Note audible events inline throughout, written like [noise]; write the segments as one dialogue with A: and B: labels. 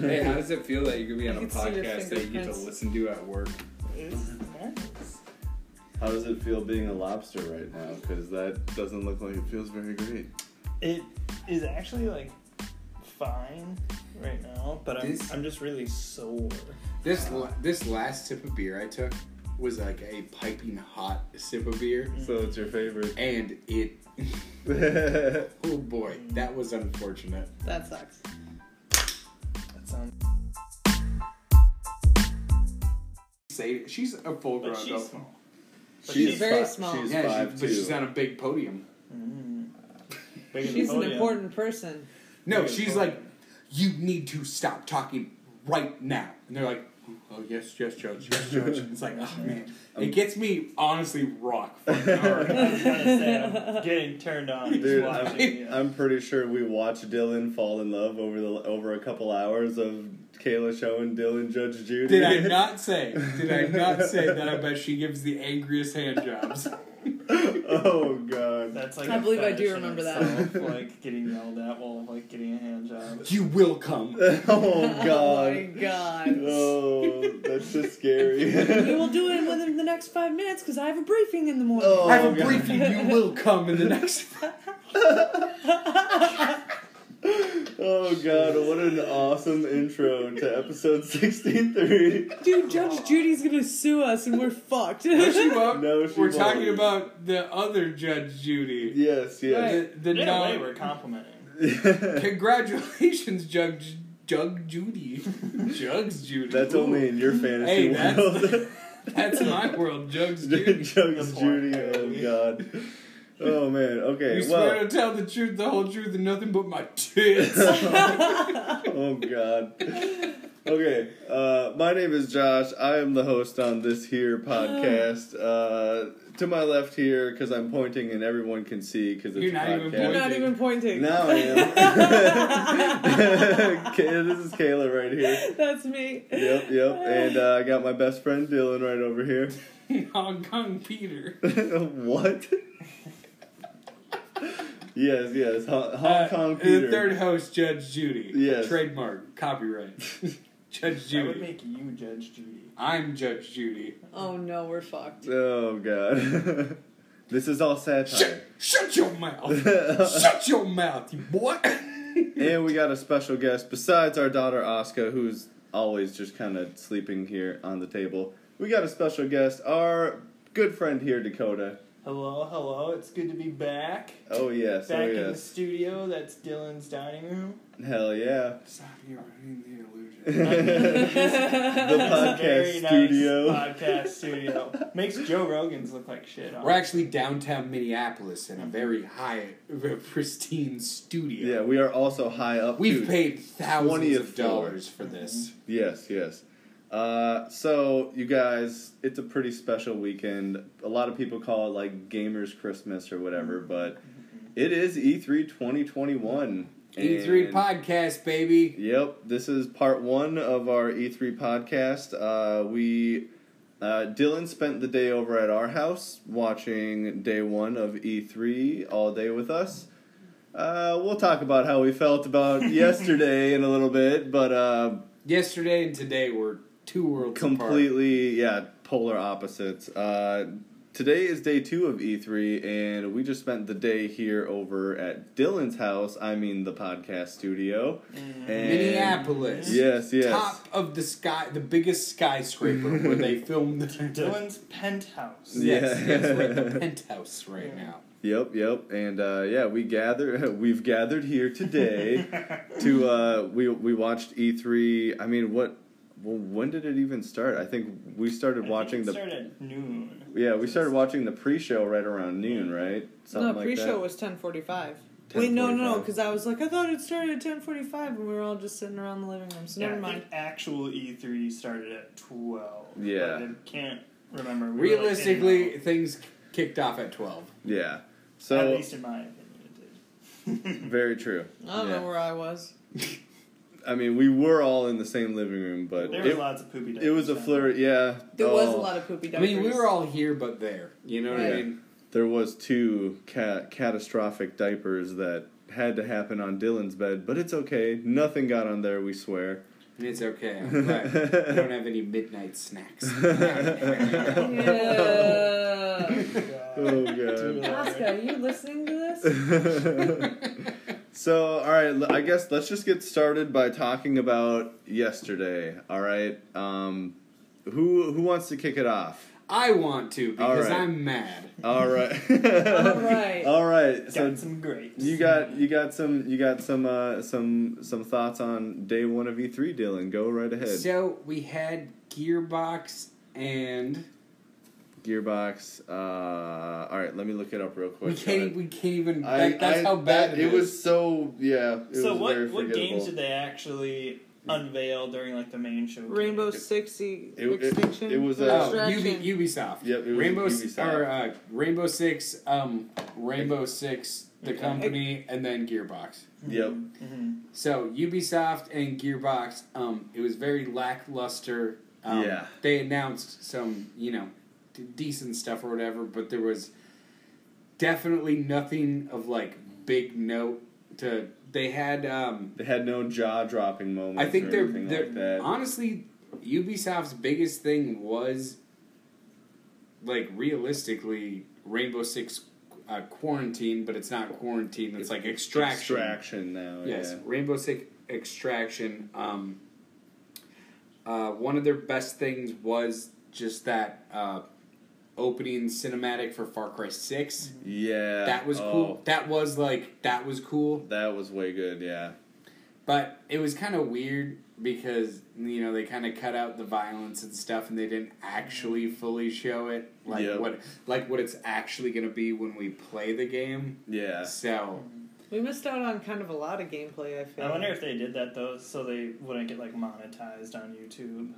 A: hey,
B: [laughs]
A: how does it feel that you could be on a
B: can see your
A: podcast that you get to
B: fingerprints.
A: listen to at work?
B: It's nice.
C: How does it feel being a lobster right now? Because that doesn't look like it feels very great.
B: It is actually like fine right now, but I'm,
D: This-
B: I'm just really sore.
D: This
A: Uh,
D: la- this last sip of beer I took was like a piping hot sip of beer,
C: So it's your favorite.
D: and it [laughs]
C: [laughs] That's
D: oh boy, that was unfortunate.
E: That sucks.
C: Oh,
B: That sounds.
D: Say she's a full grown
B: But she's
D: adult.
B: small. But
C: She's
E: She's very
C: fi-
E: small.
C: she's-
E: She's,
D: yeah, she-
C: five
D: but
C: two.
D: she's on a big podium.
B: Mm. Bigger than
E: an
B: podium.
E: important person.
D: No,
B: Bigger than
D: she's
B: podium.
D: like, you need to stop talking right now, and they're like. Oh yes, yes, Judge, yes, Judge. It's like, oh man,
A: [laughs] Um,
D: it gets me honestly rock. for an hour.
B: I was gonna say, I'm getting turned on. just
C: Dude, I'm-
B: watching you.
C: I'm pretty sure we watched Dylan fall in love over the over a couple hours of Kayla showing Dylan Judge Judy.
D: Did [laughs] I not say? Did I not say that? I bet she gives the angriest hand jobs.
C: [laughs] oh god.
B: That's like
E: I
B: a
E: believe I do
B: fetish in
E: remember that.
B: itself, like getting yelled at while like getting a hand job.
D: You will come.
C: [laughs]
E: [laughs]
C: oh
E: Oh my
C: god.
E: god.
C: [laughs] Oh, that's just scary. [laughs]
E: we [laughs] will do it within the next five minutes because I have a briefing in the morning.
C: Oh.
D: I have a
C: God.
D: briefing. You will come in the [laughs] next.
C: oh god, what an awesome intro to episode 63.
E: Dude, Judge Judy's gonna sue us and we're fucked. [laughs]
D: No, she won't.
C: No, she
D: We're
C: won't.
D: talking about the other Judge Judy.
C: [laughs] Yes, yes.
D: The, the
B: In a way,
D: non-
B: we're complimenting.
C: [laughs]
D: Congratulations, Judge Jug Judy. [laughs] Jugs Judy.
C: That's
D: Ooh.
C: only in your
D: Hey,
C: fantasy
D: that's-
C: [laughs] world.
D: That's my world,
C: [laughs]
D: Jugs Judy.
C: Jugs
B: That's
C: Judy,
B: horrible.
C: oh god. Oh man,
D: You
C: okay,
D: swear
C: well.
D: to tell the truth, the whole truth, and nothing but my tits.
C: [laughs]
D: [laughs]
C: Oh god. Okay, uh, my name is Josh. I am the host on this
D: [sighs]
C: here podcast. Uh, to my left here, because I'm pointing and everyone can see, because it's
D: You're
C: a
D: not even
C: podcast.
D: pointing.
E: You're not even pointing.
C: Now I
D: [laughs]
C: am. [laughs] Kay- this is Kayla right here.
E: [laughs] That's me.
C: Yep, yep. And uh, I got my best friend Dylan right over here.
D: Hong Kong Peter.
C: [laughs] what? yes, yes. Hong, Hong
D: Uh,
C: Kong
D: and
C: Peter.
D: The third host, Judge Judy.
C: Yes.
D: Trademark, copyright. Judge
B: That would
D: Judy.
B: make you Judge Judy.
D: I'm Judge Judy.
E: Oh no, we're
C: [laughs]
E: fucked. [laughs]
C: Oh god. [laughs] this is all
D: Shut,
C: satire.
D: shut your
C: [laughs]
D: mouth. shut your mouth, you boy.
C: and we got a special guest besides our daughter Oscar, who's always just kind of sleeping here on the table. We got a special guest, our good friend here, Dakota.
B: Hello, hello. It's good to be back.
C: Oh yes,
B: Back
C: oh
B: in the
C: yes.
B: studio. That's Dylan's dining room.
C: Hell yeah.
D: Stop ruining the illusion.
C: [laughs] The podcast
B: Very nice
C: studio.
B: podcast studio makes Joe Rogan's look like shit.
D: We're actually downtown Minneapolis in a very high, pristine studio.
C: Yeah, we are also high up.
D: We've
C: to-
D: paid thousands
C: 20th
D: of dollars for this.
C: Yes, yes. Uh, so you guys, it's a pretty special weekend. A lot of people call it like Gamers Christmas or whatever, but it is E E3 2021.
D: E3
C: Mm-hmm. And-
D: E podcast, baby.
C: Yep, this is part one of our E3 podcast. Uh, we uh, Dylan spent the day over at our house watching day one of E3 all day with us. Uh, we'll talk about how we felt about yesterday in a little bit, but uh,
D: Yesterday and today were two worlds apart.
C: completely yeah polar opposites uh, today is day two of e3 and we just spent the day here over at dylan's house i mean the podcast studio and
D: Minneapolis.
C: yes yes
D: Top of the sky, the biggest skyscraper where
C: [laughs]
D: they filmed the
B: Dylan's penthouse.
C: Yeah.
D: Yes, yes, we're at the penthouse right now.
C: yep yep and uh, yeah we gather [laughs] we've gathered here
B: [laughs]
C: today to uh, we we watched e3 i mean what well, when did it even start i think we
B: I
C: started
B: think
C: watching
B: it
C: the
B: started at noon.
C: yeah we started watching the pre-show right around noon right
E: no, pre-show was ten forty-five. Wait, no, no, no, because I was like, I thought it started at ten forty-five, and we were all just sitting around the living room. So
B: Yeah,
E: never
B: I
E: mind.
B: think actual E3 started at 12.
C: Yeah.
B: But I can't remember. We were, like, in and
D: Realistically,
B: out.
D: things kicked off at 12.
C: Yeah. So
B: at least in my opinion, it did. [laughs]
C: very true.
E: I don't
C: Yeah.
E: know where I was.
C: I mean, we were all in the same living room, but
B: there was
C: it,
B: lots of poopy
C: it was a
B: diapers,
C: flurry. Yeah.
E: There was a
C: Oh,
E: lot of poopy
D: I
E: diapers.
D: mean, we were all here but there. You know what I
C: Yeah.
D: mean?
C: There was two ca- catastrophic diapers that had to happen on Dylan's bed, but it's okay. Nothing got on there, we swear.
D: It's okay.
C: [laughs]
D: I'm glad. I don't have any midnight snacks.
E: [laughs] Yeah.
C: [laughs] Oh,
B: Dude,
E: Alaska, are you listening to this?
C: [laughs] so, all right, l- I guess let's just get started by talking about yesterday. All right, um, who who wants to kick it off?
D: I want to because
C: Alright.
D: I'm mad.
C: All right,
D: [laughs]
E: All right.
C: all right.
B: Got
C: So
B: some grapes.
C: you got you got some you got some uh, some some thoughts on day one of E three, Dylan. Go right ahead.
D: So we had Gearbox and
C: Gearbox. Uh, all right, let me look it up real quick.
D: we can't. e- We can't even.
C: I-
D: that, that's
C: I-
D: how bad
C: that-
D: it is.
C: was. So yeah. It
B: so
C: was
B: what
C: very
B: what games
C: forgettable.
B: did they actually unveil during like the main show?
E: Rainbow Six e-
C: It- it-
E: Extinction.
C: it was, uh,
D: Oh,
E: Extraction.
D: Ubi, Ubisoft.
C: Yep, it was
D: Rainbow S-
C: Ubisoft.
D: or uh, Rainbow Six, um, Rainbow Six, the
B: Okay.
D: company, and then Gearbox.
C: Yep.
B: hmm
D: So Ubisoft and Gearbox, um, it was very lackluster. Um,
C: Yeah.
D: They announced some, you know, d- decent stuff or whatever, but there was definitely nothing of like big note to. They had, um,
C: They had no jaw dropping moments.
D: I think
C: or
D: they're,
C: anything
D: they're
C: like that.
D: honestly Ubisoft's biggest thing was like realistically Rainbow Six uh, quarantine, but it's not quarantine. It's like extraction.
C: Extraction now.
D: Yes, Rainbow Six Extraction. Um, uh, one of their best things was just that uh, opening cinematic for Far Cry 6
C: Yeah. Yeah.
D: That was
C: oh,
D: cool. That was like that was cool,
C: That was way good. Yeah.
D: but it was kind of weird because you know they kind of cut out the violence and stuff, and they didn't actually fully show it like
C: Yep.
D: what like what it's actually gonna be when we play the game.
C: Yeah.
D: So
E: we missed out on kind of a lot of gameplay. I feel.
B: I wonder if they did that though, so they wouldn't get like monetized on YouTube.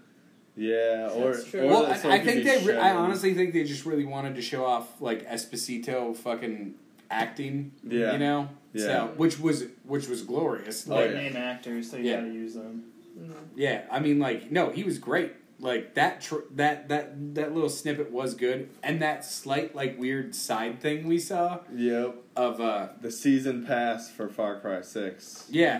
C: Yeah. Or,
E: That's true.
C: or
D: well,
C: that's
D: I,
C: like
D: I
C: you
D: think they.
C: could
D: Re- I
C: show.
D: honestly think they just really wanted to show off like Esposito fucking acting.
C: Yeah.
D: You know.
C: Yeah.
D: So, which was which was glorious.
C: Oh,
D: Like,
B: Like
C: yeah.
B: name actors, so you
D: Yeah.
B: gotta use them.
E: Mm.
D: yeah. I mean, like, no, he was great. Like that. Tr- that that that little snippet was good, and that slight like weird side thing we saw
C: Yep.
D: of uh.
C: The season pass for Far Cry Six.
D: Yeah.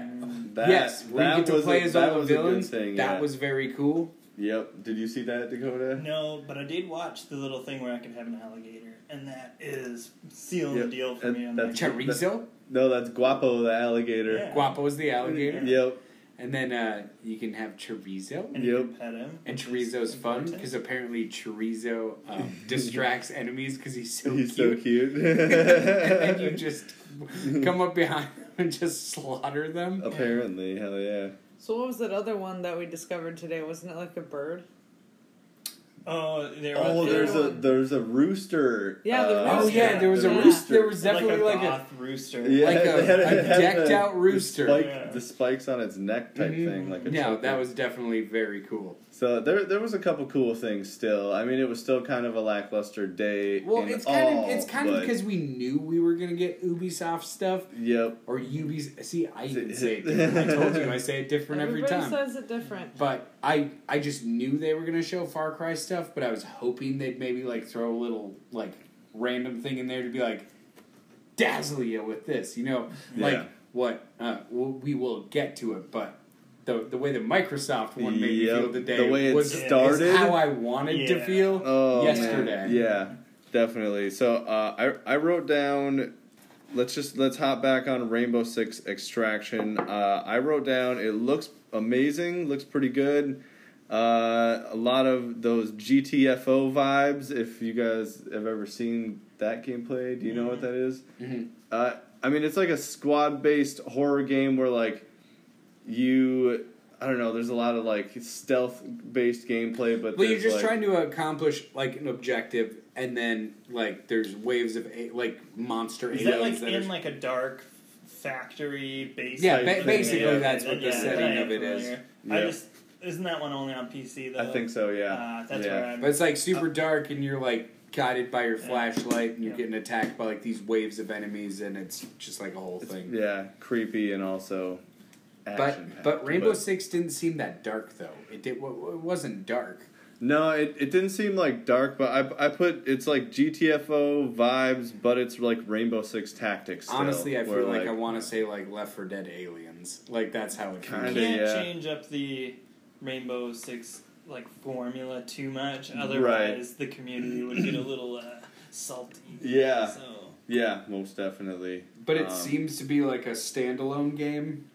D: [laughs]
B: Mm.
C: That,
D: yes, where
C: that
D: you get to
C: was
D: play
C: a,
D: as
C: that
D: all the
C: was a good
D: villains.
C: thing,
D: That
C: yeah.
D: was very cool.
C: Yep. Did you see that, Dakota?
B: No, but I did watch the little thing where I could have an alligator, and that is sealing
C: Yep.
B: the deal for
C: And
B: me. On
C: that's-
B: that.
D: Chorizo,
C: No, that's Guapo the alligator.
B: Yeah.
D: Guapo is the alligator,
C: Yep.
D: and then uh, you can have chorizo.
B: and you
C: Yep.
B: can pet him.
D: And
B: which is
D: Chorizo's fun
B: important.
D: because apparently Chorizo um,
C: [laughs]
D: distracts enemies because he's so
C: He's
D: cute.
C: so cute.
D: [laughs] and
C: [laughs]
D: you just come up behind [laughs] them and just slaughter them.
C: Apparently, hell yeah.
E: So what was that other one that we discovered today? Wasn't it like a bird?
B: Oh, there
C: Oh,
B: was
C: there's a
E: one.
C: there's a rooster.
E: Yeah, the
C: uh,
D: Oh
E: rooster.
D: yeah, there was a
E: Yeah.
D: rooster. There was
B: like a
D: definitely like a
B: goth rooster.
C: Yeah, [laughs]
D: like a-
C: it had-
D: a
C: it had
D: decked
C: the-
D: out
C: the
D: rooster.
C: spike-
B: Yeah.
C: The spikes on its neck type
D: Mhm.
C: thing, like a
D: no.
C: choker.
D: That was definitely very cool.
C: so there. There was a couple cool things still. I mean, it was still kind of a lackluster day.
D: Well,
C: in
D: it's kind
C: all,
D: of it's kind of
C: but-
D: because we knew we were gonna get Ubisoft stuff
C: Yep.
D: or Ubisoft. See, I even say it. Different. I told you, I say it different every
E: Everybody
D: time.
E: says it different.
D: But I I just knew they were gonna show Far Cry stuff, but I was hoping they'd maybe like throw a little like random thing in there to be like dazzle you with this, you know, like
C: Yeah.
D: what uh, w- we will get to it, but. The, the way the Microsoft one made me
C: Yep.
D: feel today
C: The way it
D: was
C: started?
D: is how I wanted to
B: Yeah.
D: feel
C: Oh, man.
D: yesterday.
C: Yeah, definitely. So uh, I I wrote down. Let's just let's hop back on Rainbow Six Extraction. Uh, I wrote down it looks amazing. Looks pretty good. Uh, a lot of those GTFO vibes. If you guys have ever seen that gameplay, do you know what that is?
D: Mhm.
C: Uh, I mean, it's like a squad-based horror game where like you. I don't know. There's a lot of like stealth-based gameplay, but
D: Well, you're
C: there's,
D: just
C: like-
D: trying to accomplish like an objective, and then like there's waves of a- like monster
B: Is that
D: aliens
B: like
D: that are
B: in like a dark factory base?
D: Yeah,
B: type
C: ba-
B: thing?
C: basically
B: Yeah,
D: that's what
B: then,
D: the
B: yeah,
D: setting
B: then I
D: of
B: am
D: it is.
B: familiar.
C: Yeah.
B: I just isn't that one only on PC though?
C: I think so. Yeah.
B: Uh, that's
C: yeah.
B: where I'm.
D: But it's like super dark, and you're like guided by your flashlight, and you're
B: uh, Yeah.
D: getting attacked by like these waves of enemies, and it's just like a whole thing.
C: Yeah, creepy and also action.
D: But but Rainbow Six didn't seem that dark though. It did. wa- wa- It wasn't dark.
C: no, it, it didn't seem like dark. But I I put it's like GTFO vibes, but it's like Rainbow Six Tactics. Still,
D: Honestly, I
C: where,
D: feel like, I want to say like Left for Dead aliens. Like that's how it
B: you
C: Kinda.
D: kind
B: can't
C: yeah.
B: change up the Rainbow Six like formula too much.
C: Right.
B: Otherwise, the community would
C: [clears throat]
B: get a little uh, salty.
C: Yeah.
B: So
C: Yeah, most definitely.
D: But it
C: Um,
D: seems to be like a standalone game,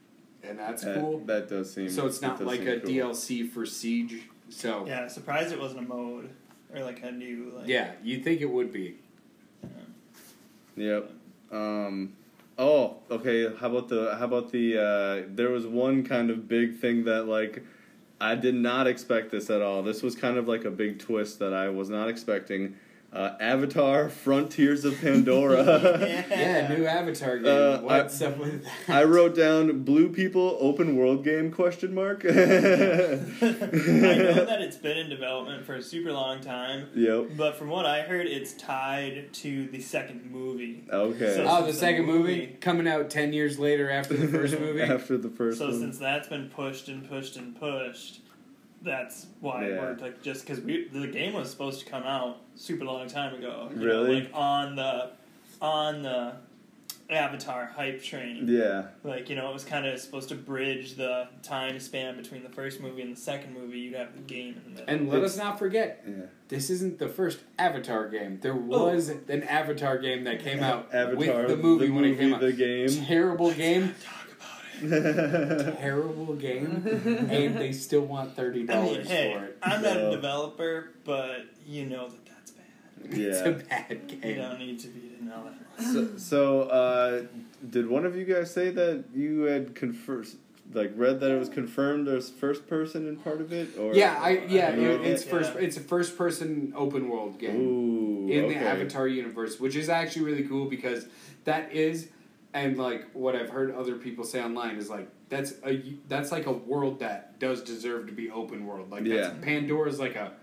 D: and that's
C: that,
D: cool.
C: That does seem.
D: so it's
C: that
D: not
C: does
D: like
C: seem
D: a
C: cool.
D: DLC for Siege. So yeah.
B: yeah, surprised it wasn't a mode or like a new like
D: you'd think it would be.
C: Yep. Um, oh, okay. How about the how about the uh, there was one kind of big thing that like I did not expect this at all. This was kind of like a big twist that I was not expecting. Uh, Avatar: Frontiers of Pandora. [laughs]
D: Yeah, new Avatar game.
C: Uh, I-
D: What's up with that?
C: I wrote down blue people open world game question mark. [laughs]
B: [laughs] I know that it's been in development for a super long time,
C: Yep.
B: but from what I heard, it's tied to the second movie.
C: Okay.
B: So-
D: [laughs] Oh, the second movie coming out ten years later after the
C: [laughs]
D: first movie.
C: After the first
B: so
C: one.
B: since that's been pushed and pushed and pushed, that's why it
C: Yeah.
B: worked. Like just because we the game was supposed to come out super long time ago. you know,
C: Really?
B: like on the on the Avatar hype train.
C: yeah.
B: Like you know, it was kind of supposed to bridge the time span between the first movie and the second movie. You'd have the game in the middle.
D: And let us not forget,
C: Yeah.
D: this isn't the first Avatar game. There
B: Oh.
D: was an Avatar game that came out
C: [laughs] Avatar.
D: with the movie when it came out.
C: the game.
D: Terrible
B: [laughs]
D: game,
C: [laughs] yeah,
D: terrible game,
B: [laughs]
D: and they still want thirty
B: I mean,
D: dollars
B: hey,
D: for it.
B: I'm not
C: No.
B: a developer, but you know that that's bad.
D: It's a bad
B: You
D: game.
B: don't need to be to know that.
C: So, so uh, did one of you guys say that you had confirmed, like, read that it was confirmed as first person in part of it? Or
D: Yeah, I yeah,
C: I
D: it-
C: mean,
D: it's
B: yeah.
D: first it's a first person open world game
C: Ooh,
D: in
C: okay.
D: the Avatar universe, which is actually really cool because that is and like what I've heard other people say online is like that's a that's like a world that does deserve to be open world. Like that's
C: Yeah.
D: Pandora's like a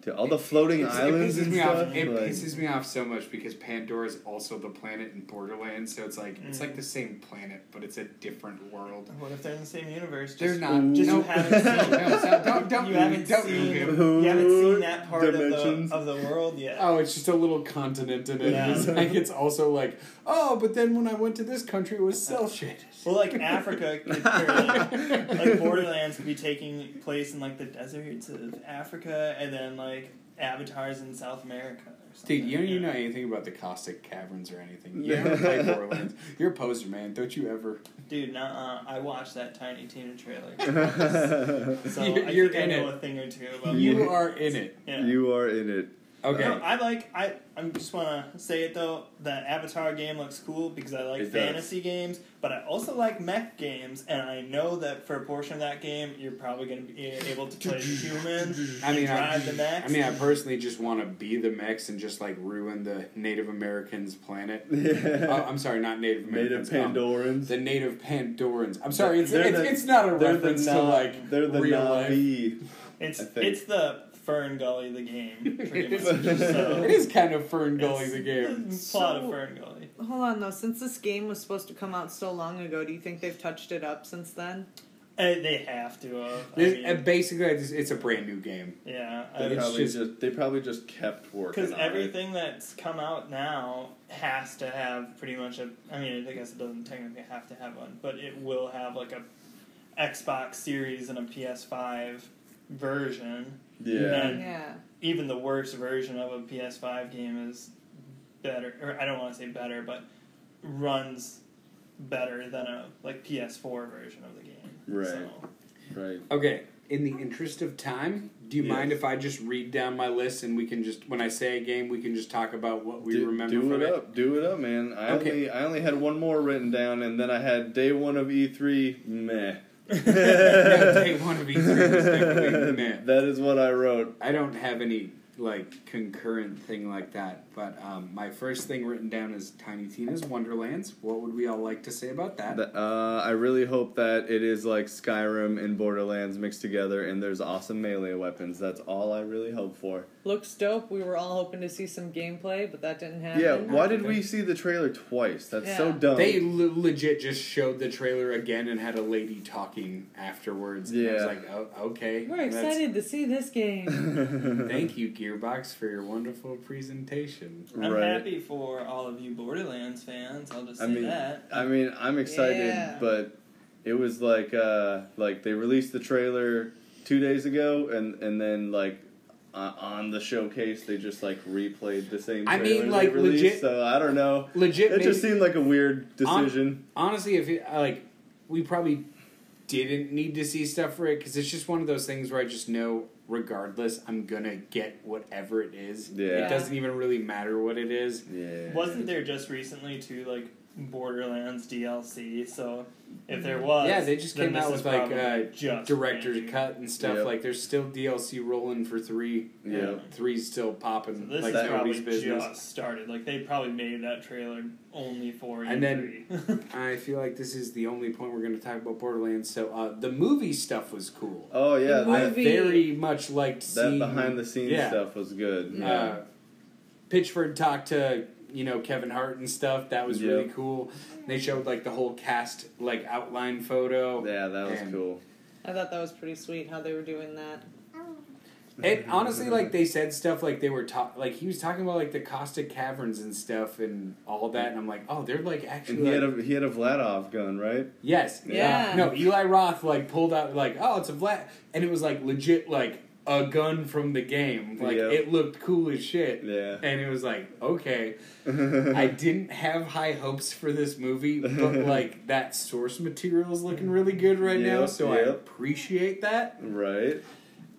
C: Dude, all the floating
D: It's-
C: islands
D: It pisses
C: and
D: me
C: stuff.
D: off. It
C: like-
D: pisses me off so much because Pandora is also the planet in Borderlands, so it's like it's
B: Mm.
D: like the same planet, but it's a different world.
B: What if they're in the same universe? Just,
D: They're not.
B: Just
D: no,
B: you haven't
D: [laughs]
B: seen.
D: no, stop, don't, don't
B: you
D: move it,
B: haven't
D: don't
B: seen.
D: move it.
B: You haven't seen that
C: Ooh,
B: part of the,
C: dimensions.
B: of the world yet.
D: Oh, it's just a little continent in it.
B: Yeah.
D: It's like it's also like, oh, but then when I went to this country, it was cell shaded.
B: Well, like Africa,
D: [laughs]
B: could, or, like, like Borderlands could be taking place in like the deserts of Africa, and then like avatars in South America. Or something.
D: Dude, you don't
B: yeah.
D: even know anything about the caustic caverns or anything. You never
C: [laughs]
D: played Borderlands. You're a poser, man. Don't you ever?
B: Dude, nah, I watched that Tiny Tina trailer.
D: [laughs]
C: [laughs]
B: So
D: You're-
B: I
D: you're
B: think I
D: in
B: know
D: it.
B: a thing or two about
D: You
B: that.
D: are in it.
B: Yeah.
C: you are in it.
D: Okay.
B: No, I like I I just want to say it though. The Avatar game looks cool because I like
C: It does.
B: fantasy games, but I also like mech games, and I know that for a portion of that game, you're probably going to be able to play as a human.
D: I mean,
B: drive
D: I,
B: the mechs.
D: I mean, I personally just want to be the mechs and just like ruin the Native Americans' planet. oh,
C: [laughs] Yeah.
D: I'm sorry, not Native
C: Native
D: Americans. um,
C: Pandorans.
D: the Native Pandorans. I'm sorry, it's
C: They're
D: it's,
C: the-
D: it's not a
C: they're
D: reference
C: the
D: to
C: Na-
D: like
C: they're the
D: real life.
C: Na'vi.
B: It's
C: I think.
B: it's the Fern Gully the
D: [laughs]
B: game. Pretty much.
D: It
B: so,
D: is kind of Fern Gully
B: it's
D: the game.
B: the plot
E: So-
B: of Fern Gully.
E: Hold on though, since this game was supposed to come out so long ago, do you think they've touched it up since then?
B: Uh, they have to. Uh, I
D: This- uh,
B: mean,
D: basically, it's, it's a brand new game.
B: yeah, I
C: They
D: It's
C: probably
D: just-
C: just, they probably just kept working.
B: Because
C: on
B: everything that's come out now has to have pretty much a. I mean, I guess it doesn't technically have to have one, but it will have like a Xbox Series and a PS5 version.
C: It. Yeah.
B: And
E: Yeah.
B: even the worst version of a PS5 game is better, or I don't want to say better, but runs better than a like PS4 version of the game.
C: Right.
B: So,
C: Right.
D: Okay. In the interest of time, do you
C: Yes.
D: mind if I just read down my list and we can just, when I say a game, we can just talk about what we
C: do,
D: remember
C: do
D: from
C: it up, do it up, man. I
D: Okay.
C: only I only had one more written down, and then I had day one of E three. Meh.
D: [laughs] Yeah,
C: [laughs]
D: day one of E3 was definitely meh.
C: That is what I wrote.
D: I don't have any like concurrent thing like that, but um, my first thing written down is Tiny Tina's Wonderlands. What would we all like to say about that?
C: Th- Uh, I really hope that it is like Skyrim and Borderlands mixed together, and there's awesome melee weapons. That's all I really hope for.
E: Looks dope. We were all hoping to see some gameplay, but that didn't happen.
C: Yeah, why did we see the trailer twice? That's so
E: Yeah.
C: dumb.
D: They le- legit just showed the trailer again and had a lady talking afterwards. And I was
C: Yeah.
D: like, oh, okay.
E: We're
D: that's-
E: excited to see this game. [laughs]
D: Thank
C: [laughs]
D: you, Gearbox, for your wonderful presentation.
B: [laughs] I'm
C: Right.
B: happy for all of you Borderlands fans. I'll just say
C: I mean,
B: that.
C: I mean, I'm excited,
E: Yeah.
C: but It was like uh, like they released the trailer two days ago, and and then like uh, on the showcase they just like replayed the same.
D: I
C: Trailer
D: mean,
C: they
D: like,
C: released,
D: legit-
C: So I don't know.
D: Legit,
C: It just
D: maybe-
C: seemed like a weird
D: Hon-
C: decision.
D: honestly, if it, I, like we probably didn't need to see stuff for it because it's just one of those things where I just know, regardless, I'm gonna get whatever it is.
C: Yeah.
D: It doesn't even really matter what it is.
C: yeah.
B: Wasn't there just recently too like Borderlands DLC? So if there was,
D: yeah, they just
B: then
D: came out
B: this
D: with
B: is
D: like uh,
B: probably just
D: director's
B: brand new.
D: cut and stuff.
C: Yep.
D: Like there's still DLC rolling for three. and
C: Yeah.
D: three's still popping.
B: So this
D: like
B: is
D: nobody's
B: probably
D: business.
B: just started. Like they probably made that trailer only for E
D: And then-
B: E3.
D: I feel like this is the only point we're going to talk about Borderlands. So uh, the movie stuff was cool.
C: Oh yeah,
E: The
D: I
C: that,
E: movie-
D: very much liked
C: that
D: seeing
C: behind the scenes
D: Yeah.
C: stuff was good.
E: Yeah.
D: uh, Pitchford talked to you know Kevin Hart and stuff. That was
C: Yeah.
D: really cool. They showed like the whole cast like outline photo.
C: yeah, that was
D: And-
C: cool.
E: I thought that was pretty sweet how they were doing that.
D: And honestly, like they said stuff like they were talk like he was talking about like the caustic caverns and stuff and all that. And I'm like, oh, they're like
C: And
D: actually.
C: he had
D: like-
C: a he had a Vladov gun, right?
D: yes,
E: Yeah.
D: no, Eli Roth like pulled out like oh it's a Vlad, and it was like legit like a gun from the game. Like
C: Yep.
D: it looked cool as shit.
C: Yeah.
D: And it was like okay. I didn't have high hopes for this movie,
C: [laughs]
D: but like that source material is looking really good right now,
C: Yep,
D: so I
C: yep.
D: appreciate that.
C: [laughs] right.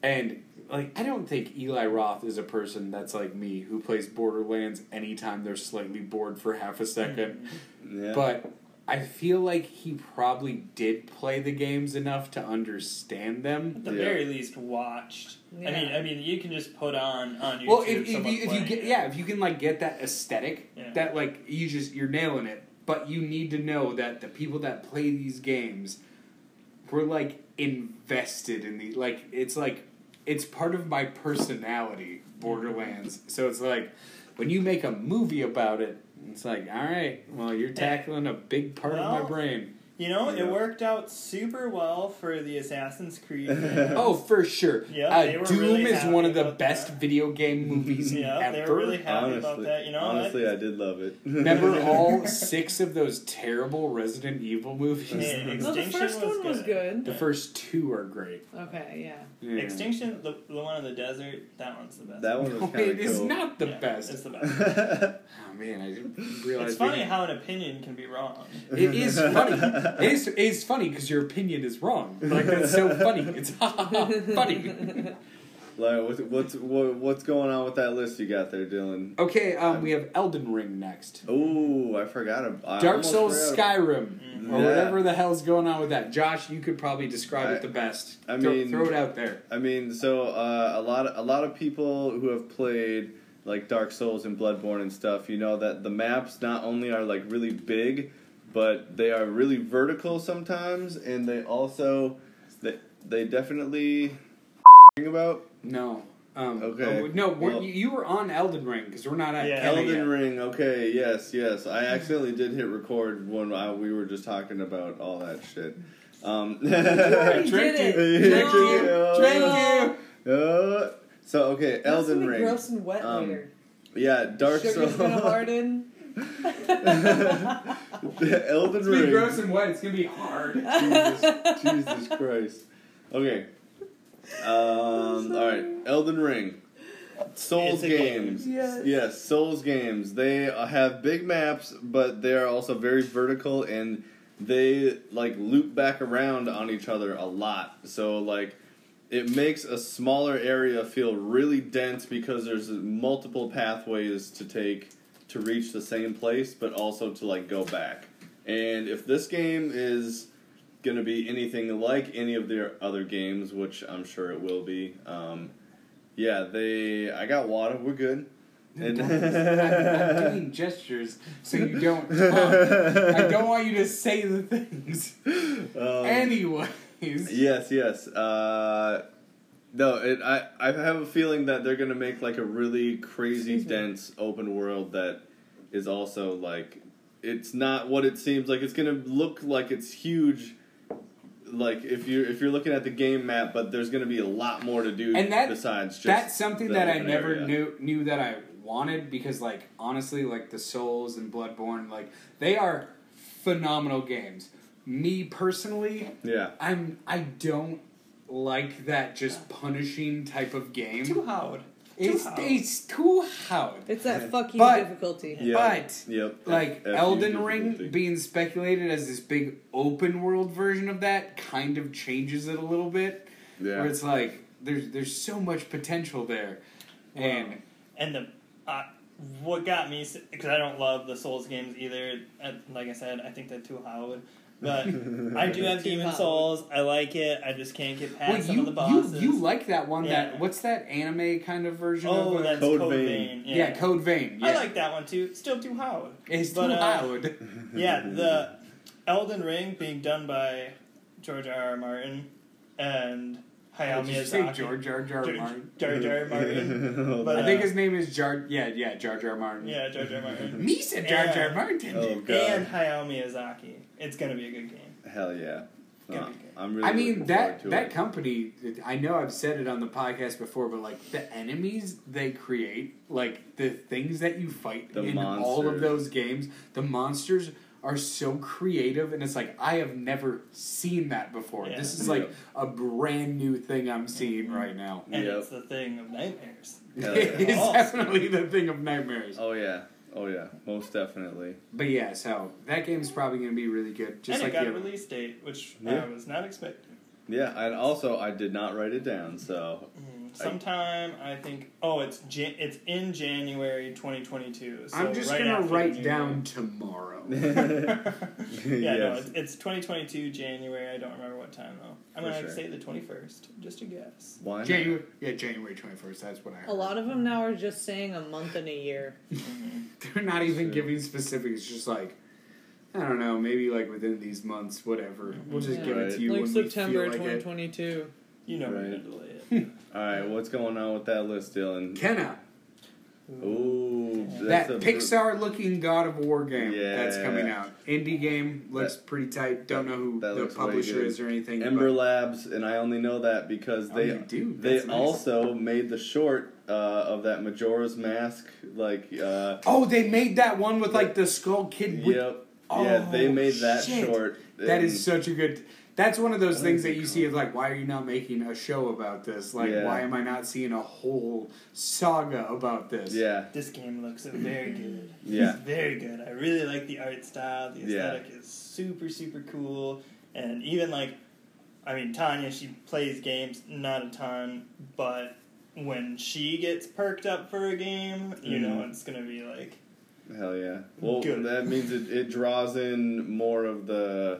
D: And like I don't think Eli Roth is a person that's like me who plays Borderlands anytime they're slightly bored for half a second.
C: Mm-hmm. Yeah.
D: But I feel like he probably did play the games enough to understand them.
B: [laughs] At the
C: Yeah.
B: very least, watched. I mean,
E: Yeah.
B: I mean, you can just put on on YouTube.
D: Well, if, if
B: someone
D: you if you
B: playing
D: get
B: it.
D: yeah, if you can like get that aesthetic,
B: Yeah.
D: that like you just you're nailing it. But you need to know that the people that play these games were like invested in the like it's like it's part of my personality, Borderlands.
B: Mm-hmm.
D: So it's like when you make a movie about it, it's like, all right, well you're tackling a big part of
B: Well-
D: my brain.
B: you know,
C: Yeah.
B: it worked out super well for the Assassin's
C: [laughs]
B: Creed. game.
D: Oh, for sure.
B: Yeah, they
D: uh,
B: were
D: Doom
B: really
D: is
B: happy
D: one of the
B: about
D: best
B: that.
D: video game movies
B: yeah,
D: ever.
B: they were really happy
C: honestly,
B: about that. You know,
C: honestly,
B: that-
C: I did love it. [laughs]
D: Remember all six of those terrible Resident Evil movies?
B: Yeah.
E: Well, the
B: Extinction
E: first
B: was
E: one was
B: good.
E: good.
D: The first two are great.
E: Okay, yeah.
D: Yeah.
B: Extinction, the, the one in the desert, that one's the best.
C: that one was
D: No,
C: kind of
D: Oh, [laughs] it
C: cool.
D: is
C: [laughs]
D: not the
B: Yeah, It's
D: best. [laughs]
B: the best.
D: Oh man, I didn't realize.
B: It's funny how an opinion can be wrong.
D: we- [laughs] it is funny. It is, it is funny because your opinion is wrong. Like that's so funny. It's [laughs]
C: [laughs]
D: funny.
C: like, what's what's what, what's going on with that list you got there, Dylan?
D: Okay, um, we have Elden Ring next.
C: Oh, I forgot about
D: Dark Souls, Skyrim,
B: Mm.
D: or
C: Yeah.
D: whatever the hell's going on with that. Josh, you could probably describe
C: I-
D: it the best.
C: I
D: throw,
C: mean-
D: throw it out there.
C: I mean, so uh, a lot a lot of people who have played like Dark Souls and Bloodborne and stuff, you know that the maps not only are like really big, but they are really vertical sometimes, and they also they they definitely [laughs] about
D: No. Um,
C: Okay.
D: oh, no, we're,
C: Well-
D: you you were on Elden Ring because we're not at
B: Yeah.
D: Kenna
C: Elden
D: yet.
C: Ring. Okay, yes, yes. I accidentally did hit record when I, we were just talking about all that shit. Um, [laughs]
E: already
D: I tricked
E: did
D: you.
E: it.
C: Tricked
E: No.
C: you.
E: No.
C: uh, so okay,
E: That's
C: Elden
E: gonna be
C: Ring.
E: Gross and wet
C: Um,
E: later.
C: Yeah, Dark
E: Sugar's
C: Souls. [laughs]
E: gonna harden.
C: Elden
D: It's gonna be
C: Ring.
D: gross and wet. It's gonna be hard.
C: Jesus, Jesus Christ. Okay. Um, all right, Elden Ring. Souls
B: It's a game.
C: games.
E: Yes.
C: Yes, Souls games. They uh, have big maps, but they are also very vertical and they like loop back around on each other a lot. So like it makes a smaller area feel really dense because there's multiple pathways to take to reach the same place, but also to like go back. And if this game is going to be anything like any of their other games, which I'm sure it will be, um, yeah, they. I got water.
D: [laughs]
C: We're good. And- [laughs]
D: I'm, I'm doing gestures so you
C: [laughs]
D: don't talk. I don't want you to say the things.
C: Um,
D: Anyways.
C: Yes, yes. Uh, no, it, I I have a feeling that they're gonna make like a really crazy dense open world that is also like it's not what it seems like. It's gonna look like it's huge. Like if you if you're looking at the game map, but there's gonna be a lot more to do
D: And that-
C: besides just
D: That's something
C: the
D: that I
C: open
D: never
C: area.
D: knew knew that I wanted because like honestly like the Souls and Bloodborne like they are phenomenal games. me personally,
C: Yeah.
D: I'm I don't like that just punishing type of
B: Too
D: game.
B: hard.
D: It's
B: hard.
D: it's too hard.
E: It's that fucking
D: But-
E: difficulty.
C: Yeah.
D: But
C: Yep.
D: like
C: F- F-
D: Elden
C: you
D: Ring
C: difficulty.
D: being speculated as this big open world version of that kind of changes it a little bit. Where
C: Yeah.
D: it's like there's there's so much potential there,
B: Wow.
D: and
B: And the uh, what got me because I don't love the Souls games either. Uh, like I said, I think they're too Howard.
C: [laughs]
B: But [laughs] I do have
E: Too
B: Demon
E: Howard.
B: Souls. I like it. I just can't get past
D: well,
B: some
D: you,
B: of the bosses.
D: you you like that one
B: Yeah.
D: that what's that anime kind of version
B: oh,
D: of it?
B: that's
C: Code
B: Code Vein.
C: Vein.
D: yeah.
B: Yeah.
D: Code Vein. Yeah.
B: I like that one too. Still too Howard.
D: it's
B: but,
D: too
B: uh, [laughs]
D: loud. [laughs]
B: yeah, the Elden Ring being done by George R. R. Martin and Hayao
D: Oh, Did you say
B: Miyazaki.
D: George Jar Jar
B: George-
D: Martin? [laughs]
B: George R.
C: [laughs]
B: R. Martin. But,
D: I think
B: uh,
D: his name is Jar. Yeah, yeah, Jar Jar Martin.
B: Yeah, George R.
D: [laughs]
B: R. Martin.
D: me said Jar Jar
B: Yeah.
D: Martin.
C: oh god.
B: And Hayao Miyazaki. It's gonna be a good game.
C: Hell yeah.
B: gonna
C: Uh,
B: be good.
C: I'm really.
D: I
C: looking
D: mean that
C: forward to
D: that
C: it.
D: company. I know I've said it on the podcast before, but like the enemies they create, like the things that you fight
C: The
D: in all of
C: monsters.
D: those games, the monsters are so creative, and it's like I have never seen that before.
B: Yeah. Mm-hmm.
D: This is like
C: Yep.
D: a brand new thing I'm seeing right now.
B: And
C: Yep.
B: it's the thing of nightmares.
D: [laughs]
C: Hell
D: it
C: yeah.
D: is
B: Awesome.
D: definitely the thing of nightmares.
C: Oh yeah. Oh yeah. Most definitely.
D: But yeah, so that game's probably gonna be really good. Just
B: and
D: like
B: it got
D: the
B: a
D: other-
B: release date, which
C: Yeah.
B: I was not expecting.
C: Yeah, and also I did not write it down, so
B: Mm, Sometime I think. Oh, it's Jan- it's in January 2022. So
D: I'm just
B: right
D: gonna
B: after the
D: write
B: new
D: down
B: year.
C: [laughs]
D: tomorrow.
B: yeah, no,
C: Yes.
B: it's, it's 2022 January. I don't remember what time though. I'm
C: For
B: gonna
C: sure.
B: say the 21st, just a guess.
C: why? not?
D: January, yeah, January twenty first. That's what I. Heard.
E: A lot of them now are just saying a month and a year.
D: [laughs] They're not even
C: Sure.
D: giving specifics. Just like I don't know, maybe like within these months, whatever. We'll just
E: Yeah.
D: give it
C: Right.
D: to you
E: like
D: when
E: September
D: we feel like it.
E: 2022.
B: You know we're
C: Right.
B: gonna delay it.
C: All right, what's going on with that list, Dylan?
D: Kenna,
C: Ooh,
D: that
C: that's a br-
D: Pixar looking God of War game that's
C: Yeah.
D: coming out. Indie game looks pretty tight. Don't know who
C: that
D: the
C: looks way
D: publisher
C: good.
D: is or anything.
C: Ember
D: but-
C: Labs, and I only know that because
D: Oh,
C: they
D: you do.
C: they
D: That's nice.
C: also made the short uh, of that Majora's Mask, like uh,
D: Oh, they made that one with like the Skull Kid. With,
C: yep, yeah,
D: Oh,
C: they made that
D: shit.
C: short.
D: That
C: and-
D: is such a good. That's one of those
C: What
D: things
C: is
D: that
C: it
D: you see of like, why are you not making a show about this? Like,
C: Yeah.
D: why am I not seeing a whole saga about this?
C: yeah,
B: This game looks very good.
C: Yeah.
B: It's very good. I really like the art style. The
C: Yeah.
B: aesthetic is super, super cool. And even like, I mean, Tanya, she plays games, not a ton, but when she gets perked up for a game, you know,
C: Mhm.
B: it's going to be like,
C: hell yeah. Well,
B: Good.
C: that means it, it draws in more of the.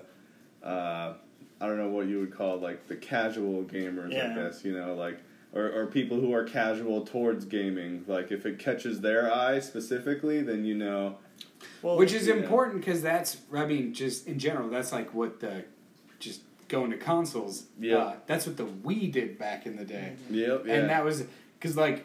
C: Uh, I don't know what you would call like the casual gamers, I
B: Yeah.
C: guess you know, like or, or people who are casual towards gaming. Like if it catches their eye specifically, then you know,
B: well,
D: Which is
C: Yeah.
D: important because that's, I mean, just in general, that's like what the, just going to consoles.
C: Yeah.
D: Uh, that's what the Wii did back in the day.
C: yep, yeah,
D: And that was, because like,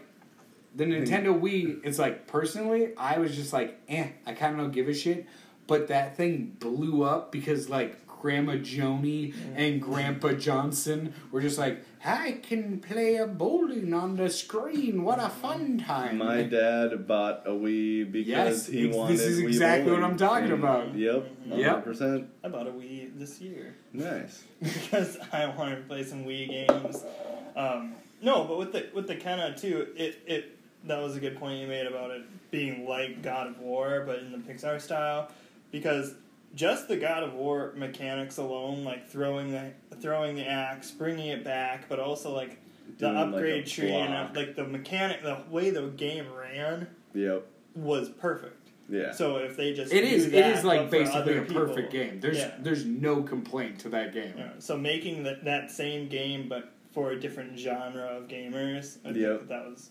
B: Hmm.
D: the Nintendo Wii, it's like, personally, I was just like, eh, I kind of don't give a shit. But that thing blew up because like Grandma Joni and Grandpa Johnson were just like, I can play a bowling on the screen. What a fun
B: Mm-hmm.
D: time.
C: My dad bought a Wii because
D: Yes,
C: he
D: ex-
C: wanted.
D: this is
C: Wii
D: exactly what
C: bowling.
D: I'm talking
C: And-
D: about.
C: Yep,
D: Yep.
C: hundred percent.
B: I bought a Wii this year
C: Nice.
B: because [laughs] I wanted to play some Wii games. Um, no, but with the with the Kenna too, it it that was a good point you made about it being like God of War, but in the Pixar style, because just the God of War mechanics alone, like throwing the throwing the axe, bringing it back, but also like the
C: Doing, like, a
B: upgrade tree and uh,
C: block.
B: like the mechanic, the way the game ran
C: Yep.
B: was perfect.
C: Yeah.
B: So if they just
D: It is.
B: do
D: It
B: that,
D: is like
B: but for
D: basically
B: other
D: a perfect
B: people,
D: game. There's
B: yeah.
D: there's no complaint to that game.
B: Yeah, so making that that same game but for a different genre of gamers, I
C: Yep.
B: think that, that was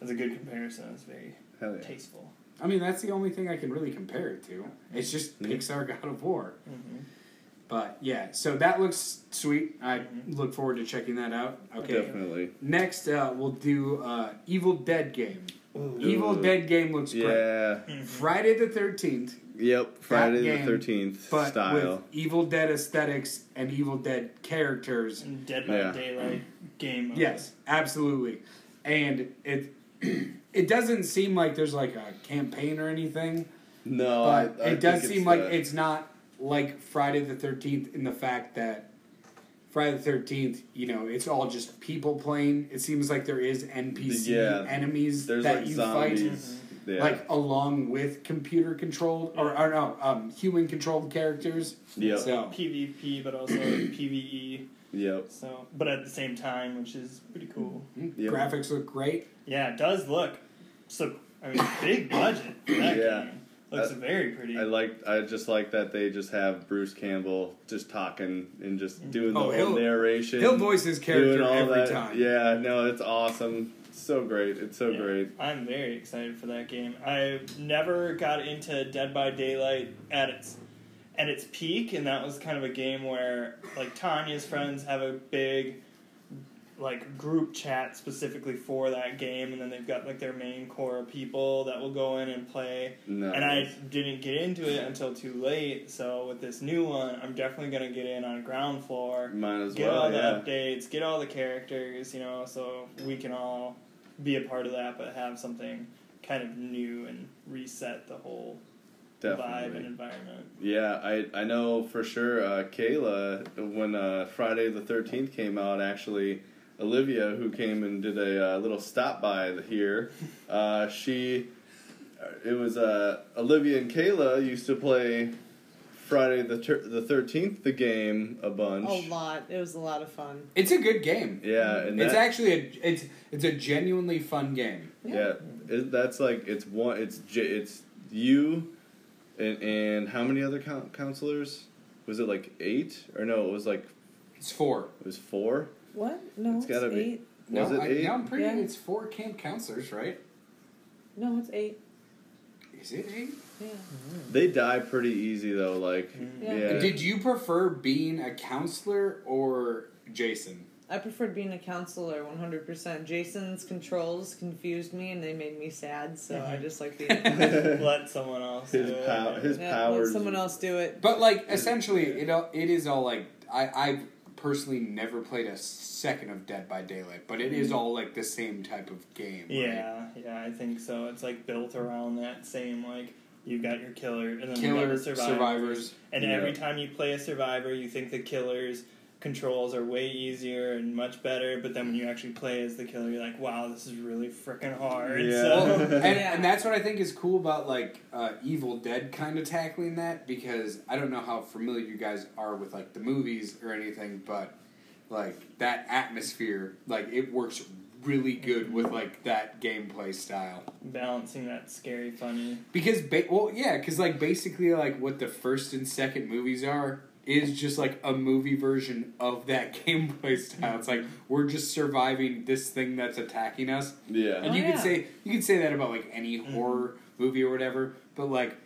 B: that's a good comparison. It's very
C: Hell yeah.
B: tasteful.
D: I mean, that's the only thing I can really compare it to. It's just
C: Yeah.
D: Pixar God of War.
B: Mm-hmm.
D: But yeah, so that looks sweet. I
B: Mhm.
D: look forward to checking that out. Okay.
C: Mm-hmm. Definitely.
D: Next, uh, we'll do uh, Evil Dead game.
B: Ooh.
D: Evil Dead game looks great.
C: Yeah.
D: Friday the Thirteenth,
C: Yep. Friday
D: game,
C: the Thirteenth
D: but
C: style.
D: with Evil Dead aesthetics and Evil Dead characters.
B: And Dead by
C: Yeah.
B: Daylight game.
C: Mm-hmm.
B: Mode.
D: Yes, absolutely. And it [clears throat] it doesn't seem like there's like a campaign or anything,
C: No,
D: but
C: Oh, I, I
D: it does
C: think
D: seem
C: it's
D: like
C: the-
D: it's not like Friday the 13th in the fact that Friday the 13th, you know, it's all just people playing. It seems like there is NPC
C: Yeah.
D: enemies
C: There's
D: that
C: like
D: you fight.
C: zombies.
B: Mm-hmm.
C: Yeah.
D: Like along with computer controlled or, or no, um, human controlled characters.
C: yep.
D: So
B: PvP, but also [clears throat] PVE.
C: Yep.
B: So, but at the same time, which is pretty cool.
D: mm,
C: Yep.
D: graphics look great.
B: Yeah, it does look. So I mean, big budget. For that
C: Yeah.
B: game. looks very pretty.
C: I like. I just like that they just have Bruce Campbell just talking and just doing
D: Oh,
C: the
D: he'll-
C: whole narration.
D: He'll voice his
C: doing
D: character
C: all
D: every
C: that.
D: time.
C: Yeah. No, it's awesome. So great. It's so
B: Yeah.
C: great.
B: I'm very excited for that game. I never got into Dead by Daylight at its at its peak, and that was kind of a game where like Tanya's friends have a big like group chat specifically for that game, and then they've got like their main core of people that will go in and play.
C: No.
B: And I didn't get into it until too late. So with this new one, I'm definitely gonna get in on ground floor
C: might as
B: get
C: well.
B: all the
C: yeah.
B: updates, get all the characters, you know, so we can all be a part of that, but have something kind of new and reset the whole vibe and
C: Definitely. [laughs]
B: environment.
C: Yeah, I I know for sure. Uh, Kayla, when uh, Friday the Thirteenth came out, actually, Olivia, who came and did a uh, little stop by here, uh, she, it was uh, Olivia and Kayla used to play Friday the ter- the Thirteenth, the game a bunch.
E: A lot. It was a lot of fun.
D: It's a good game.
C: Yeah, and
D: It's
C: that-
D: actually a it's it's a genuinely fun game.
C: Yeah, it, that's like it's one. It's j- it's you, and and how many other coun counselors? Was it like eight or no? It was like
D: It's four.
C: it was four.
E: What? No,
C: It's
E: it's,
C: gotta be-
E: eight.
D: No,
C: Was it
D: I,
C: eight?
D: now I'm pretty.
E: Yeah.
D: It's four camp counselors, right?
E: No, it's eight.
D: Is it eight?
E: Yeah.
C: They die pretty easy though. Like yeah,
E: Yeah.
C: [laughs]
D: Did you prefer being a counselor or Jason?
E: I preferred being a counselor 100%. Jason's controls confused me and they made me sad, so I
C: Mm-hmm.
E: just
C: [laughs]
E: like the.
D: [laughs]
B: Let someone else
C: his
B: do it.
C: pow-
E: [laughs]
C: his
E: yeah, let
C: powers.
E: someone else do it.
D: But like, essentially, it all, it is all like I I personally never played a second of Dead by Daylight, but it is all like the same type of game. right?
B: yeah, yeah, I think so. It's like built around that same like you've got your killer and then you've got
D: Killer
B: the
D: survivors.
B: survivors. And
C: Yeah.
B: every time you play a survivor, you think the killer's controls are way easier and much better, but then when you actually play as the killer, you're like, wow, this is really freaking hard.
C: Yeah.
D: Well,
B: [laughs] So
D: and,
E: Yeah.
D: and that's what I think is cool about like uh, Evil Dead kind of tackling that because I don't know how familiar you guys are with like the movies or anything, but like that atmosphere, like it works really good with like that gameplay style.
B: balancing that scary funny.
D: Because ba- well, yeah, because like basically like what the first and second movies are is just like a movie version of that [laughs] gameplay style. It's like we're just surviving this thing that's attacking us.
C: yeah,
D: And you
E: Oh,
D: can
E: yeah.
D: say you can say that about like any horror movie or whatever, but like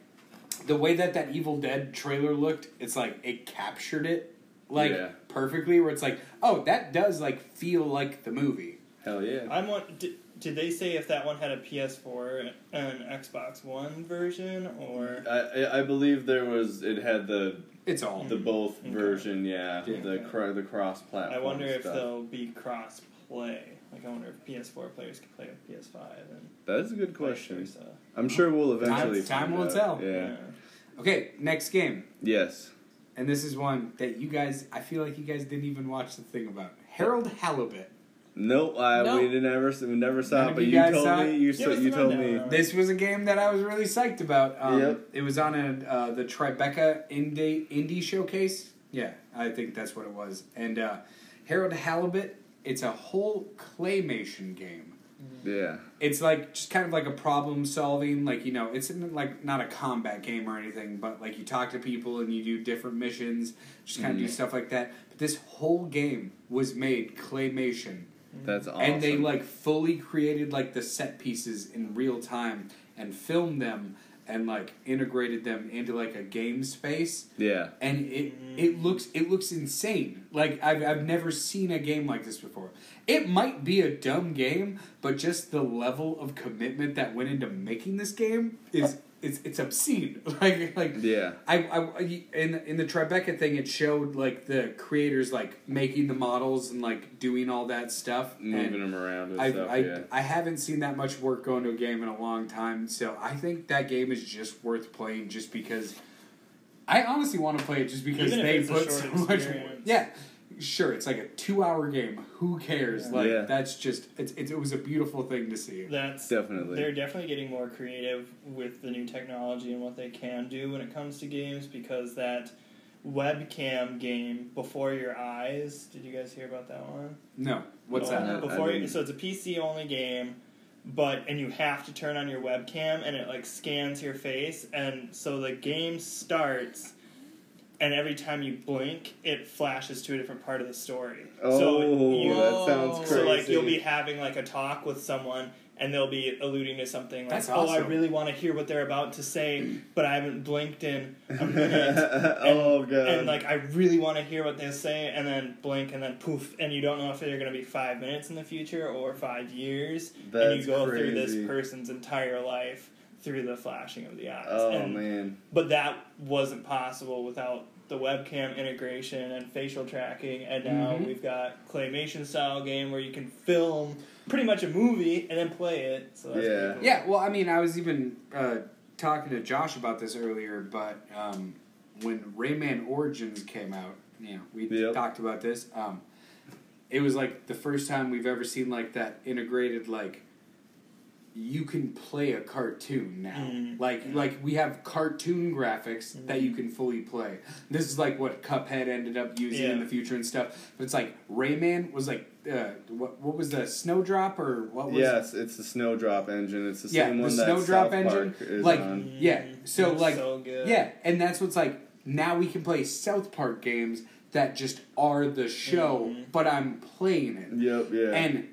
D: the way that that Evil Dead trailer looked, it's like it captured it like
C: Yeah.
D: perfectly. Where it's like, oh, that does like feel like the movie.
C: hell yeah.
B: I'm on. Did, did they say if that one had a PS4 and an Xbox One version or?
C: I, I I believe there was it had the
D: It's all
C: the both
B: Okay.
C: version. Yeah,
D: Mm. Yeah.
C: the cr- the cross platform.
B: I wonder if
C: Mm, stuff.
B: they'll be cross play. Like I wonder if PS4 players can play with PS5 and
C: That's a good
B: vice
C: question.
B: versa.
C: I'm sure we'll eventually.
D: time
C: find
D: will
C: out.
D: tell.
C: Yeah.
D: okay. Next game,
C: Yes.
D: and this is one that you guys, I feel like you guys didn't even watch the thing about Harold Halibut.
C: Nope, I,
E: No.
C: we didn't ever we never saw
D: None
C: it,
D: of
C: but
D: you
C: you
D: guys
C: told
D: saw
C: me
D: it?
C: you
B: Give
C: so,
B: us
C: you
B: the
C: told me
B: rundown.
D: This was a game that I was really psyched about. Um,
C: Yep.
D: It was on a uh, the Tribeca Indie Indie Showcase. Yeah, I think that's what it was. And uh, Harold Halibut. It's a whole claymation game.
C: yeah.
D: It's like just kind of like a problem solving, like you know, it's n- like not a combat game or anything, but like you talk to people and you do different missions, just kind of do stuff like that. But this whole game was made claymation
C: That's awesome.
D: and they like fully created like the set pieces in real time and filmed them and like integrated them into like a game space
C: Yeah.
D: and it
C: Mm.
D: it looks it looks insane like I've, I've never seen a game like this before it might be a dumb game but just the level of commitment that went into making this game is it's, it's obscene [laughs] like like
C: Yeah.
D: I, I in in the Tribeca thing, it showed like the creators like making the models and like doing all that stuff.
C: Moving
D: and
C: them around and
D: I
C: stuff,
D: I,
C: yeah.
D: I haven't seen that much work go into a game in a long time, so I think that game is just worth playing just because I honestly want to play it just because
B: Even if
D: they
B: it's a
D: put so
B: short
D: much.
B: experience.
D: Yeah, sure. It's like a two-hour game. Who cares?
B: Yeah.
D: Like
C: Yeah.
D: that's just it's, it's it was a beautiful thing to see.
B: That's
C: Definitely.
B: They're definitely getting more creative with the new technology and what they can do when it comes to games because that webcam game before your eyes. Did you guys hear about that one?
D: No, what's
B: Oh,
D: that?
C: no. I
B: Before you,
C: didn't.
B: so it's a PC only game, but and you have to turn on your webcam and it like scans your face and so the game starts. And every time you blink, it flashes to a different part of the story.
C: oh,
B: so you,
C: that
E: Whoa.
C: sounds crazy.
B: so like you'll be having like a talk with someone and they'll be alluding to something like,
D: That's
B: "Oh, I
D: awesome.
B: really want to hear what they're about to say, but I haven't blinked in
C: [laughs]
B: a minute."
C: oh god.
B: And like I really want to hear what they say, and then blink, and then poof, and you don't know if they're gonna be five minutes in the future or five years, and
C: That's
B: you go through
C: crazy.
B: this person's entire life through the flashing of the eyes.
C: oh
B: and,
C: man.
B: But that wasn't possible without the webcam integration and facial tracking, and now
D: Mhm.
B: we've got claymation style game where you can film pretty much a movie and then play it. So that's
C: Yeah.
B: pretty cool.
D: Yeah, well, I mean, I was even uh, talking to Josh about this earlier, but um, when Rayman Origins came out, you know, we
C: Yep.
D: talked about this. Um, it was like the first time we've ever seen like that integrated like you can play a cartoon now.
B: Mm.
D: Like like we have cartoon graphics that you can fully play. This is like what Cuphead ended up using in
B: Yeah.
D: the future and stuff. But it's like Rayman was like uh, what what was the Snowdrop or what was
C: Yes, it's the Snowdrop engine. It's the
D: Yeah,
C: same
D: the
C: one that
D: Snowdrop
C: South
D: engine,
C: Park is
D: like-
C: on.
D: Yeah, so,
B: It's
D: like,
B: Mm-hmm. so good.
D: Yeah, and that's what's like now we can play South Park games that just are the show,
B: Mhm.
D: but I'm playing it.
C: Yep. Mm-hmm. Yeah.
D: And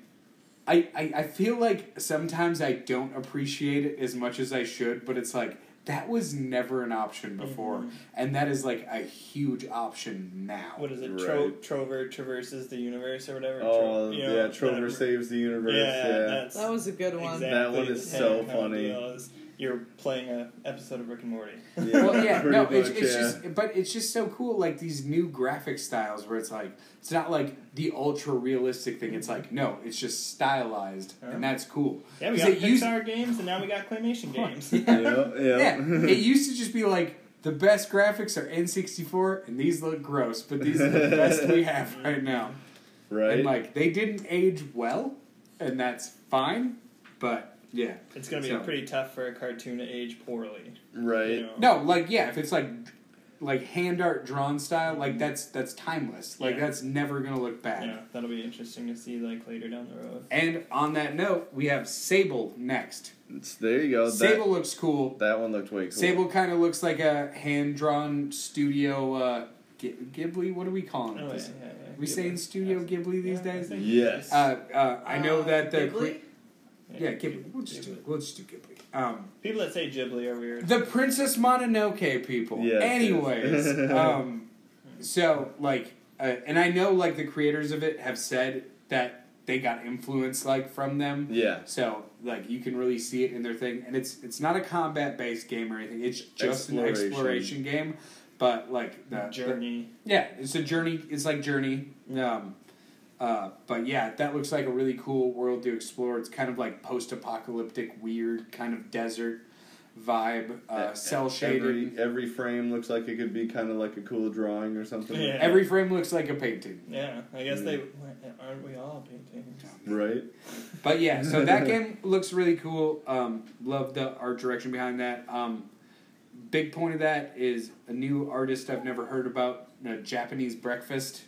D: I, I I feel like sometimes I don't appreciate it as much as I should, but it's like that was never an option
C: Mm-hmm.
D: before, and that is like a huge option now.
B: What is it?
C: Right.
B: Tro- Trover traverses the universe or whatever.
C: oh
B: Tro- you know,
C: yeah, Trover
B: that-
C: saves the universe.
B: Yeah,
C: yeah.
B: that's
E: That was a good one.
B: exactly
C: That one
B: the
C: is
B: same
C: so
B: kind of
C: funny.
B: deal as You're playing a episode of Rick and
D: [laughs]
B: Morty. [laughs]
C: Yeah,
D: [laughs] well, yeah,
C: [laughs] pretty
D: no,
C: much,
D: it's, it's
C: yeah.
D: just, but it's just so cool, like these new graphic styles where it's like, it's not like the ultra realistic thing. It's like, no, it's just stylized,
B: Yeah.
D: and that's cool.
B: Yeah, we
D: Is
B: got
D: it used-
B: Pixar games, and now we got claymation games.
C: Yep, yep.
D: [laughs] Yeah, it used to just be like the best graphics are N64, and these look gross, but these are the best we have right now.
C: right.
D: And like they didn't age well, and that's fine. But yeah,
B: [laughs] It's gonna be
D: So-
B: pretty tough for a cartoon to age poorly.
C: right.
B: You know?
D: no, like yeah, if it's like like hand art drawn style, like that's that's timeless. Like
B: Yeah.
D: that's never gonna look bad.
B: Yeah, that'll be interesting to see like later down the road.
D: And on that note, we have Sable next.
C: It's- there you go. That,
D: Sable looks cool.
C: that one looked way cool.
D: Sable kind of looks like a hand drawn studio uh, G- Ghibli. What are we calling it?
B: Oh, yeah,
D: This-
B: yeah, yeah.
D: Are we saying Studio Ghibli these
B: Yeah, I
D: days?
B: think-
C: Yes.
D: Uh, uh, I know
E: Uh,
D: that the
E: Ghibli?
D: cre- yeah Ghibli. We'll just do it. We'll just do Ghibli. Um,
B: People that say Ghibli are weird.
D: the Princess Mononoke people.
C: Yes, yes. [laughs]
D: Anyways, um, so like, uh, and I know like the creators of it have said that they got influence like from them.
C: yeah.
D: So like you can really see it in their thing, and it's it's not a combat based game or anything. It's just
C: Exploration.
D: an exploration game, but like the the-
B: Journey.
D: yeah, it's a journey. It's like Journey. Um, uh, but yeah, that looks like a really cool world to explore. It's kind of like post-apocalyptic, weird kind of desert vibe, uh,
C: Uh,
D: cell shaded.
C: Every
D: Every,
C: every frame looks like it could be kind of like a cool drawing or something. like
B: Yeah.
D: frame looks like a painting.
B: Yeah, I guess they aren't we all paintings.
C: that, Right.
D: But yeah, so that game looks really cool. Um, love the art direction behind that. Um, big point of that is a new artist I've never heard about, uh, Japanese Breakfast.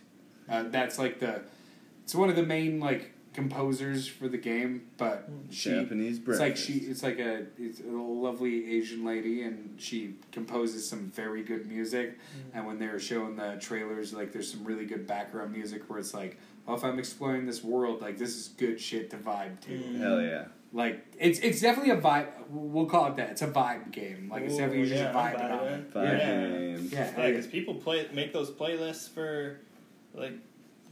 D: Uh, that's like the, it's one of the main like composers for the game, but she.
C: Japanese
D: It's
C: breakfast.
D: like she, it's like a, it's a lovely Asian lady, and she composes some very good music.
B: Mm.
D: And when they were showing the trailers, like there's some really good background music where it's like, oh, if I'm exploring this world, like this is good shit to vibe to.
B: Mm.
C: Hell yeah.
D: Like it's it's definitely a vibe. We'll call it that. It's a vibe game. Like it's
B: Ooh,
D: definitely just
B: yeah, I'm
D: vibing on
B: vibing.
D: it.
C: Five
B: Yeah.
C: games.
D: Yeah,
B: Yeah, because people play make those playlists for like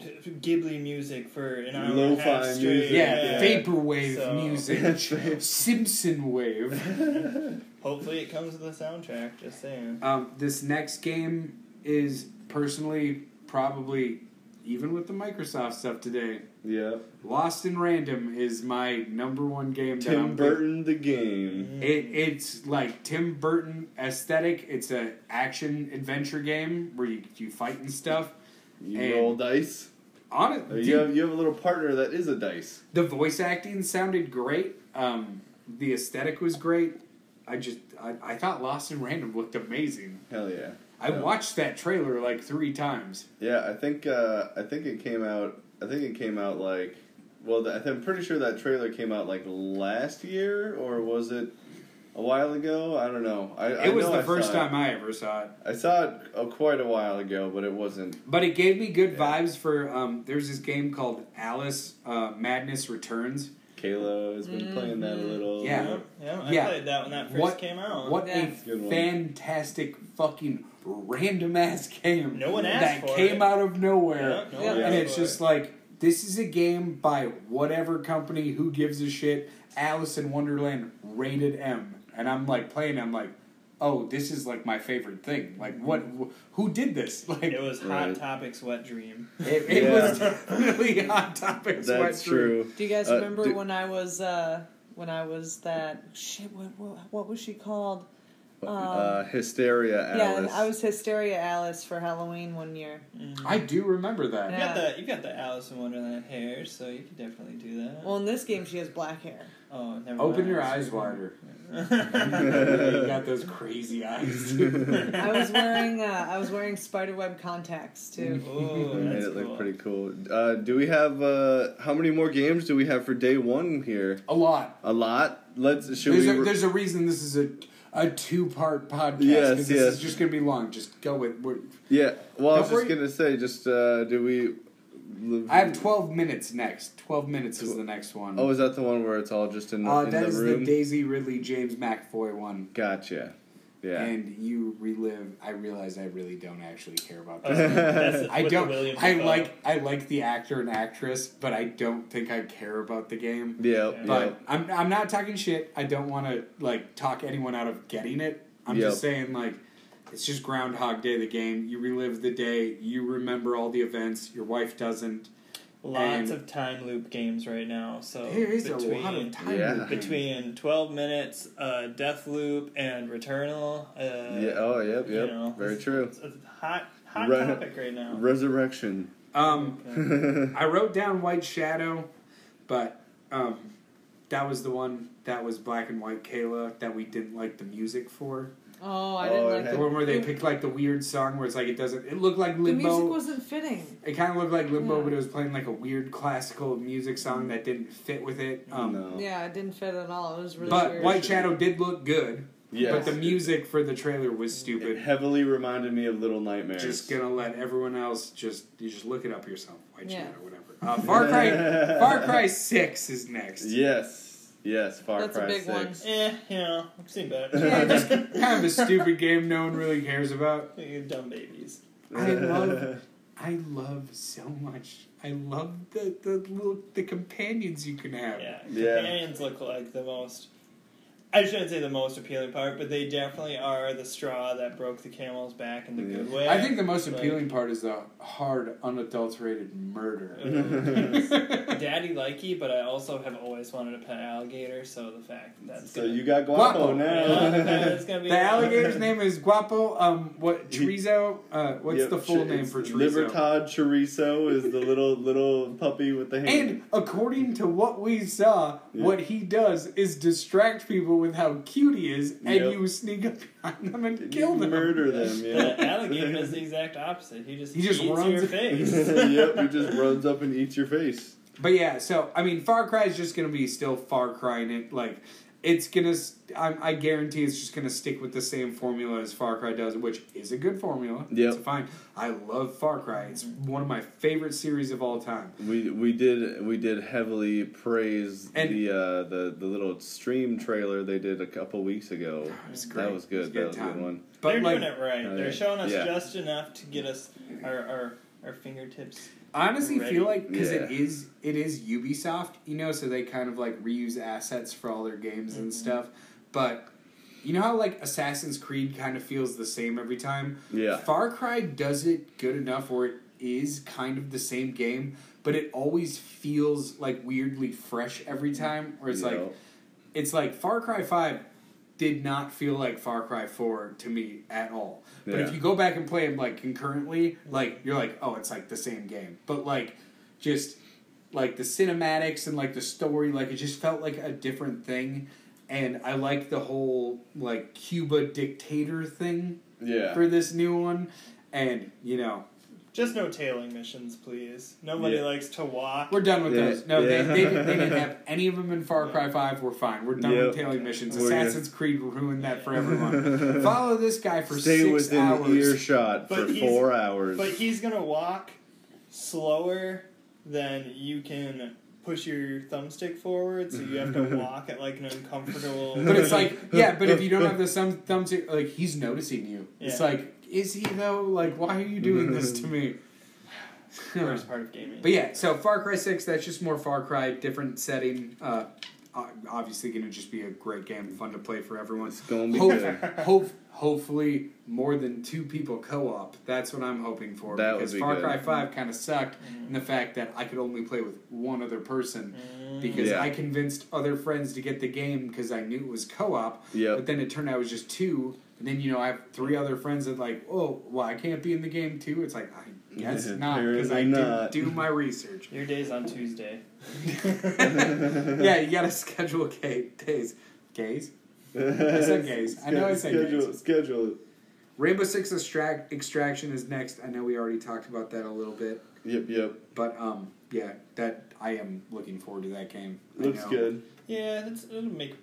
B: Ghibli music for an hour and a
C: Lo-fi
B: half straight.
C: music,
D: yeah,
C: Yeah.
D: vaporwave
B: So- [laughs]
D: music, Simpson wave.
C: [laughs]
B: Hopefully, it comes with a soundtrack. Just saying.
D: Um, this next game is personally probably even with the Microsoft stuff today,
C: Yeah.
D: Lost in Random is my number one game. that
C: Tim
D: I'm
C: Burton, the game.
D: It, it's like Tim Burton aesthetic. It's a action adventure game where you, you fight and stuff.
C: You
D: Mm-hmm. And-
C: roll dice.
D: On it,
C: Or
D: dude,
C: you have you have a little partner that is a dice.
D: the voice acting sounded great. Um, the aesthetic was great. I just I, I thought Lost in Random looked amazing.
C: Hell yeah.
D: I
C: Yeah.
D: watched that trailer like three times.
C: Yeah, I think uh, I think it came out. I think it came out like. Well, th- I'm pretty sure that trailer came out like last year, or was it a while ago? I don't know. I, I
D: It was
C: know
D: the
C: I
D: first
C: saw it.
D: time I ever saw it.
C: I saw it uh, quite a while ago, but it wasn't.
D: But it gave me good
C: Yeah.
D: vibes for um, there's this game called Alice uh, Madness Returns.
C: Kayla has been playing that a little.
D: Mm-hmm. Yeah.
B: Yep, yep, I
D: Yeah.
B: played that when that first
D: What-
B: came out.
D: What
E: Yeah.
D: a
C: Good one.
D: fantastic fucking random ass game.
B: No one
D: that
B: asked for
D: came
B: it.
D: out of nowhere.
B: Yep, no
E: Yeah.
B: one
D: And
B: asked
D: it's
B: for
D: just
B: it.
D: like this is a game by whatever company who gives a shit. Alice in Wonderland rated M. And I'm like playing I'm like, "Oh, this is like my favorite thing." Like what wh- who did this? [laughs] Like
B: it
D: it,
B: was
C: Right.
B: Hot Topics Wet Dream.
D: it
C: Yeah.
D: was [laughs] definitely on topic.
C: That's true.
E: Do you guys
C: Uh,
E: remember
C: do-
E: when I was uh, when I was that shit? What, what, what was she called?
C: uh, Hysteria Alice.
E: Um, Yeah, and I was Hysteria Alice for Halloween one year.
D: I do remember that.
B: You
E: Yeah.
B: got the you got the Alice in Wonderland hair, so you could definitely do that.
E: Well, in this game, she has black hair.
B: oh, never
D: Open
B: mind.
D: your
B: [laughs]
D: eyes [laughs] wider.
C: [laughs]
D: you got those crazy eyes.
E: I was wearing uh, I was wearing spiderweb contacts
D: Mm.
E: too.
B: Ooh,
C: Made
B: that's
C: it look
B: cool.
C: pretty cool. Uh, do we have uh, how many more games do we have for day one here?
D: a lot.
C: A lot. Let's should
D: There's
C: we?
D: a,
C: re-
D: there's a reason this is a a two part podcast. 'cause
C: Yes,
D: this
C: yes.
D: is just gonna be long. Just go with. We're,
C: Yeah. Well, I was
D: Don't worry.
C: just gonna say, just uh, do we?
D: I have twelve minutes next. Twelve minutes is the next one.
C: Oh, is that the one where it's all just in the,
D: uh,
C: in
D: that
C: the
D: is the,
C: room?
D: Daisy Ridley James McFoy one.
C: gotcha. Yeah.
D: And you relive. I realize I really don't actually care
C: [laughs]
D: about
B: Oh,
D: this.
B: that's it,
D: I
B: with the
D: don't.
B: William
D: I
B: Dafoe.
D: like. I like the actor and actress, but I don't think I care about the game.
C: yep.
D: But
C: yep.
D: I'm I'm not talking shit. I don't want to like talk anyone out of getting it. I'm
C: Yep.
D: just saying like it's just Groundhog Day. The game you relive the day. You remember all the events. Your wife doesn't.
B: lots
D: and-
B: of time loop games right now. So
D: There is
B: Oh, between,
D: a lot of time
C: Yeah.
D: loop games.
B: between twelve minutes, uh, Death Loop, and Returnal. Uh,
C: yeah. Oh, yep. Yep.
B: you know,
C: Very
B: it's-
C: true.
B: It's a hot hot
C: Right.
B: topic right now.
C: Resurrection.
D: Um,
C: [laughs] yeah.
D: I wrote down White Shadow, but um, that was the one that was Black and White Kayla that we didn't like the music for.
E: Oh, I
C: Oh,
E: didn't
C: it
E: like
C: had-
D: The
E: the,
D: one where they
E: it-
D: picked like the weird song where it's like it doesn't. It looked like
E: the
D: limbo.
E: music wasn't fitting.
D: It kind of looked like Limbo,
E: Yeah.
D: but it was playing like a weird classical music song that didn't fit with it. Um,
C: No.
E: Yeah, it didn't fit at all. It was really
D: But
E: weird.
D: White Shadow did look good, but
C: Yes.
D: the music for the trailer was
C: It
D: stupid.
C: heavily reminded me of Little Nightmares.
D: Just gonna let everyone else just you just look it up yourself. White
E: Yeah.
D: Shadow, whatever. Uh, Far Cry, Far Cry Six is next.
C: Yes. Yes. Far
E: That's a
C: Cry
E: big one.
C: Six.
B: [laughs] Eh, you know, I've seen
D: Yeah,
C: [laughs]
B: better.
D: just kind of a stupid game no one really cares about.
B: [laughs] you dumb babies.
D: I love- I love so much. I love the the little the companions you can have.
B: Yeah,
C: Yeah.
B: companions look like the most. I shouldn't say the most appealing part, but they definitely are the straw that broke the camel's back in the
C: Yeah.
B: good way.
D: I think the most
B: Like-
D: appealing part is the hard, unadulterated
C: Mm-hmm.
B: Uh,
D: murder.
C: [laughs]
B: yes. Daddy likey, but I also have always wanted a pet alligator, so the fact that that's
C: so
B: gonna,
C: you got Guapo
D: Guapo.
B: Yeah,
C: now.
B: that's gonna be
D: The alligator's
B: [laughs]
D: name is Guapo. Um, what
C: He-
D: Chorizo? Uh, [laughs] what's
C: Yep, [laughs]
D: the full
C: ch-
D: name
C: it's
D: for Chorizo?
C: Libertad Chorizo is the little little puppy with the hand.
D: And according to what we saw,
C: Yeah.
D: what he does is distract people with how cute he is, and
C: Yep.
D: you sneak up behind them and
C: You
D: kill them.
C: Murder them. Yeah.
B: The alligator is the
C: [laughs]
B: exact opposite. He just
D: He just
B: eats
D: runs-
B: your face.
C: yep, he just runs up and eats your face.
D: But yeah, so I mean, Far Cry is just gonna be still Far Cry, and it like it's gonna. St- I, I guarantee it's just gonna stick with the same formula as Far Cry does, which is a good formula.
C: Yep.
D: It's fine. I love Far Cry. It's one of my favorite series of all time.
C: We we did we did heavily praise
D: And-
C: the uh, the the little stream trailer they did a couple weeks ago.
D: It's Oh, great.
C: That was
D: It's a
C: good. That was a good
D: time.
C: one.
D: But
B: They're
D: like,
B: doing it right.
C: Oh, yeah.
B: They're showing us
C: Yeah.
B: just enough to get us our our, our fingertips.
D: honestly,
B: Ready.
D: feel like because it
C: Yeah.
D: is it is Ubisoft, you know, so they kind of like reuse assets for all their games
B: Mm-hmm.
D: and stuff. But you know how like Assassin's Creed kind of feels the same every time.
C: Yeah.
D: Far Cry does it good enough where it is kind of the same game, but it always feels like weirdly fresh every time. Where it's
C: you
D: like
C: know?
D: it's like Far Cry Five did not feel like Far Cry Four to me at all. But if
C: Yeah.
D: you go back and play them like concurrently, like you're like, oh, it's like the same game. But like, just like the cinematics and like the story, like it just felt like a different thing. And I like the whole like Cuba dictator thing
C: yeah,
D: for this new one. And you know,
B: Just no tailing missions, please. Nobody
C: Yeah.
B: likes to walk.
D: we're done with
C: Yeah,
D: those. No, they,
C: yeah.
D: they, didn't- they didn't
C: [laughs]
D: have any of them in Far Cry 5. We're fine. We're done
C: Yep.
D: with tailing missions.
C: We're good.
D: Assassin's Creed ruined that
C: [laughs]
D: for everyone. Follow this guy for
C: stay
D: six
C: within
D: hours.
C: earshot
B: But
C: for
B: he's-
C: four hours.
B: But he's gonna walk slower than you can push your thumbstick forward, so you have
C: [laughs]
B: to walk at like an uncomfortable.
D: But it's
B: [laughs]
D: like, yeah, but if you don't have
C: [laughs]
D: the thumb, thumb to, like, he's noticing you. It's
B: Yeah.
D: like, is he though? Like, why are you doing this to
C: [laughs]
D: me?
B: worst part of gaming.
D: But yeah, so Far Cry Six. That's just more Far Cry, different setting. Uh, o- obviously, going to just be a great game, fun to play for everyone.
C: it's gonna be
D: Hope-
C: good.
D: Hope, hopefully, more than two people co-op. That's what I'm hoping for.
C: That would
D: because
C: be
D: Far
C: good.
D: Cry Five kind of sucked in the fact that I could only play with one other person because
C: Yeah.
D: I convinced other friends to get the game because I knew it was co-op. But
C: Yep.
D: then it turned out it was just two. And then, you know, I have three other friends that, like, oh, well, I can't be in the game too. It's like, I
C: [laughs]
D: guess not, because I
C: Apparently
D: didn't
C: not.
D: do my
B: [laughs]
D: research. [laughs]
B: your day's on Tuesday.
D: [laughs] yeah, you gotta schedule gay days. Gays? I said gays.
C: [laughs]
D: I know I said gays.
C: schedule. Schedule. it.
D: Rainbow Six Extract- Extraction is next. I know we already talked about that a little bit.
C: Yep, yep.
D: But, um, yeah, that I am looking forward to that game. I
C: Looks
D: know.
C: good.
B: Yeah, that's, it'll make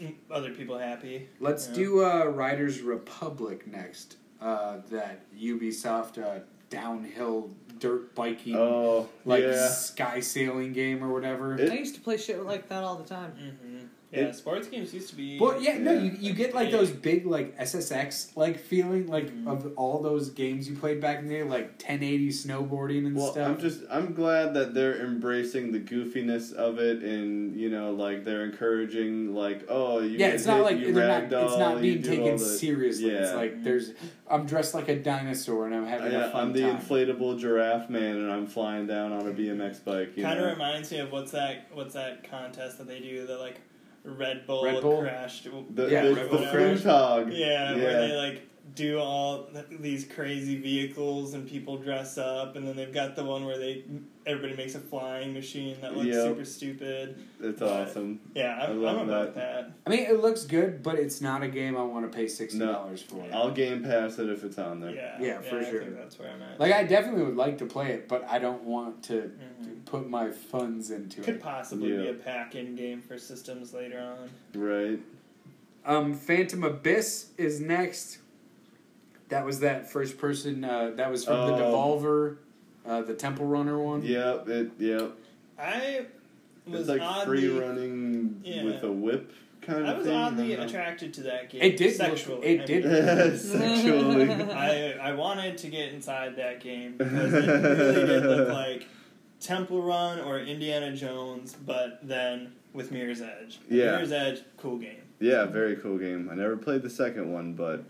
B: mm, other people happy.
D: Let's
B: Yeah.
D: do uh, Riders Republic next. Uh, that Ubisoft uh, downhill dirt biking,
C: Oh,
D: like
C: yeah.
D: sky sailing game or whatever.
C: It-
E: I used to play shit like that all the time.
B: Mm-hmm. Yeah,
C: It-
B: sports games used to be.
D: Well, yeah, no,
C: Yeah.
D: you, you get like those big like SSX like feeling like
B: Mhm.
D: of all those games you played back in the day, like 1080 snowboarding and
C: Well,
D: stuff.
C: I'm just I'm glad that they're embracing the goofiness of it, and you know, like they're encouraging, like, oh, you
D: yeah,
C: get
D: it's not
C: hit,
D: like
C: you
D: they're not,
C: ragdoll,
D: it's not
C: you
D: being
C: do all
D: taken
C: the-
D: seriously. It's
C: Yeah.
D: like there's I'm dressed like a dinosaur and I'm having
C: Yeah,
D: a fun
C: I'm the
D: time.
C: inflatable giraffe man, and I'm flying down
D: [laughs]
C: on a BMX bike. You
B: Kind of
C: know?
B: reminds me of what's that? What's that contest that they do? The like Red Bull,
D: Red Bull?
B: crashed.
C: the,
D: Yeah,
C: there's
B: Red
C: the
B: Bull
C: food
B: Crash.
C: hog.
B: Yeah, where they like do all th- these crazy vehicles and people dress up, and then they've got the one where they everybody makes a flying machine that looks
C: Yep.
B: super stupid.
C: it's awesome.
B: Yeah,
C: I
B: I'm,
C: love
B: I'm about that.
D: I mean, it looks good, but it's not a game I want to pay sixty
C: No.
D: dollars for.
C: I'll game pass it if it's on there.
B: Yeah,
D: Yeah, for
B: I
D: sure.
B: think that's where I'm at.
D: Like, I definitely would like to play it, but I don't want to
B: Mhm.
D: put my funds into
B: Could
D: it.
B: possibly be
C: Yeah.
B: a pack-in game for systems later on.
C: Right.
D: Um, Phantom Abyss is next. That was that first person. Uh, that was from the
C: Oh.
D: Devolver, uh, the Temple Runner one.
C: Yep. It. Yep.
B: I was
C: It's like
B: oddly
C: free running
B: Yeah.
C: with a whip kind
B: I
C: of
B: was
C: thing.
B: oddly
C: I don't [laughs] know.
B: attracted to that game.
D: It did look-
B: sexually.
D: it
B: I
D: did.
B: mean,
C: [laughs] Sexually.
B: I I wanted to get inside that game because it really
C: [laughs]
B: did look like Temple Run or Indiana Jones, but then with Mirror's Edge.
C: Yeah.
B: Mirror's Edge, cool game.
C: Yeah, very cool game. I never played the second one, but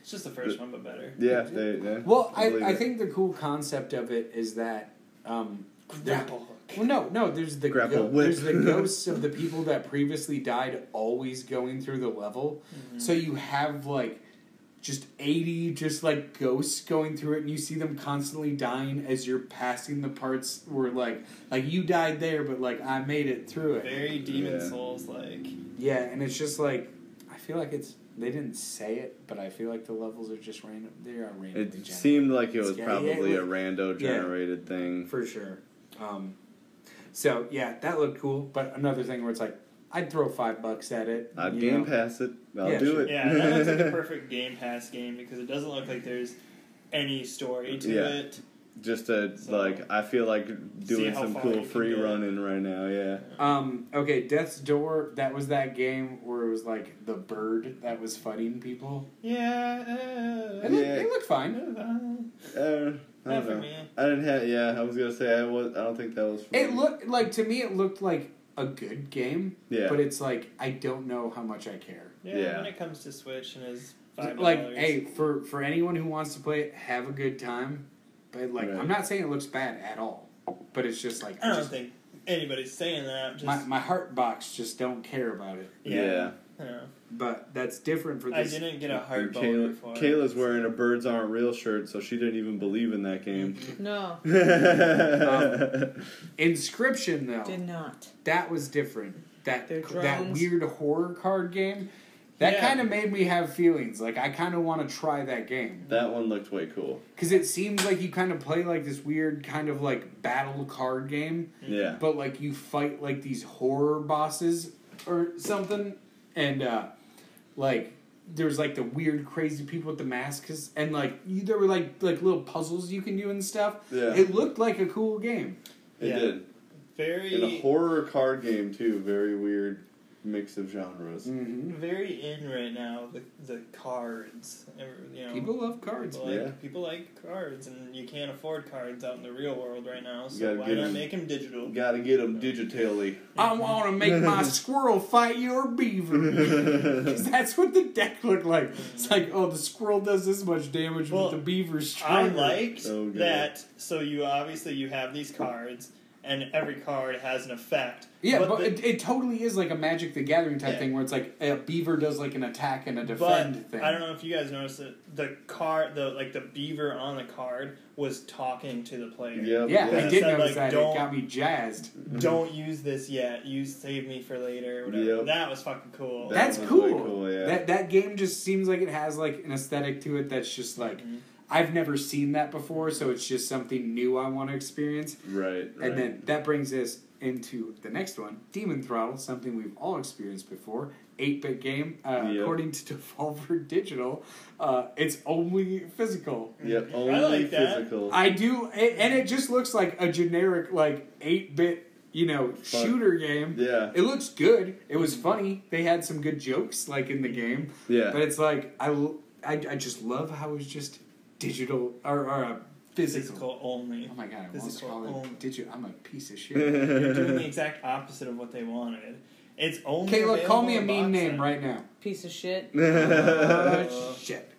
B: It's just the first one, but better.
C: yeah, they. they
D: Well, I,
C: believe
D: I
C: it.
D: think the cool concept of it is that. Um,
B: Grapple hook.
D: well, no, no. There's the
C: Grapple
D: go-
C: whip.
D: there's
C: [laughs]
D: the ghosts of the people that previously died always going through the level, so you have like just eighty just like ghosts going through it, and you see them constantly dying as you're passing the parts where like like you died there, but like I made it through it.
B: Very Demon
C: Yeah.
B: Souls like.
D: Yeah, and it's just like I feel like it's they didn't say it, but I feel like the levels are just random. They are randomly
C: It
D: generated
C: seemed like it was
D: Yeah, yeah,
C: probably
D: yeah.
C: a rando generated thing.
D: for sure. Um, so yeah, that looked cool. But another thing where it's like I'd throw five bucks at it.
C: I'd
D: you
C: game
D: know?
C: pass it. I'll
D: Yeah,
C: do
D: sure.
C: it.
B: Yeah, that
C: [laughs]
B: looks like the perfect Game Pass game because it doesn't look like there's any story to
C: Yeah.
B: it.
C: Just to
B: So-
C: like, I feel like doing
B: how
C: some
B: far you
C: cool
B: can
C: free
B: get.
C: running right now. Yeah.
D: Um, okay, Death's Door. That was that game where it was like the bird that was fighting people.
B: Yeah.
D: It looked,
C: Yeah.
D: it looked fine.
C: Uh, I
B: Not
C: don't
B: for
C: know.
B: me.
C: I didn't have. Yeah, I was gonna say I was. I don't think that was. For
D: It
C: me.
D: looked like to me it looked like a good game,
C: Yeah.
D: but it's like I don't know how much I care.
B: Yeah,
C: Yeah.
B: when it comes to Switch and is five
D: like hey for for anyone who wants to play it have a good time But like,
C: Right.
D: I'm not saying it looks bad at all, but it's just like
B: I don't
D: just-
B: think anybody's saying that. Just
D: my my heart box just don't care about it.
B: yeah. yeah.
D: But that's different for
B: I
D: this.
B: didn't get a hard ball
C: Kayla,
B: before.
C: Kayla's wearing a birds aren't real shirt, so she didn't even believe in that game.
E: No,
D: Mm-hmm. Inscription though,
E: did not.
D: that was different. That
E: They're
D: that
E: drones.
D: weird horror card game, that
B: Yeah.
D: kind of made me have feelings. Like I kind of want to try that game
C: [laughs] that one looked way cool.
D: because it seems like you kind of play like this weird kind of like battle card game,
C: Yeah.
D: but like you fight like these horror bosses or something, and uh, like there's like the weird crazy people with the masks and like you, there were like like little puzzles you can do and stuff.
C: Yeah.
D: It looked like a cool game.
C: It
B: Yeah.
C: did. In a
B: Very,
C: horror card game too, very weird mix of genres.
D: Mm-hmm.
B: very in right now. The the cards, Every- you know,
D: People love cards.
B: People like,
C: yeah.
B: people like cards, and you can't afford cards out in the real world right now. So
C: gotta
B: why
C: get
B: not
C: 'em.
B: make them digital?
C: Got to get them digitally. [laughs]
D: I want to make my squirrel fight your
C: [laughs]
D: beaver. Because that's what the deck looked like. It's like, oh, the squirrel does this much damage,
B: Well,
D: but the beaver's
B: I
D: stronger.
B: liked
C: So good.
B: that. So you obviously you have these cards, and every card has an effect.
D: Yeah, but,
B: the-
D: it, it totally is like a Magic the Gathering type
B: Yeah.
D: thing where it's like a beaver does like an attack and a
B: but
D: defend thing.
B: I don't know if you guys noticed that the card, the like the beaver on the card was talking to the player.
C: Yep.
D: Yeah,
C: Yeah.
D: I did
B: Said,
D: notice
B: like,
D: that. It
B: don't-
D: got me jazzed.
B: Don't use this yet. Use save me for later. Or whatever.
C: Yep.
B: That was fucking cool.
C: That
D: that's
C: was
D: cool.
C: really cool, yeah.
D: That that game just seems like it has like an aesthetic to it that's just like
B: Mhm.
D: I've never seen that before, so it's just something new I want to experience.
C: Right. right.
D: And then that brings us into the next one Demon Throttle, something we've all experienced before. 8 bit game. Uh,
C: Yep.
D: According to Devolver Digital, uh, it's only physical.
C: Yep.
B: I
C: Only
B: like that.
C: physical.
D: I do, it, and it just looks like a generic, like, 8 bit, you know, shooter game.
C: Yeah.
D: It looks good. It was funny. They had some good jokes, like, in the game.
C: Yeah.
D: But it's like, I, l- I, I just love how it's just digital or, or uh, physical.
B: Physical only.
D: Oh my god, I almost
B: Physical
D: called
B: only.
D: it digital. I'm a piece of
C: [laughs]
D: shit.
B: They're doing the exact opposite of what they wanted. It's only
D: Kayla, call me a
B: available
D: mean name
B: in box
D: right
C: [laughs]
D: now.
E: Piece of shit.
D: Uh, shit.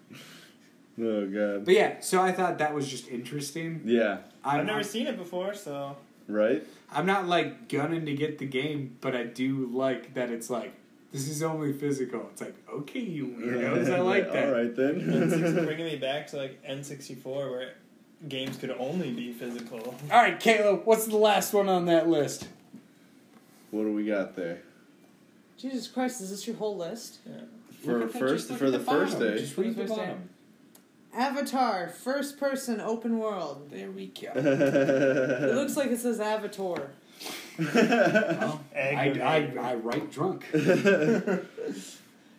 C: oh god.
D: But yeah, so I thought that was just interesting.
C: Yeah.
B: set.
D: I'm,
B: I've never
D: not,
B: seen it before, so
C: Right.
D: I'm not like gunning to get the game, but I do like that it's like this is only physical. It's like okay, you
C: [laughs]
D: weirdos, I like that.
C: All right [laughs]
B: N6
C: then.
B: bringing me back to like N64 where games could only be physical.
D: All right, Kayla, what's the last one on that list?
C: what do we got there?
E: Jesus Christ, is this your whole list?
C: For
D: Look at that,
C: first,
D: just look
C: for
D: at
C: the, first
D: bottom.
C: day.
D: just read the
E: First day.
D: bottom.
E: Avatar, first person, open world.
D: There we
C: [laughs]
D: go.
E: It
C: It
E: looks like it says Avatar.
D: Well, I,
B: Aggravating.
D: I, I write drunk.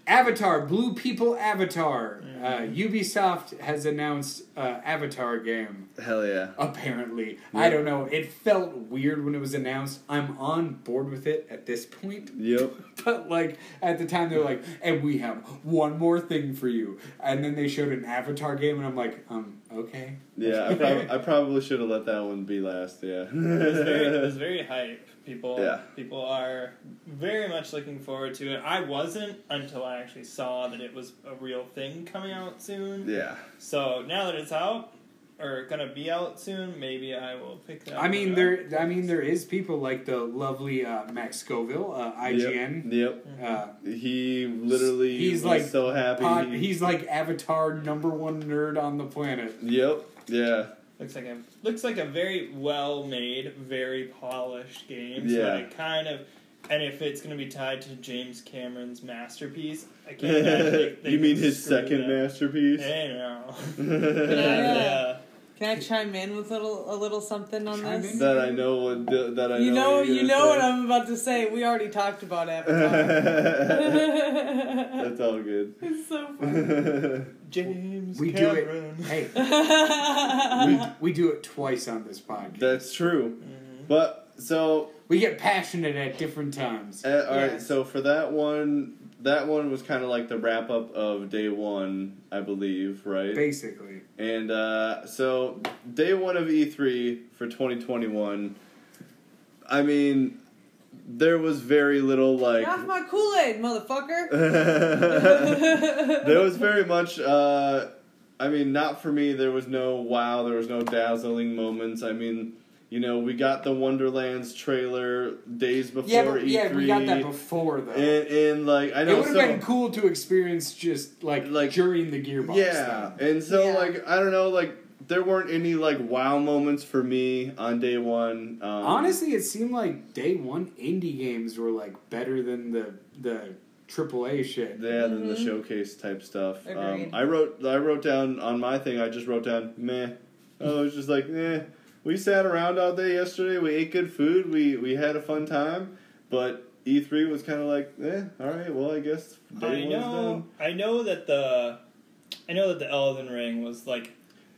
D: Avatar, Blue People Avatar. Uh, Ubisoft has announced uh, Avatar game.
C: Hell yeah.
D: Apparently, I don't know. It felt weird when it was announced. I'm on board with it at this point,
C: Yep.
D: [laughs] but like at the time they were like, "And we have one more thing for you," and then they showed an Avatar game, and I'm like, "Um, okay."
C: Yeah, I, prob- I probably should have let that one be last. Yeah. [laughs]
B: It was very, it was very hype. People,
C: Yeah.
B: people are very much looking forward to it. I wasn't until I actually saw that it was a real thing coming out
C: [laughs]
B: soon.
C: yeah.
B: So now that it's out or gonna be out soon, maybe I will pick that.
D: I mean,
B: one
D: there.
B: up.
D: I mean, there is people like the lovely uh, Max Scoville, uh, IGN.
C: Yep.
D: Uh,
C: yep. He literally
D: He's
C: was
D: like
C: so happy.
D: pod, he's like Avatar number one nerd on the planet.
C: Yep. Yeah.
B: Looks like a looks like a very well made, very polished game. So
C: Yeah.
B: it kind of, and if it's going to be tied to James Cameron's masterpiece, I can't.
C: [laughs]
B: imagine they- they
C: you mean
B: could
C: his
B: screw
C: second
B: it up.
C: masterpiece? [laughs]
B: Hey, [laughs] no.
E: Yeah. Can I chime in with a little, a little something on
D: Chime
E: this?
D: in.
C: That I know what that I
E: You know,
C: what you're
E: you
C: gonna
E: know what
C: say.
E: I'm about to say. We already talked
C: [laughs]
E: about Avatar. [laughs]
C: That's all good.
E: it's so funny.
C: [laughs] yeah.
B: James
D: We do it.
B: Cameron.
D: Hey, [laughs] we, we do it twice on this podcast.
C: That's true. But so
D: we get passionate at different times.
C: Uh, all right,
E: Yes.
C: so for that one, that one was kind of like the wrap up of day one, I believe, right?
D: Basically,
C: And uh, so day one of E3 for 2021. I mean, there was very little like.
E: Get off
C: [laughs]
E: my [laughs] Kool Aid, motherfucker.
C: there was very much uh, I mean, not for me. There was no wow. There was no dazzling moments. I mean, you know, we got the Wonderlands trailer days before
D: yeah, but,
C: E3,
D: yeah, we got that before though.
C: and, and like I
D: it
C: know
D: would have
C: so-
D: been cool to experience just like,
C: Like-
D: during the gearbox.
C: Yeah,
D: thing.
C: and so
E: Yeah.
C: like I don't know, like there weren't any like wow moments for me on day one. Um,
D: Honestly, it seemed like day one indie games were like better than the the AAA shit.
C: yeah, than the
E: Mhm.
C: showcase type stuff. Um,
E: Agreed.
C: I wrote, I wrote down on my thing. I just wrote down meh. Oh, was just like meh. We sat around all day yesterday. We ate good food. We we had a fun time, but. E three was kind of like, eh, all right, well, I guess day one's
B: I know.
C: done.
B: I know that the. I know that the Elden Ring was like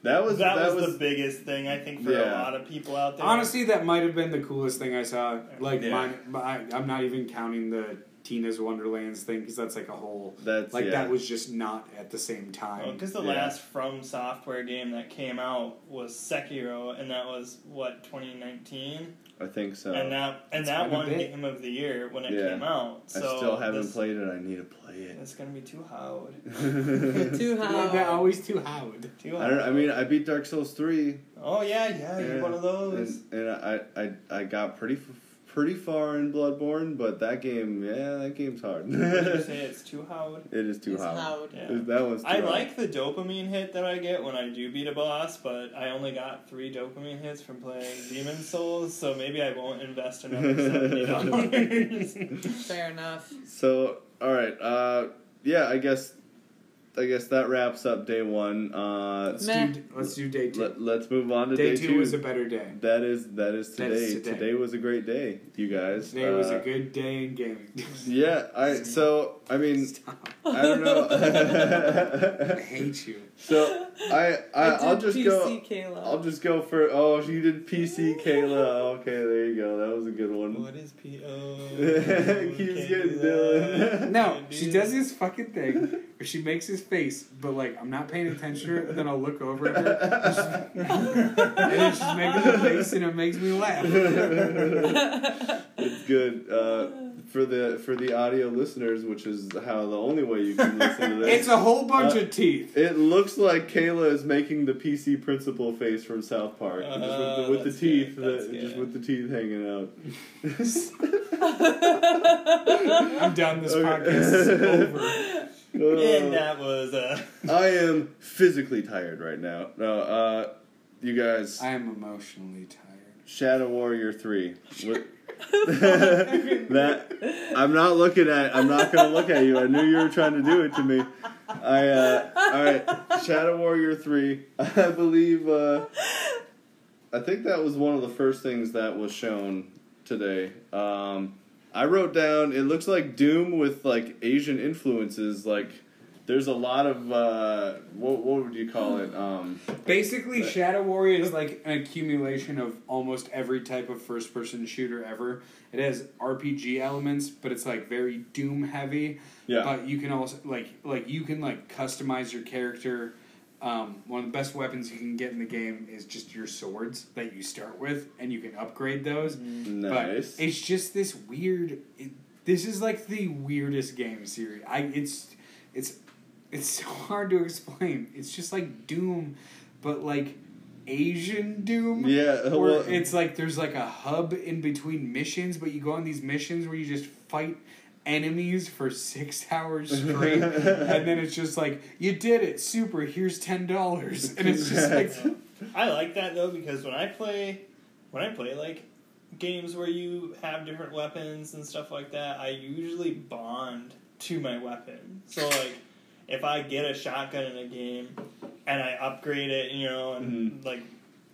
C: That was
B: that, was, the biggest thing I think for
C: Yeah.
B: a lot of people out there.
D: Honestly, that might have been the coolest thing I saw. Like,
B: Yeah.
D: mine, my, I'm not even counting the Tina's Wonderlands thing because that's like a whole.
C: that's
D: Like
C: yeah.
D: that was just not at the same time.
B: because Oh, the
C: yeah.
B: last From Software game that came out was Sekiro, and that was what 2019,
C: I think so.
B: and that and
D: It's
B: that
D: been a
B: one
D: bit.
B: game of the year when it
C: Yeah.
B: came out.
C: I
B: So
C: still haven't
B: this,
C: played it. I need to play
B: It's gonna be too howd.
C: it.
E: Too
D: Like, they're
E: high.
D: always too howd.
C: [laughs]
B: Too
C: I don't. I
B: howd.
C: mean, I beat Dark Souls three,
B: oh yeah, yeah,
C: Yeah.
B: you're one of those.
C: and, and I, I I got pretty f- pretty far in Bloodborne, but that game, yeah, that game's hard.
B: Would
C: [laughs]
B: you
C: it
B: say it's too howd?
C: is too
E: It's
C: hard.
E: loud.
B: Yeah.
C: That one's. Too
B: I
C: hard.
B: like the dopamine hit that I get when I do beat a boss, but I only got three dopamine hits from playing Demon Souls, so maybe I won't invest another
C: [laughs]
B: seventy dollars.
E: Fair enough.
C: So all right, uh, yeah, I guess, I guess that wraps up day one. Uh,
D: Let's,
E: Meh.
D: do, let's do day two.
C: let, let's move on to
D: day,
C: day,
D: two, was a better day.
C: that is that is
D: That
C: today.
D: is today.
C: today. was a great day, you guys.
D: Today was a
C: Uh,
D: good day in
C: [laughs]
D: gaming.
C: Yeah,
D: [laughs]
C: I so I mean
D: Stop.
C: I
D: [laughs]
E: [laughs]
C: don't
D: I
C: know.
D: hate you.
C: [laughs] so I, I
E: did
C: I'll just
E: PC
C: go.
E: Kayla. [laughs]
C: I'll just go for oh she did PC Kayla okay there you go that was a good one [laughs]
B: what is PO?
C: Keeps getting
D: [laughs]
C: Dylan.
D: No, she does this fucking thing where she makes his face, but like I'm not paying attention to her, and then I'll look over at her, and then she's making a face, and it makes me laugh.
C: it's good uh, for the for the audio listeners which is how the only way you can listen to
D: It's
C: this.
D: a whole bunch of teeth.
C: it looks like Kayla is making the PC principal face from South Park,
B: Uh,
C: just with the, with
B: that's
C: the teeth,
B: good, that's
C: the- just
B: good.
C: with the teeth hanging out.
D: I'm done. This
C: Okay.
D: podcast is over.
C: [laughs]
B: And that was uh,
C: Oh, I am physically tired right now. No, uh, you guys,
D: I am emotionally tired.
C: Shadow Warrior Three. What- that I'm not looking at. I'm not gonna look at you. I knew you were trying to do it to me. I uh, all right, Shadow Warrior Three. [laughs] I believe. Uh, I think that was one of the first things that was shown today. Um, I wrote down. It looks like Doom with like Asian influences. Like there's a lot of uh, what what would you call it? Um,
D: Basically, Shadow Warrior is like an accumulation of almost every type of first person shooter ever. It has RPG elements, but it's like very Doom heavy.
C: yeah.
D: But you can also like like you can like customize your character. Um, one of the best weapons you can get in the game is just your swords that you start with, and you can upgrade those.
C: Nice.
D: But it's just this weird. It, this is like the weirdest game series. I it's it's it's so [laughs] hard to explain. It's just like Doom, but like Asian Doom.
C: yeah,
D: Where
C: well,
D: it's like there's like a hub in between missions, but you go on these missions where you just fight enemies for six [laughs] hours
C: [laughs]
D: straight, and then it's just like you did it, super. Here's ten dollars, and it's just like
B: I like that though because when I play, when I play like games where you have different weapons and stuff like that, I usually bond to my weapon. So like, if I get a shotgun in a game and I upgrade it, you know, and
C: Mm-hmm.
B: like.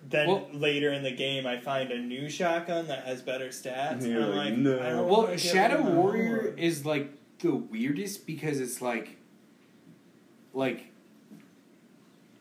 B: Then
D: Well-
B: later in the game, I find a new shotgun that has better stats,
C: And
B: and,
C: you're
B: I'm
C: like,
B: like,
C: "No."
B: I don't wanna
D: Well,
B: get
D: Shadow
B: another
D: Warrior
B: one.
D: is like the weirdest because it's like, like,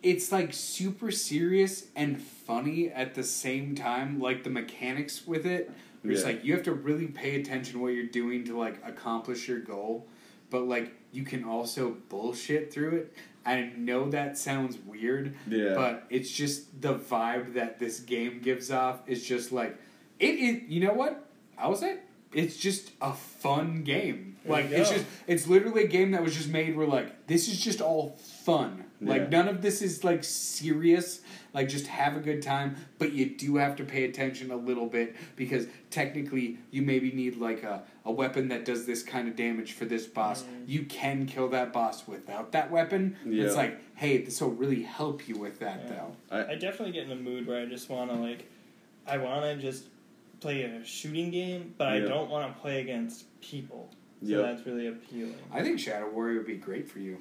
D: it's like super serious and funny at the same time. Like the mechanics with it, where it's
C: Yeah.
D: like you have to really pay attention to what you're doing to like accomplish your goal, but like you can also bullshit through it. I know that sounds weird,
C: yeah.
D: but it's just the vibe that this game gives off is just like it is you know what i was it it's just a fun game
B: There
D: like
B: you
D: it's
B: go.
D: just it's literally a game that was just made where like this is just all fun. Like
C: Yeah.
D: none of this is like serious. Like just have a good time, but you do have to pay attention a little bit because technically you maybe need like a, a weapon that does this kind of damage for this boss.
B: Mm.
D: You can kill that boss without that weapon.
C: Yeah.
D: It's like, hey, this will really help you with that
B: Yeah.
D: though.
C: [laughs] I-
B: I definitely get in a mood where I just want to like, I want to just play a shooting game, but
C: Yeah.
B: I don't want to play against people. So
C: Yeah.
B: that's really appealing.
D: I think Shadow Warrior would be great for you.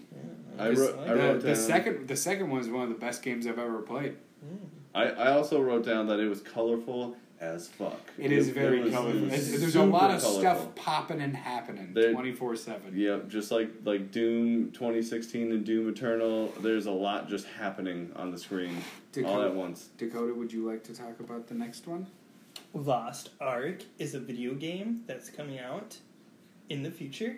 C: I
D: This-
C: wrote- I
D: the,
C: uh, wrote
D: the
C: down-
D: second the second one is one of the best games I've ever played.
C: I, I also wrote down that it was colorful as fuck.
D: It is very
C: was
D: colorful. It's- There's a
C: super
D: lot of
C: colorful.
D: stuff popping and happening
C: There-
D: twenty four seven.
C: Yep, just like like Doom 2016 and Doom Eternal, there's a lot just happening on the screen all
D: Dakota,
C: at
B: [laughs]
C: once. [laughs]
D: Dakota, would you like to talk about the next one?
B: Lost Ark is a video game that's coming out in the future.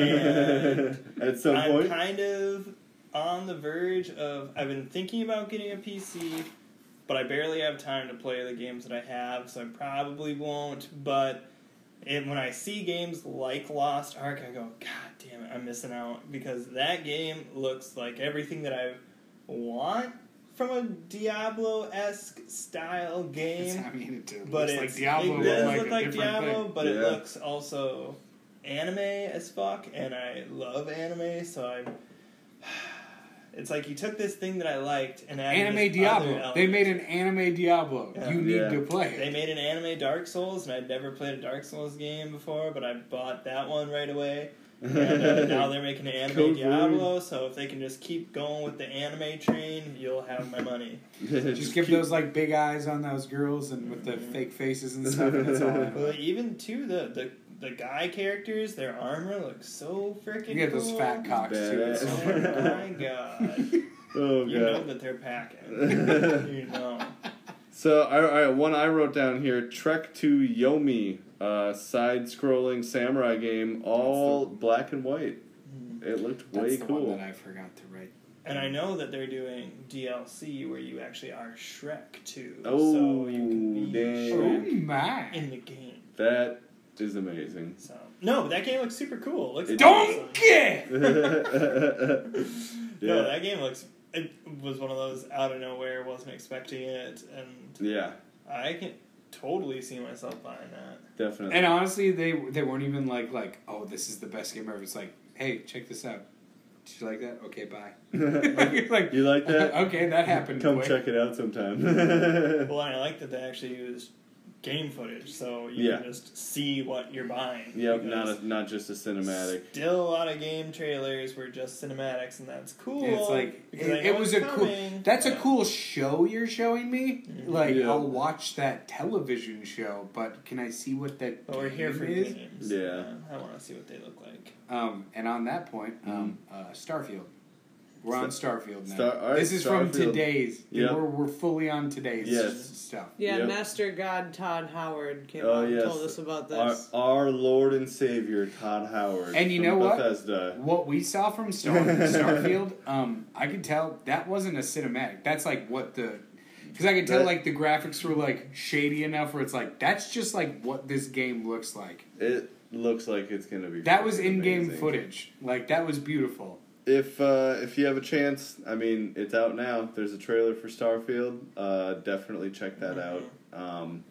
B: And
C: at some
B: I'm
C: point,
B: kind of on the verge of. I've been thinking about getting a PC, but I barely have time to play the games that I have, so I probably won't. But it, when I see games like Lost Ark, I go, God damn it, I'm missing out because that game looks like everything that I want from a Diablo esque style
D: It's,
B: game
D: I mean, it did-
B: but
D: looks
B: it's,
D: like Diablo,
B: it
D: but
B: does
D: like
B: look
D: a
B: like
D: different
B: Diablo,
D: thing.
B: but it
C: Yeah.
B: looks also anime as fuck, and I love anime, so I'm. [sighs] It's like you took this thing that I liked and added
D: Anime
B: this other
D: Diablo.
B: element.
D: They made an anime Diablo.
B: Yeah.
D: You need
C: Yeah.
D: to play
B: They
D: it.
B: made an anime Dark Souls, and I'd never played a Dark Souls game before, but I bought that one right
C: [laughs]
B: away. And uh, now they're making an anime
C: Code Blue.
B: Diablo, so if they can just keep going with the anime train, you'll have my money.
D: Just, give those like big eyes on those girls and with the
C: Mm-hmm.
D: fake faces and stuff. And
C: [laughs]
D: it's all
B: Well,
D: anime.
B: even too the the the guy characters, their armor looks so freaking.
D: You get those
B: cool.
D: fat cocks too. It's
B: [laughs] Oh
D: so-
B: my
C: [laughs]
B: god!
C: [laughs] oh
B: You know
C: god.
B: that
C: [laughs]
B: they're packing. you know.
C: So I, I one I wrote down here: Trek to Yomi, uh, side-scrolling samurai game, all black and white. It looked
D: Mm-hmm. That's
C: way
D: the
C: cool.
D: one that I forgot to write.
B: And I know that they're doing DLC where you actually are Shrek too.
C: Oh,
B: so you can be
C: dang.
D: Oh
B: Shrek
D: my!
B: in the game.
C: that
D: [laughs]
C: is amazing.
B: So no, but that game looks super cool. It looks
C: It
B: awesome.
D: Donkey!
B: No,
C: yeah,
B: that game looks. It was one of those out of nowhere. Wasn't expecting it, and
C: yeah,
B: I can totally see myself buying that.
C: definitely.
D: And honestly, they they weren't even like like oh this is the best game ever. It's like hey check this out. Did you like that? Okay, bye.
C: [laughs]
D: You're [laughs] like
C: you like
D: [laughs]
C: that?
D: okay, that happened.
C: Come
D: quick.
C: check it
D: [laughs]
C: out sometime.
B: Well, and I like that they actually used game footage, so you
C: Yeah.
B: can just see what you're buying.
C: yep,
B: because
C: not a, not just a cinematic.
B: Still, a lot of game trailers were just cinematics, and that's cool.
D: And It's like
B: because
D: it,
B: I know
D: it was
B: it's
D: a cool.
B: coming, Mm-hmm.
D: That's a
B: but-
D: cool show you're showing me. Like
C: Yeah.
D: I'll watch that television show, but can I see what that?
B: But Oh, we're here
D: game
B: for
D: is?
B: games.
C: Yeah.
B: I want to see what they look like.
D: Um, and on that point, um, uh, Starfield. We're on Starfield now.
C: Mm-hmm. Star- all right,
D: this is
C: Starfield.
D: from today's.
C: Yeah.
D: We're, we're fully on today's
C: Yes.
D: stuff.
E: Yeah,
C: Yep.
E: Master God Todd Howard came
C: Oh,
E: out and
C: yes.
E: told us about
C: Our,
E: this. [laughs]
C: our Lord and Savior Todd Howard.
D: And you
C: from
D: know what?
C: Bethesda.
D: What we saw from Star-
C: [laughs]
D: Starfield, um, I could tell that wasn't a cinematic. That's like what the. Because I could tell
C: That-
D: like the graphics were like shady enough where it's like, that's just like what this game looks like.
C: It looks like it's gonna be.
D: That was
C: freaking
D: in game
C: amazing.
D: footage. Like, that was beautiful.
C: If uh, if you have a chance, I mean, it's out now. There's a trailer for Starfield. Uh, definitely check that out. Um,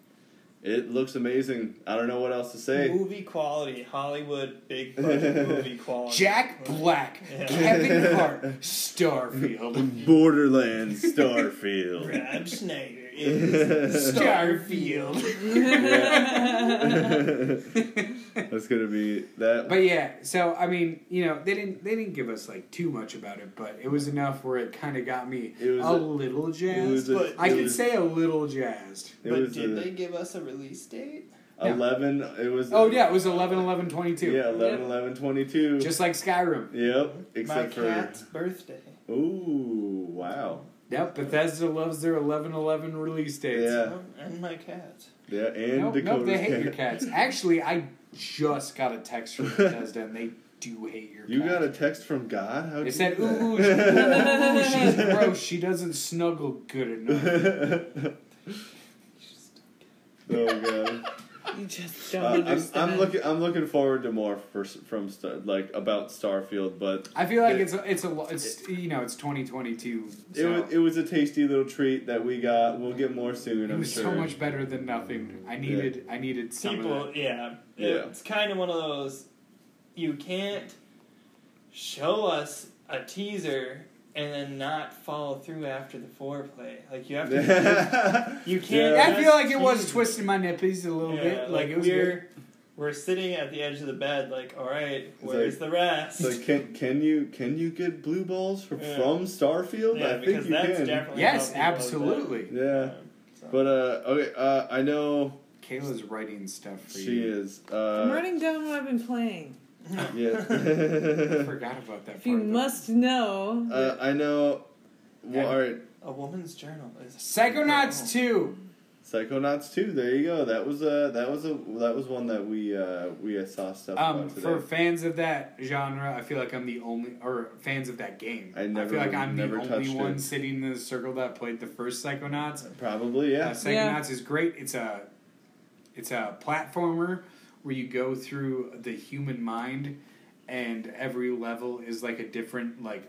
C: it looks amazing. I don't know what else to say.
B: Movie quality, Hollywood
C: [laughs]
B: big budget movie quality.
D: Jack Black,
B: Yeah.
D: Kevin Hart, Starfield. [laughs]
C: Borderlands Starfield. [laughs]
B: Rob Schneider is
D: Starfield.
C: [laughs]
D: [laughs]
C: That's gonna be that.
D: But yeah, so I mean, you know, they didn't they didn't give us like too much about it, but it was enough where it kind of got me
C: It was
D: a,
C: a-
D: little
C: it was
D: jazzed.
C: a-
B: but
D: I
C: it
D: could
C: was-
D: say a little jazzed.
C: It
B: but
C: was
B: did
C: a-
B: they give us a release date?
D: Yeah.
C: 11 it was
D: Oh yeah, it was 11 11 22.
C: yeah 11 11 22
D: Just like Skyrim.
C: yep except
B: My
C: for
B: cat's birthday.
C: ooh wow
D: Yep, Bethesda loves their 11 11 release dates.
C: yeah
B: Oh, and my cat.
C: yeah and
D: Nope,
C: Dakota's
D: nope, they hate
C: cat.
D: your cats. Actually, I just got a text
C: [laughs]
D: from Bethesda and they do hate your
C: you
D: cats.
C: got a text from God how
D: They said, ooh, ooh, she- ooh, ooh,
C: [laughs]
D: she's gross. She doesn't snuggle good enough.
C: [laughs] oh god
E: You just
C: Uh,
E: don't
C: I'm,
E: understand.
C: I'm looking. I'm looking forward to more for, from Star, like about Starfield, but
D: I feel like
C: It-
D: it's a, it's a lo- it's you know it's 2022.
C: it
D: So.
C: was it was a tasty little treat that we got. We'll get more soon.
D: It
C: I'm
D: was
C: sure.
D: so
C: [laughs]
D: much better than nothing. I needed I needed some of
B: people
D: that.
B: yeah,
C: Yeah.
B: it's kind of one of those you can't show us a teaser and then not follow through after the foreplay like you
C: [laughs]
B: have to you can't
C: Yeah.
D: I feel like it was
B: Jeez.
D: twisting my nippies a little
B: yeah,
D: bit. Like,
B: like,
D: it was
B: we're
D: good.
B: we're sitting at the edge of the bed like all right
C: It's
B: where's
C: like-
B: the rest
C: It's like can can you can you get blue balls from,
B: Yeah.
C: from Starfield?
B: yeah
C: I think
B: because
C: you
B: that's
C: can.
B: definitely how
D: Yes,
B: people have
D: absolutely.
B: been.
C: Yeah,
B: so.
C: but uh, okay. Uh, I know
D: Kayla's writing stuff for
C: she
D: you.
C: is.
E: I'm
C: Uh,
E: writing down what I've been playing.
C: [laughs]
D: I
C: yeah.
D: forgot about that.
E: If you
D: part of it.
E: must know,
C: uh, I know. Well,
B: Yeah.
C: all right.
B: a woman's journal is
C: Oh.
D: Psychonauts two.
C: Psychonauts 2, there you go. That was a that was a that was one that we uh we uh, saw stuff
D: Um,
C: about today.
D: for fans of that genre, I feel like I'm the only, or fans of that game.
C: I never-
D: feel like I'm
C: never
D: the only
C: touched
D: one
C: it.
D: sitting in the circle that played the first Psychonauts.
C: Probably, yeah.
D: Uh, Psychonauts is great. It's a it's a platformer where you go through the human mind, and every level is like a different like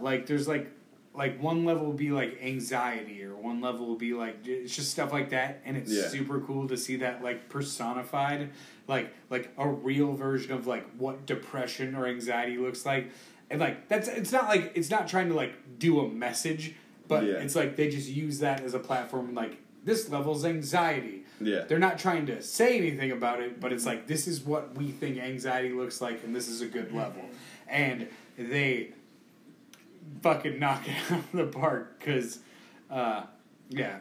D: like there's like like one level will be like anxiety or one level will be like it's just stuff like that and it's
C: Yeah.
D: super cool to see that like personified like like a real version of like what depression or anxiety looks like and like that's it's not like it's not trying to like do a message but
C: Yeah.
D: it's like they just use that as a platform like this level's anxiety
C: yeah.
D: they're not trying to say anything about it, but it's like this is what we think anxiety looks like, and this is a
C: Mm-hmm.
D: good level. And they fucking knock it [laughs] out of the park because, uh, yeah,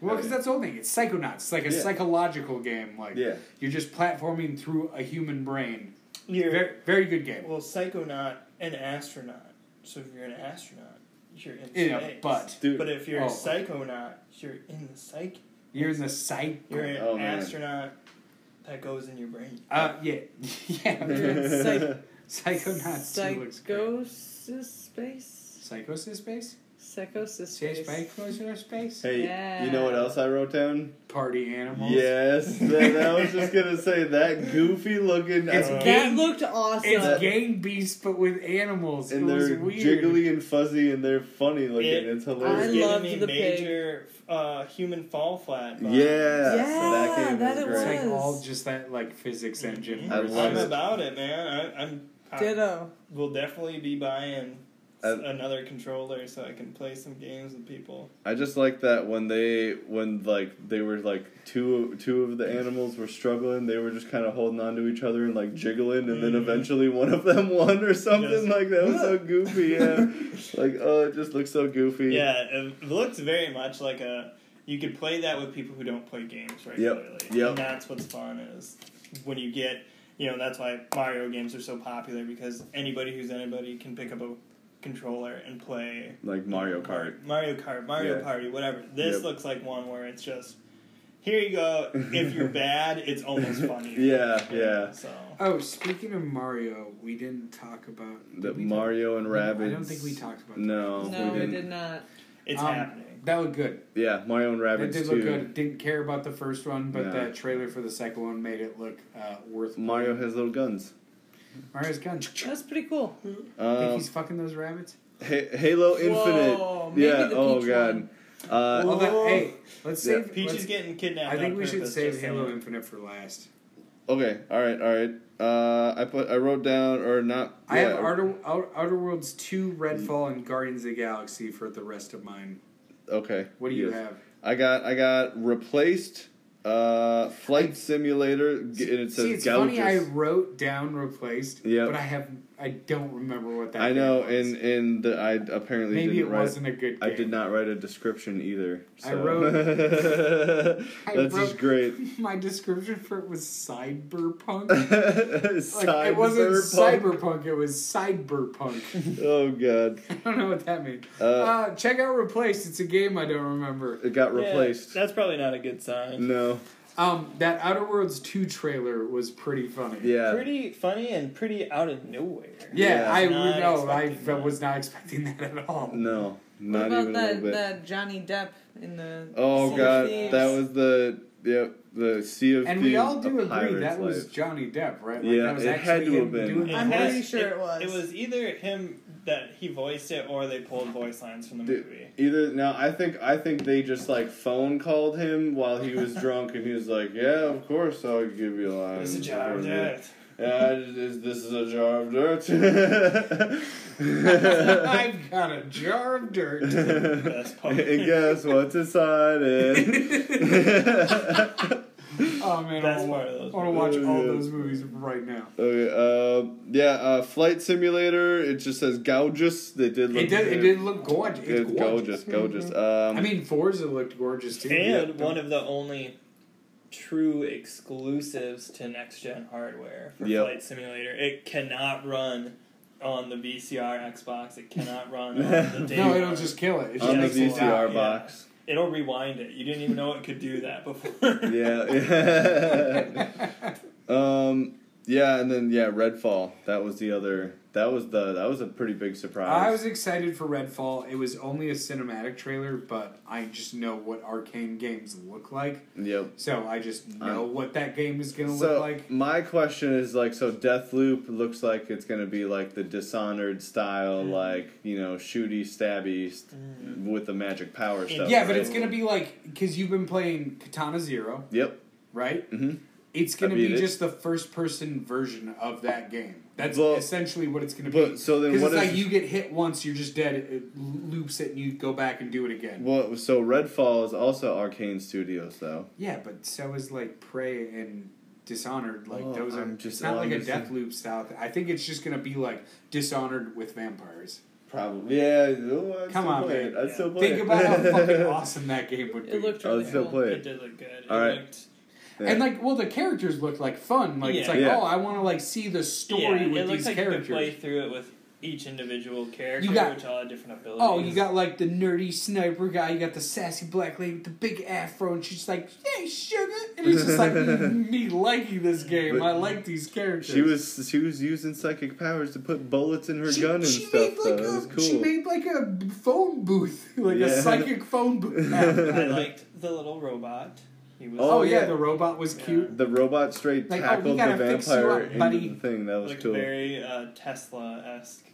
D: well, because that's the whole thing. It's psychonauts. It's like a
C: Yeah.
D: psychological game. Like
C: Yeah.
D: you're just platforming through a human brain.
B: You're-
D: Very, very good game.
B: Well, psychonaut and astronaut. So if you're an astronaut, you're in,
D: In a
B: space.
D: butt.
C: Dude. [laughs]
B: But if you're
D: Oh.
B: a psychonaut, you're in the psyche.
D: You're in the psych.
B: You're an
C: Oh, man.
B: astronaut that goes in your brain.
D: Uh, yeah, [laughs]
C: [laughs]
D: yeah.
E: Psych-
D: Psychonauts too looks great.
E: psychosis space,
D: Psychosis space.
E: psychosis
D: Space.
E: space.
D: Psychosis space.
C: hey,
E: Yeah.
C: you know what else I wrote down?
D: Party animals.
C: Yes. that, I was just going to say that goofy looking
D: It's
C: uh,
D: gay.
E: That looked awesome.
D: It's gang beast, but with animals.
C: and
D: it was
C: they're
D: weird.
C: jiggly and fuzzy and they're funny looking.
B: It-
C: it's
B: It was
E: I
C: hilarious.
B: giving
E: loved
B: me
E: the pig.
B: major uh, human fall flat.
C: yeah.
B: vibes.
C: that
E: Yeah,
C: game
E: that
C: was
E: it
D: It's
C: great.
D: like
E: was.
D: all just that like physics engine.
C: I
D: versus-
C: love
B: I'm
C: it.
B: about it, man. I, I'm. I
E: Ditto.
B: will definitely be buying s-
C: I-
B: another controller so I can play some games with people.
C: I just like that when they when like they were like two two of the animals were struggling, they were just kind of holding on to each other and like jiggling, and then
B: Mhm.
D: Mm-hmm.
C: eventually one of them [laughs] won or something
B: Yes.
C: like that was so
D: [laughs]
C: goofy. Yeah, like oh, it just looks so goofy.
B: Yeah, it looks very much like a. You could play that with people who don't play games regularly.
C: yep.
B: And that's what's fun is when you get, you know, that's why Mario games are so popular because anybody who's anybody can pick up a controller and play
C: like Mario Kart.
B: Mario Kart, Mario
C: Yeah.
B: Party, whatever. This
C: Yep.
B: looks like one where it's just, here you go.
C: [laughs]
B: If you're bad, it's almost funny.
C: Yeah, yeah.
B: So.
D: Oh, speaking of Mario, we didn't talk about did
C: The
D: we
C: Mario and
D: talk-
C: Rabbids.
D: I don't think we talked about.
C: No,
E: No,
C: Oh, we
E: we
C: didn't.
E: did not.
B: It's
D: Um,
B: happening.
D: That. that looked good.
C: Yeah, Mario and
D: That
C: Rabbids
D: did
C: too.
D: look good. Didn't care about the first one, but
C: No.
D: the trailer for the second one made it look uh, worth.
C: Mario has little guns.
D: Mario's gun.
E: That was pretty cool.
D: Think
C: Um,
D: he's fucking those rabbits.
C: Ha- Halo Infinite.
E: Whoa, maybe
C: yeah.
E: the
C: oh
E: peach
C: god. Uh,
D: Well, that-
B: Whoa.
D: hey, let's
C: Yeah.
D: save.
B: Peach
D: let's-
B: is getting kidnapped.
D: I think
B: on
D: we should
B: purpose,
D: save
B: just
D: Halo
B: saying.
D: Infinite for last.
C: Okay. All right. All right. Uh, I put. I wrote down or not.
D: I
C: yeah,
D: have Outer, Outer, Outer Worlds 2, Redfall, and Guardians of the Galaxy for the rest of mine.
C: Okay.
D: What do you
C: Yes.
D: have?
C: I got. I got replaced. Uh, flight simulator. G- And it says
D: See, it's
C: gouges.
D: funny I wrote down replaced,
C: Yep.
D: but I have I don't remember what that
C: I know,
D: game was.
C: and and the, I apparently
D: maybe
C: didn't
D: it
C: write.
D: wasn't a good
C: I
D: game.
C: did not write a description either. So.
D: I wrote-
C: [laughs]
D: I wrote-
C: That's
D: [laughs]
C: just great.
D: My description for it was
C: [laughs]
D: cyberpunk. Like,
C: Cyberpunk.
D: it wasn't cyberpunk, it was cyberpunk. [laughs]
C: Oh god.
D: I don't know what that means.
C: Uh,
D: Uh, check out Replaced. It's a game I don't remember.
C: it got
B: Yeah,
C: replaced.
B: that's probably not a good sign.
C: no.
D: Um, that Outer Worlds 2 trailer was pretty funny.
C: Yeah.
B: pretty funny and pretty out of nowhere.
D: Yeah,
C: Yeah.
D: I
B: Not
D: know. I
B: expecting that.
D: was not expecting that at all.
C: No.
E: What
C: Not
E: about
C: even a little
E: that,
C: bit.
E: that Johnny Depp in the
C: Oh
E: Sea of
C: god,
E: Thieves?
C: that was the Yep, the Sea of
D: And
C: Thieves.
D: we all do
C: a
D: agree
C: pirate's
D: that was
C: life.
D: Johnny Depp, right?
C: Yeah,
D: that was
C: it had
D: actually
C: to have
D: him
C: been.
D: doing the
E: I'm
B: It
E: pretty
D: voice.
E: sure it was.
B: It was either him that he voiced it or they pulled voice lines from the
C: Dude.
B: movie.
C: Either now, I think I think they just like phone called him while he was drunk, and he was like, "Yeah, of course I'll give you a line."
B: It's a jar of dirt.
C: Um, Yeah, it is- this is a jar of
D: [laughs]
C: dirt.
D: I've got a jar of dirt.
C: [laughs] and
B: Best part.
C: guess what's
D: [laughs]
C: inside it?
D: [laughs] Oh man,
B: That's
D: I
B: part of those
D: want to watch all those movies right now.
C: Okay, uh, yeah, uh, Flight Simulator. It just says gorgeous. They did. Look
D: It did. It did look gorgeous.
C: It's
D: It's gorgeous. Mm-hmm.
C: gorgeous, gorgeous. Um,
D: I mean, Forza looked gorgeous too.
B: And one of the only true exclusives to next gen hardware for
C: Yep.
B: Flight Simulator. It cannot run on the VCR Xbox. It
C: [laughs]
B: cannot run on the day
D: no,
B: one.
D: it'll just kill it. It's
C: on the
D: just
B: Excellent.
C: VCR
B: Yeah.
C: box.
B: it'll rewind it. You didn't even know it could do that before. [laughs]
C: [laughs] Yeah.
D: [laughs]
C: um. Yeah, and then yeah, Redfall. That was the other. That was the. That was a pretty big
D: I
C: surprise.
D: was excited for Redfall. It was only a cinematic trailer, but I just know what arcane games look like,
C: yep.
D: so I just know what that game is gonna
C: Uh, So
D: look like.
C: my question is like, so Deathloop looks like it's gonna be like the Dishonored style,
D: Mm-hmm.
C: like you know, shooty, stabby, st- with the magic power stuff.
D: Mm. Yeah, but
C: right?
D: it's gonna be like because you've been playing Katana Zero,
C: Yep.
D: right?
C: Mm-hmm.
D: It's gonna
C: I beat
D: be
C: it.
D: just the first person version of that game. That's
C: Well,
D: essentially what it's gonna be.
C: But so then
D: Because
C: what
D: it's
C: is?
D: like you get hit once, you're just dead. It, it loops it, and you go back and do it again.
C: well, so Redfall is also Arcane Studios, though.
D: yeah, but so is like Prey and Dishonored. Like
C: Oh,
D: those are
C: I'm just-
D: it's not
C: oh,
D: like
C: I'm
D: a
C: just-
D: Death Loop style. Thing. I think it's just gonna be like Dishonored with vampires.
C: Probably. Yeah. oh, I'd
D: Come
C: still
D: on,
C: play
D: man.
C: it. I'd
B: Yeah.
C: still play
D: Think
C: it.
D: about how
C: [laughs]
D: fucking awesome that game would be.
E: It looked
C: I
E: really
C: would still
E: cool.
C: play
B: It
C: it.
B: did look good.
C: All
B: it
C: right.
B: looked
C: Yeah.
D: And like, well, the characters look like fun. Like it's
B: Yeah.
D: like,
C: Yeah.
D: oh, I want to like see the story
B: yeah, it
D: with
B: looks
D: these
B: like
D: characters.
B: you could play through it with each individual character,
D: You got-
B: which all had different abilities.
D: Oh, you
C: [laughs]
D: got like the nerdy sniper guy. You got the sassy black lady with the big afro, and she's like, "Hey, sugar!" And it's just
C: [laughs]
D: like "Mm, me liking this game. I like these characters.
C: She was she was using psychic powers to put bullets in her gun and
D: she
C: stuff.
D: Made
C: Though
D: like
C: it was
D: a,
C: cool.
D: She made like a b- phone booth, [laughs] like a
C: Yeah.
D: psychic phone
C: [laughs]
D: booth. app.
B: I liked the little robot. He was
D: oh
C: Oh,
D: yeah,
C: yeah.
D: the robot was
B: Yeah.
D: cute.
C: the robot straight
D: Like, oh, we
C: tackled the
D: gotta fix you
C: vampire
D: up,
C: into
D: buddy.
C: the thing. That was
B: looked
C: cool.
B: very uh, Tesla esque.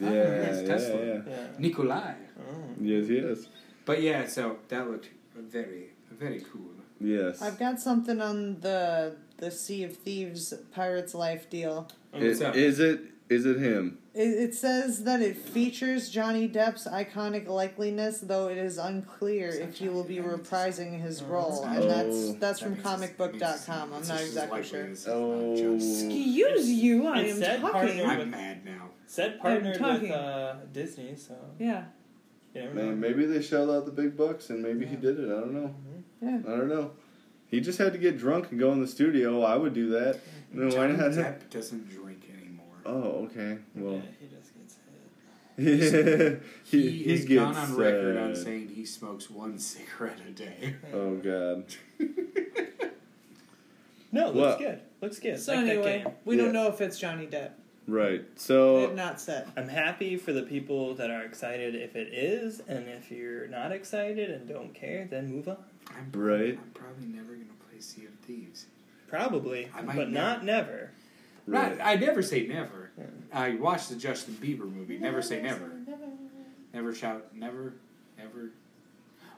C: yeah,
D: Yes,
C: yeah,
D: Tesla.
C: yeah.
B: Yeah.
D: Nikolai.
B: Oh.
C: Yes, yes,
D: But yeah, so that looked very, very cool.
C: yes.
E: I've got something on the the Sea of Thieves Pirates Life deal.
D: Oh, What's up?
C: It, is it is it him?
E: It, it says that it features Johnny Depp's iconic likeliness, though it is unclear if he will be reprising his role. And that's that's from comicbook.com. I'm not exactly sure.
C: Oh.
E: Excuse you, I
B: It
E: am
B: said
E: talking.
B: partner-
D: I'm mad now.
B: Said partnered
E: talking.
B: with uh, Disney, so
E: Yeah,
B: you
D: Mm-hmm.
B: never know.
C: Man, maybe they shelled out the big bucks and maybe he
E: Yeah.
C: did it. I don't know.
D: Mm-hmm.
E: yeah.
C: I don't know. He just had to get drunk and go in the studio. I would do that. No, why
D: Johnny
C: not?
D: Depp doesn't drink anymore.
C: Oh, okay. Well,
B: Yeah, he just gets hit.
C: [laughs] he,
D: he
C: he uh,
D: has gone on record on
C: sad.
D: saying he smokes one [laughs] cigarette a day.
C: Oh God.
B: No, looks
C: Well-
B: good. Looks good.
E: So
B: Like that
E: anyway,
B: game.
E: we
C: Yeah.
E: don't know if it's Johnny Depp. They
C: Right.
E: have
C: So
E: not said.
B: I'm happy for the people that are excited if it is, and if you're not excited and don't care, then move on.
D: I'm
C: Right.
D: I'm probably never gonna play Sea of Thieves.
B: Probably,
D: I might
B: but
D: know.
B: not never.
D: Right.
C: Right.
D: I never say never. I watched the Justin Bieber movie. Never say never. Never shout. Never. Never.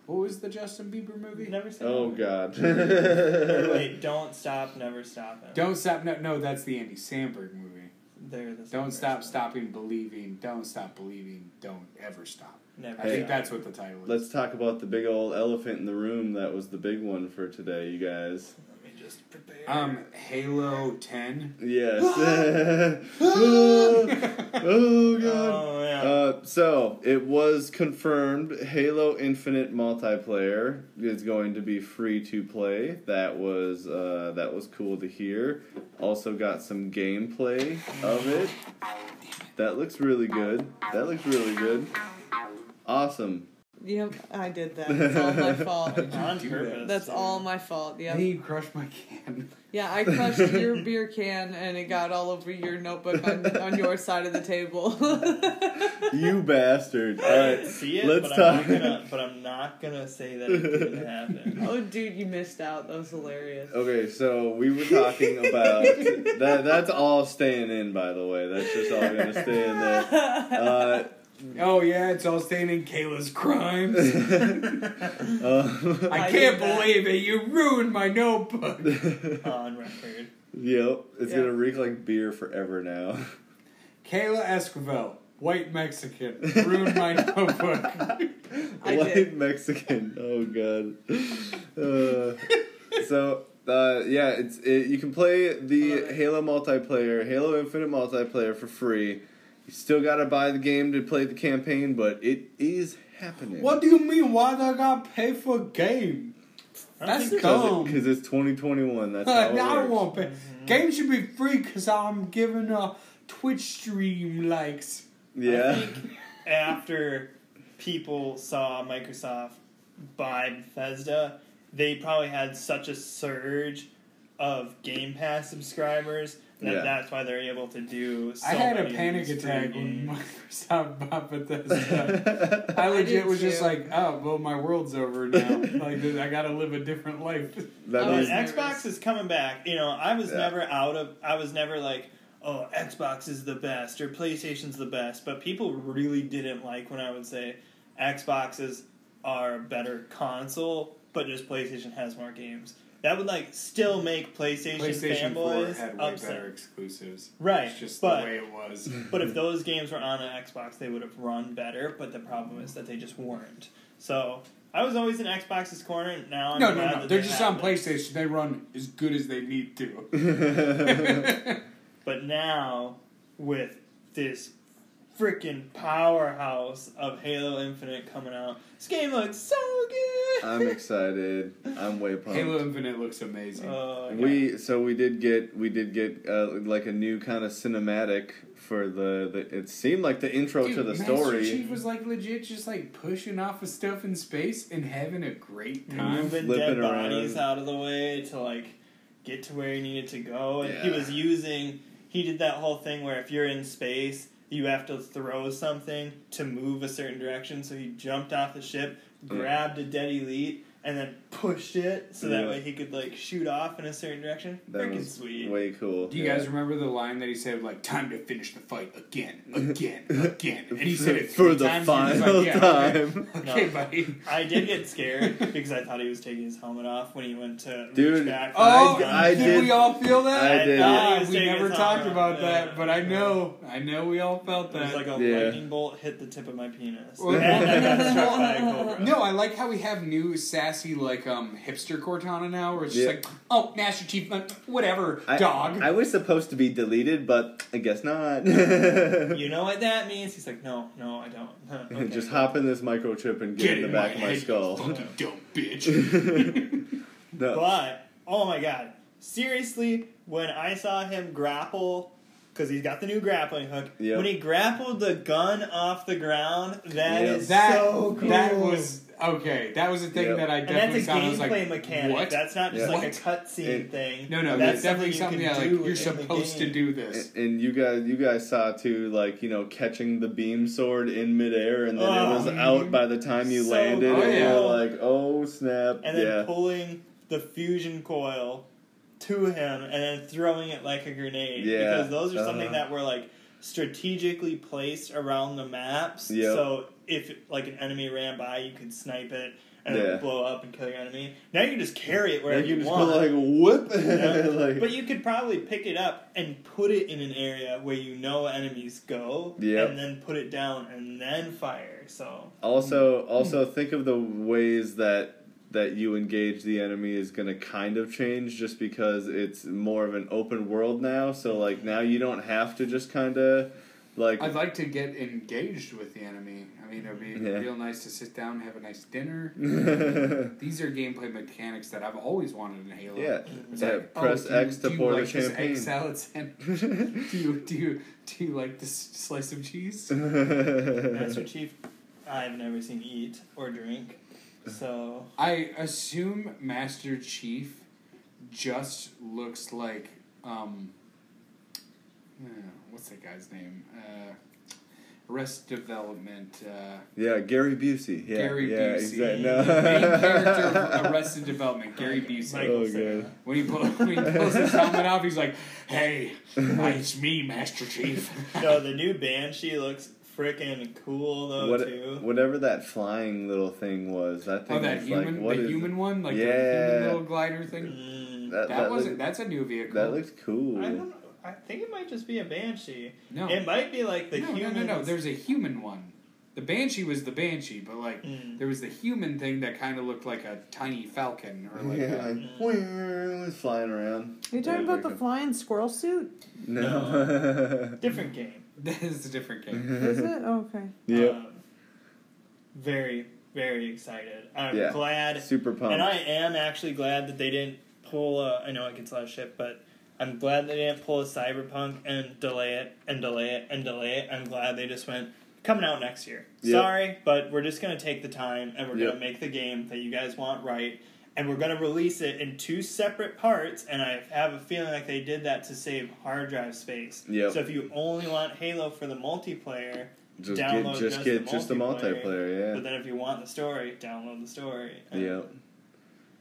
D: What was the Justin Bieber movie?
B: Never say
C: Oh
B: never.
C: God.
B: Or
C: [laughs]
B: wait, don't stop, never stop. Him.
D: Don't stop. No, no, that's the Andy Samberg movie.
B: They're the same
D: Don't stop
B: person.
D: stopping believing. Don't stop believing. Don't ever stop.
B: Never.
D: I
C: Hey,
D: think
B: stop.
D: that's what the title is.
C: Let's talk about the big old elephant in the room that was the big one for today, you guys.
B: Let me just prepare.
D: Um, Halo Ten.
C: Yes. [laughs] oh God.
B: Oh yeah.
C: Uh, so it was confirmed Halo Infinite multiplayer is going to be free to play. That was uh, that was cool to hear. Also got some gameplay of it. That looks really good. That looks really good. Awesome.
E: Yep, I did
B: [laughs]
E: that. It's all my fault.
B: on
D: do
B: purpose.
E: That's
B: dude.
E: all my fault.
D: And
E: Yep.
D: he crushed my can.
E: Yeah, I crushed your beer can and it got all over your notebook on, on your side of the table. [laughs]
C: you bastard. All
B: I didn't
C: right.
B: see it,
C: let's
B: but,
C: talk-
B: I'm not gonna, but I'm not gonna say that it
D: [laughs]
B: didn't happen.
E: oh, dude, you missed out. That was hilarious. [laughs]
C: Okay, so we were talking about that. That's all staying in, by the way. That's just all going to stay in there. Uh, [laughs]
D: Oh yeah, it's all staying in Kayla's
C: [laughs]
D: crimes.
C: um,
D: I
E: I
D: can't
E: did that.
D: believe it. You ruined my notebook.
B: on record.
C: yep, it's
E: Yeah.
C: gonna reek like beer forever now.
D: Kayla Esquivel, white Mexican, ruined my notebook.
E: [laughs]
C: [laughs]
E: I
C: White
E: did.
C: Mexican. Oh
E: [laughs]
C: god. Uh, so uh, yeah, it's it, you can play
E: I
C: the
E: love it.
C: Halo multiplayer, Halo Infinite multiplayer for free. You still gotta buy the game to play the campaign, but it is happening.
D: what do you mean? Why do I gotta pay for a game?
B: I don't
D: That's
B: think-
D: dumb.
C: Because it's
E: [laughs]
C: 2021. That's how it
D: now [laughs] I
C: works.
D: won't pay.
B: Mm-hmm.
D: Game should be free because I'm giving a Twitch stream likes.
B: I
C: Yeah.
B: think after people saw Microsoft buy Bethesda, they probably had such a surge of Game Pass subscribers that
C: Yeah.
B: that's why they're able to do. So
D: I had a
B: many of
D: panic
B: these free
D: attack when
B: games.
D: Microsoft [laughs] bought
C: [laughs]
D: Bethesda. I legit
E: did
D: was just
E: too.
D: like, oh, well, my world's over now. like, I gotta live a different life.
C: that
E: I
B: But
E: was
C: is
E: nervous.
B: Xbox is coming back. You know, I was
C: Yeah.
B: never out of. I was never like, oh, Xbox is the best or PlayStation's the best. But people really didn't like when I would say Xboxes are a better console, but just PlayStation has more games. That would like still make PlayStation,
D: PlayStation 4
B: fanboys
D: had way
B: upset.
D: better exclusives.
B: Right,
D: It's just
B: but
D: the way it was.
B: but if those games were on an Xbox, they would have run better. But the problem is that they just weren't. So. I was always in Xbox's corner. and Now I'm
D: No,
B: glad
D: no, no.
B: that
D: They're
B: they
D: just on
B: haven't.
D: PlayStation. They run as good as they need
C: [laughs]
D: to. [laughs]
B: But now, with this freaking powerhouse of Halo Infinite coming out, this game looks so good.
C: [laughs]
B: [laughs]
C: I'm excited. I'm way pumped.
D: Halo Infinite looks amazing.
B: Oh, yeah.
C: We so we did get we did get uh, like a new kind of cinematic for the, the it seemed like the intro
D: Dude,
C: to the
D: Master
C: story.
D: Chief was like legit, just like pushing off of stuff in space and having a great
B: Mm-hmm.
D: time.
B: moving
C: flipping
B: dead
C: around.
B: bodies out of the way to like get to where he needed to go, and he
C: Yeah.
B: was using. He did that whole thing where if you're in space, you have to throw something to move a certain direction. So he jumped off the ship,
C: Yeah.
B: grabbed a dead elite, and then pushed it so that
C: Yeah.
B: way he could like shoot off in a certain direction.
C: That
B: Freaking
C: was
B: sweet.
C: way cool.
D: Do you
C: yeah.
D: guys remember the line that he said, like, time to finish the fight
C: [laughs]
D: again, again, again? And he said it three
C: for the
D: times, and he was
C: final
D: like, yeah, okay. [laughs]
C: time?
D: Okay, buddy.
B: [laughs] I did get scared because I thought he was taking his helmet off when he went to
C: Dude,
B: reach back. for
D: Oh,
B: his gun.
C: I
D: did,
C: did-
D: we all feel that?
C: I did.
D: Ah,
B: I was
D: we
B: taking
D: never
B: it
D: talked
B: off.
D: about
B: Yeah.
D: that, but I know, I know we all felt
B: It was
D: that.
B: like a
C: Yeah.
B: lightning bolt hit the tip of my
D: [laughs]
B: penis.
D: Well-
B: [laughs] and
C: [laughs]
B: I got struck by a cobra.
D: No, I like how we have new sassy like um hipster Cortana now, where it's just
C: Yeah.
D: like, oh, Master Chief, uh, whatever,
C: I-
D: dog.
C: I was supposed to be deleted, but I
D: [laughs]
C: guess not.
B: You know what that means? He's like, no, no, I don't. [laughs] Huh, okay.
C: [laughs] Just hop in this microchip and get, in the back of my
D: head, you [laughs]
C: skull. [laughs]
D: fucking dumb bitch.
C: No.
B: But oh my god, seriously, when I saw him grapple. Because he's got the new grappling hook.
C: Yep.
B: When he grappled the gun off the ground, that is
C: Yep.
D: that
B: so cool.
D: that was okay. That was a thing
C: Yep.
D: that I
B: and
D: definitely
B: that's a
D: saw. and I was
B: gameplay
D: like,
B: mechanic.
D: What?
B: That's not just
C: Yeah.
B: like a
C: It-
B: cutscene thing.
D: no, no,
B: that's
D: that's definitely something,
B: something you
D: that
B: can
D: like
B: do
D: you're
B: in the
D: supposed to
B: game.
D: do this.
C: And- And you guys, you guys saw too, like you know, catching the beam sword in midair, and then it
B: Oh,
C: was out by the time you
B: so
C: landed,
D: cool.
C: and you
D: Yeah.
C: were like, "Oh snap!"
B: and then
C: yeah,
B: pulling the fusion coil to him and then throwing it like a grenade.
C: Yeah.
B: Because those are something
C: Uh-huh.
B: that were like strategically placed around the maps.
C: Yep.
B: So if like an enemy ran by, you could snipe it and it
C: Yeah.
B: would blow up and kill your enemy. Now you can just carry it wherever
C: Like, you
B: you
C: just
B: want.
C: go like whoop,
B: Yeah.
C: [laughs] like
B: but you could probably pick it up and put it in an area where you know enemies go,
C: Yep.
B: and then put it down and then fire. So
C: Also,
D: Hmm.
C: also think of the ways that that you engage the enemy is going to kind of change just because it's more of an open world now. So like now you don't have to just kind of like [laughs]
D: I'd like to get engaged with the enemy. I mean, it'd be
C: Yeah.
D: real nice to sit down, have a nice dinner.
C: yeah,
D: These are gameplay mechanics that I've always wanted in Halo. It's
C: yeah,
D: like, oh,
C: press
D: do you-
C: X to
D: do you
C: pour
D: like
C: the
D: this
C: champagne.
D: Egg salad [laughs] sandwich. do you do you do you like this slice of cheese?
C: [laughs]
B: Master Chief I've never seen eat or drink. So
D: I assume Master Chief just looks like um uh, what's that guy's name? Uh Rest Development uh
C: Yeah, Gary Busey. Yeah,
D: Gary Busey.
C: yeah, exact-
D: The main character
C: No. [laughs]
D: of Arrested Development, Gary Busey.
B: Michael
C: Oh,
B: Cera.
C: God.
D: When he, pull, [laughs] when he pulls his helmet off, he's like, "Hey, it's me, Master
C: [laughs]
D: Chief." [laughs]
B: No, the new Banshee looks freaking cool though
C: What-
B: too.
C: whatever that flying little thing was, that thing
D: oh, that
C: was
D: human,
C: like what
D: the
C: is-
D: human one, like the
C: Yeah.
D: human little glider thing.
B: Mm,
D: That,
C: That, that
D: wasn't.
C: looked-
D: that's a new vehicle.
C: that looked cool.
B: I don't. I think it might just be a Banshee.
D: no,
B: It might be like the
D: no,
B: human.
D: no, no, no. There's a human one. The banshee was the banshee, but like
C: Hmm.
B: Mm.
D: there was the human thing that kind of looked like a tiny falcon or like.
C: yeah,
D: a-
C: like, it was flying around.
E: Are you talking
C: Yeah,
E: about the
C: like
E: flying squirrel suit?
C: a- no.
B: [laughs]
C: [laughs]
B: different game.
D: [laughs] that is a different game.
E: Is it? Oh, Okay.
C: Yep.
B: Um, very, very excited. I'm
C: Yeah.
B: glad,
C: Super pumped.
B: and I am actually glad that they didn't pull. A, I know it gets a lot of shit, but I'm glad they didn't pull a Cyberpunk and delay it and delay it and delay it. I'm glad they just went coming out next year.
C: Yep.
B: Sorry, but we're just gonna take the time and we're
C: Yep.
B: gonna make the game that you guys want right. And we're gonna release it in two separate parts, and I have a feeling like they did that to save hard drive space.
C: Yep.
B: So if you only want Halo for the multiplayer,
C: just
B: download
C: get, just
B: just
C: get
B: the
C: just the
B: multiplayer,
C: multiplayer.
B: but then if you want the story, download the story.
C: Yeah.
B: And
C: Yep.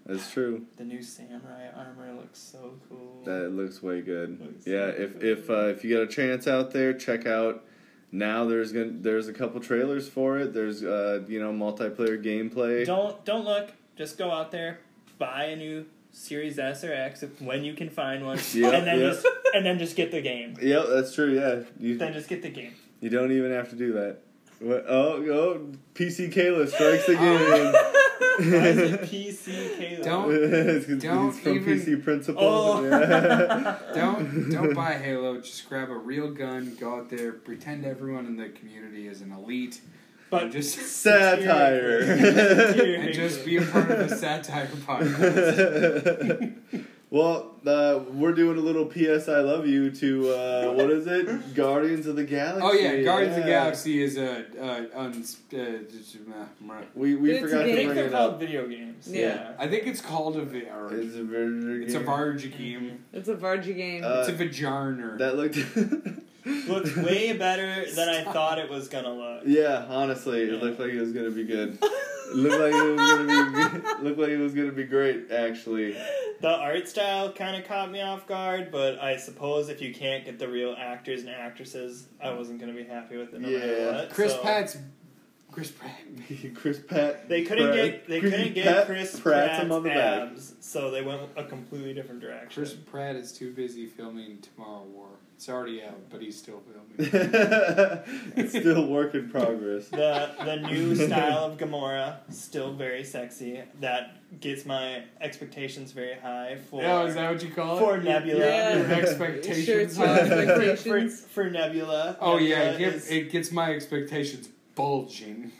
C: That's true.
B: The new samurai armor looks so cool.
C: That looks way good.
B: Looks
C: yeah.
B: so
C: If
B: good.
C: if uh, if you got a chance out there, check out. Now there's gonna there's a couple trailers for it. There's uh you know multiplayer gameplay.
B: don't don't look. Just go out there, buy a new Series S or X if, when you can find one,
C: Yeah,
B: and then
C: yeah.
B: just and then just get the game.
C: Yep, that's true. Yeah, you
B: Then just get the game.
C: You don't even have to do that. What? Oh, oh PC Kayla strikes again.
B: [laughs] Why is
C: [laughs]
B: it PC Halo?
D: Don't-
C: It's 'cause
D: Don't
C: he's from
D: even-
C: PC Principles.
B: Oh.
C: Yeah.
D: Don't don't buy Halo. Just grab a real gun. Go out there. Pretend everyone in the community is an elite.
B: But
D: and just
B: [laughs]
C: Satire.
D: and [laughs] just be a part of the satire podcast.
C: [laughs] well, uh, we're doing a little PS I love you to uh, what is
D: [laughs]
C: it? Guardians of the Galaxy.
D: Oh yeah, Guardians of the
C: yeah.
D: Galaxy is a uh, uns- uh, just, uh, meh.
C: We we
E: It's a
C: forgot
B: I
C: to
E: game.
B: think
C: bring
B: they're
C: it
B: called
C: up.
B: video games.
E: Yeah.
B: Yeah.
D: I think it's called a VR.
C: It's a very
D: It's a Varge game.
E: It's a Vargy game. [laughs]
C: Uh,
D: It's a Vajarner.
C: that looked. [laughs]
B: Looks way better than I thought it was gonna look.
C: Yeah, honestly, it looked like it was gonna
D: [laughs]
C: be good. It looked like it was gonna be [laughs] looked like it was gonna be great. Actually, [laughs]
B: The art style kind of caught me off guard, but I suppose if you can't get the real actors and actresses, I wasn't going to be happy with it no matter
C: Yeah.
B: what.
D: Chris
B: so-
D: Pratt's Chris Pratt.
C: Chris Pat.
B: They couldn't
C: Pratt-
B: get they couldn't get
C: Pat- Pratt's
B: Chris Pratt's
C: him on the back.
B: abs, so they went a completely different direction.
D: Chris Pratt is too busy filming Tomorrow War. It's already out, but he's still filming.
C: [laughs] it's still work
E: [laughs]
C: in progress.
B: the
C: [laughs]
B: the new style of Gamora still very sexy. That gets my expectations very high for
D: oh, is that what you call it?
B: for Nebula.
E: Yeah.
D: Your expectations.
E: Sure, it's
D: are-
E: not
B: [laughs] For, for,
E: expectations.
B: for Nebula.
D: [laughs] oh yeah,
B: Nebula
D: it gets,
B: is
D: it gets my expectations bulging.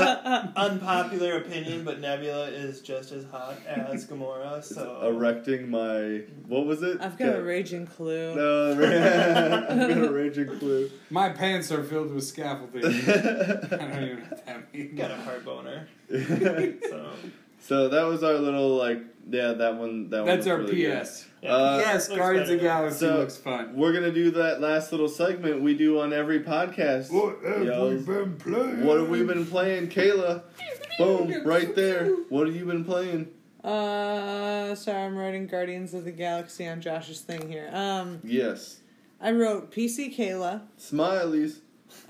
B: unpopular opinion, but Nebula is just as hot as Gamora.
C: It's
B: So
C: erecting my what was it?
E: I've got a raging clue.
C: No, [laughs] I've got a raging clue.
D: My pants are filled with scaffolding. I don't even know what that means.
B: got a heart boner.
C: [laughs]
B: So
C: [laughs] so that was our little like yeah that one that one.
D: That's
C: was
D: our
C: really good.
D: PS.
B: yeah.
C: Uh,
D: yes,
B: looks
D: Guardians of the
B: better.
D: Galaxy
C: So-
D: looks fun.
C: We're gonna do that last little segment we do on every podcast. Yo,
D: been playing?
C: What have we been playing, Kayla?
E: [laughs]
C: Boom, right there. What have you been playing?
E: Uh, sorry, I'm writing Guardians of the Galaxy on Josh's thing here. Um,
C: Yes.
E: I wrote PC Kayla.
C: Smileys.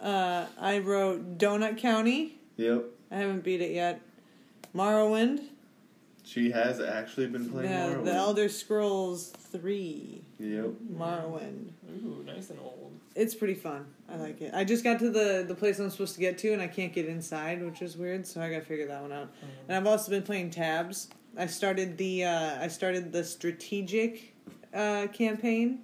E: Uh, I wrote Donut County.
C: Yep.
E: I haven't beat it yet. Morrowind.
C: She has actually been playing
E: Yeah,
C: Morrowind.
E: the Elder Scrolls Three.
C: Yep.
E: Morrowind.
B: Ooh, nice and old.
E: It's pretty fun. I like it. I just got to the the place I'm supposed to get to, and I can't get inside, which is weird. So I got to figure that one out. And I've also been playing tabs. I started the uh, I started the strategic uh, campaign.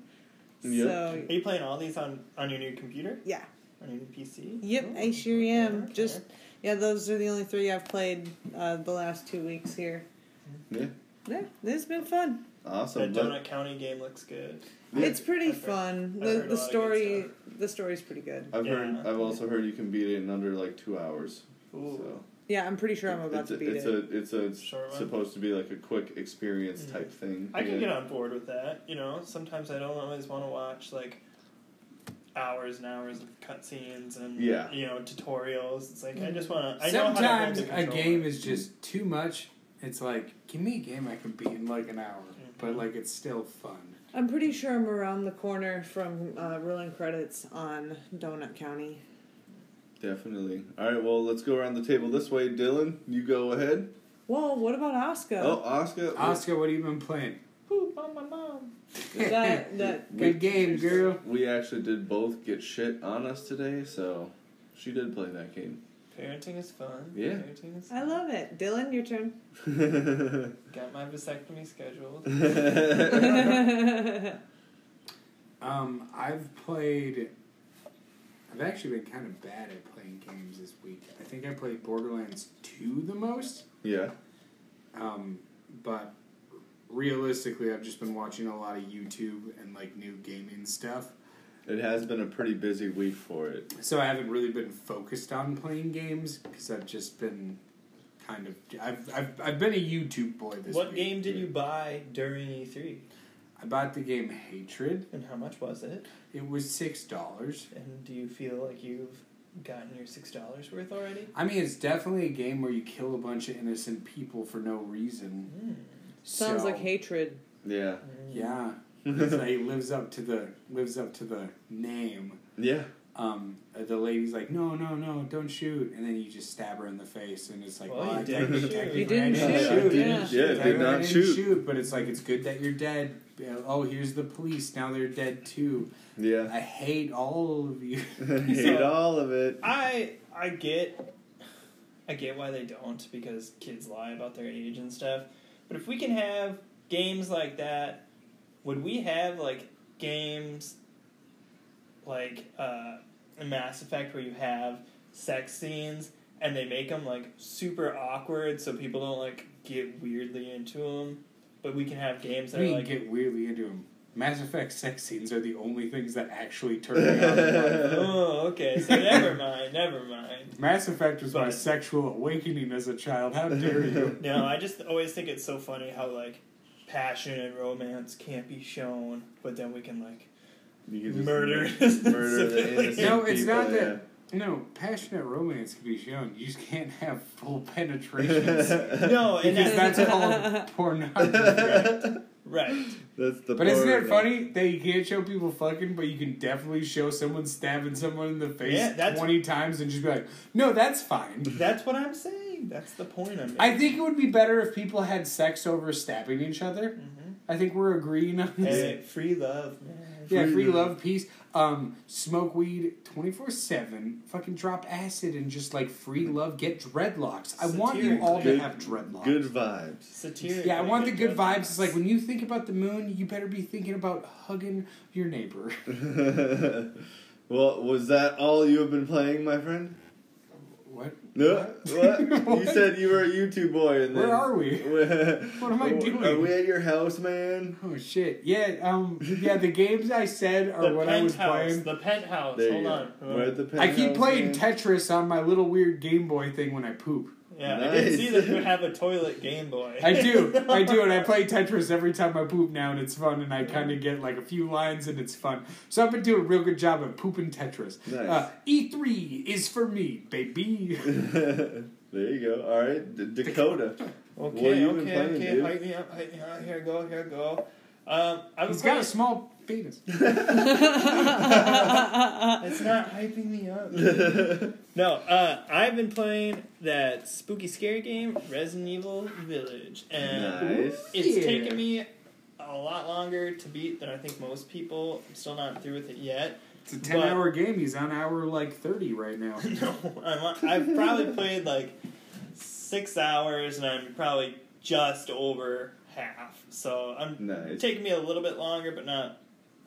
C: Yep.
E: So
B: Are you playing all these on on your new computer?
E: yeah,
B: On your new PC?
E: yep,
B: Ooh,
E: I sure am.
B: okay.
E: Just yeah, those are the only three I've played uh, the last two weeks here.
C: Yeah.
E: Yeah, it's been fun.
C: Awesome.
B: That
C: Let-
B: Donut County game looks good.
C: Yeah.
E: It's pretty
B: I've heard-
E: fun.
B: I've
E: The,
B: heard a
E: the
B: lot of
E: story
B: good
E: the story's pretty good.
C: I've
B: Yeah.
C: heard. I've also heard you can beat it in under like two hours.
B: Ooh.
C: So
E: Yeah, I'm pretty sure I'm about
C: it's,
E: to
C: a,
E: beat
C: it's
E: it.
C: a it's a
B: Short one.
C: supposed to be like a quick experience type thing.
B: Mm-hmm. I can
C: Yeah.
B: get on board with that. You know, sometimes I don't always want to watch like hours and hours of cutscenes and
C: Yeah.
B: you know tutorials. It's like I just want to. I know how to hold
D: Sometimes
B: the
D: a
B: controller.
D: game is just too much. It's like, give me a game I can beat in like an hour, but like it's still fun.
E: I'm pretty sure I'm around the corner from uh, rolling credits on Donut County.
C: Definitely. All right. Well, let's go around the table this way. Dylan, you go ahead.
E: Whoa, what about Oscar?
C: Oh, Oscar.
D: Oscar, what have you been playing?
B: Poop on my mom.
E: That that
D: Good game, girl.
C: We actually did both get shit on us today, so she did play
E: [laughs]
C: that game. [laughs]
B: Parenting is fun.
C: Yeah.
B: Parenting is
E: I
B: fun.
E: love it. Dylan, your turn.
C: [laughs]
B: Got my vasectomy scheduled.
D: [laughs] Um, I've played. I've actually been kind of bad at playing games this week. I think I played Borderlands 2 the most.
C: yeah.
D: Um, but realistically, I've just been watching a lot of YouTube and like new gaming stuff.
C: It has been a pretty busy week for it.
D: So I haven't really been focused on playing games because I've just been kind of I've I've, I've been a YouTube boy this
B: what
D: week.
B: game did you buy during E3,
D: I bought the game Hatred.
B: and how much was it?
D: It was six dollars.
B: And do you feel like you've gotten your six dollars worth already?
D: I mean, it's definitely a game where you kill a bunch of innocent people for no reason.
E: Sounds
D: So,
E: like hatred.
C: Yeah.
E: [laughs]
D: Yeah,
B: Mm-hmm.
D: it's like it lives up to the lives up to the name.
C: [laughs] Yeah.
D: Um, the lady's like, no, no, no, don't shoot, and then you just stab her in the face, and it's like,
B: Well,
D: well,
B: you
D: I
B: didn't
D: technically-
B: shoot. You
D: technically
E: didn't
D: I
E: shoot, yeah.
C: Yeah, did
D: Technically I
C: not
D: didn't
C: shoot.
D: But it's like it's good that you're dead. Yeah, Oh, here's the police. Now they're dead too.
C: Yeah.
D: I hate all of
C: [laughs]
D: you. [laughs]
B: [laughs]
C: Hate all of it. [laughs]
B: I I get I get why they don't because kids lie about their age and stuff. But if we can have games like that, would we have like games like uh, in Mass Effect where you have sex scenes and they make them like super awkward so people don't like get weirdly into them? But we can have games that
D: we
B: are like
D: get weirdly into them. Mass Effect sex scenes are the only things that actually turn me
C: [laughs]
D: on.
B: [laughs] oh
D: [laughs]
B: okay so never mind never mind.
D: Mass Effect was my
B: But-
D: sexual awakening as a child. How dare
C: [laughs]
D: you?
B: No, I just always think it's so funny how like passion and romance can't be shown, but then we can
D: [laughs]
B: like
C: You can just
B: murder. [laughs]
C: Murder the innocent
D: No, it's
C: people,
D: not
C: yeah.
D: that. No, passionate romance can be shown. You just can't have full
C: [laughs]
D: penetration.
B: no, and
D: because
B: that's
D: that's
B: [laughs]
D: all pornography.
B: right.
C: That's
D: [laughs]
C: the.
D: But isn't
C: part.
D: it funny that you can't show people fucking, but you can definitely show someone stabbing someone in the face
B: Yeah, that's-
D: 20 times and just be like, no, that's fine.
B: That's what I'm saying. That's the point I'm making.
D: I think it would be better if people had sex over stabbing each other.
B: Mhm.
D: I think we're agreeing on this.
B: Hey, free love, man.
D: yeah,
C: free
D: free
C: love.
D: love, peace. Um, smoke weed 24 7. Fucking drop acid and just like free love. Get dreadlocks. I want you all to
C: Good-
D: have dreadlocks.
C: Good vibes.
B: Satiric.
D: Yeah, I want the good vibes. It's like when you think about the moon, you better be thinking about hugging your neighbor. [laughs]
C: [laughs] well, was that all you have been playing, my friend?
D: What?
C: No.
D: [laughs]
C: What? You
D: What?
C: said you were a YouTube boy, and then
D: Where
C: [laughs]
D: are we?
C: what
D: am I
C: Are
D: doing?
C: we at your house, man?
D: Oh shit! Yeah, um, yeah. The games I said are
B: The
D: what I was
B: penthouse.
D: playing.
B: The penthouse.
C: There
B: Hold
C: you
B: on. Um,
C: Go. We're at the
D: I keep
C: penthouse,
D: playing
C: man.
D: Tetris on my little weird Game Boy thing when I poop.
B: Yeah, I did
C: Nice.
B: see
C: [laughs]
B: that you have a toilet Game Boy.
D: I
B: [laughs]
D: do, I do, and I play Tetris every time I poop now, and it's fun. And I kind of get like a few lines, and it's fun. So I've been doing a real good job at pooping Tetris.
C: Nice.
D: Uh, E three is for me,
C: [laughs]
D: baby.
C: there you go. All right, D- Dakota.
B: Okay,
C: What you been
B: okay,
C: playing,
B: okay.
C: dude?
B: Hype me up, hype me up. Here I go, here I go. Um, I was
D: He's got a small penis.
B: It's not hyping
C: [laughs]
B: me up. no, uh, I've been playing that spooky scary game, Resident Evil Village, and
C: nice.
B: it's
D: Yeah.
B: taken me a lot longer to beat than I think most people. I'm still not through with it yet.
D: It's a ten hour game. He's on hour like thirty right
B: [laughs]
D: now.
B: No, I'm, on- I've probably played like six hours, and I'm probably just over half. So I'm
C: Nice.
B: taking me a little bit longer, but not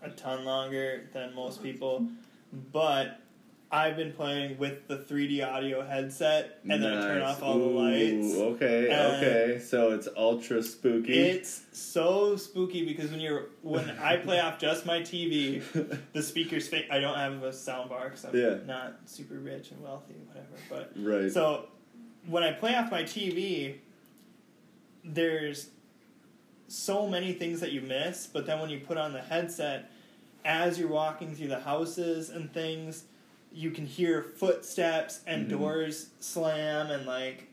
B: a ton longer than most people. But I've been playing with the 3D audio headset, and then I turn
C: Nice.
B: off all
C: Ooh,
B: the lights.
C: Okay,
B: and-
C: okay. So it's ultra spooky.
B: It's so spooky because when you're when I play off just
C: [laughs]
B: my TV, the speakers fa I don't have a sound bar because I'm
C: Yeah.
B: not super rich and wealthy, whatever.
C: right.
B: But so when I play off my TV, there's so many things that you miss. But then when you put on the headset, as you're walking through the houses and things, you can hear footsteps and
C: Mhm.
B: doors slam and like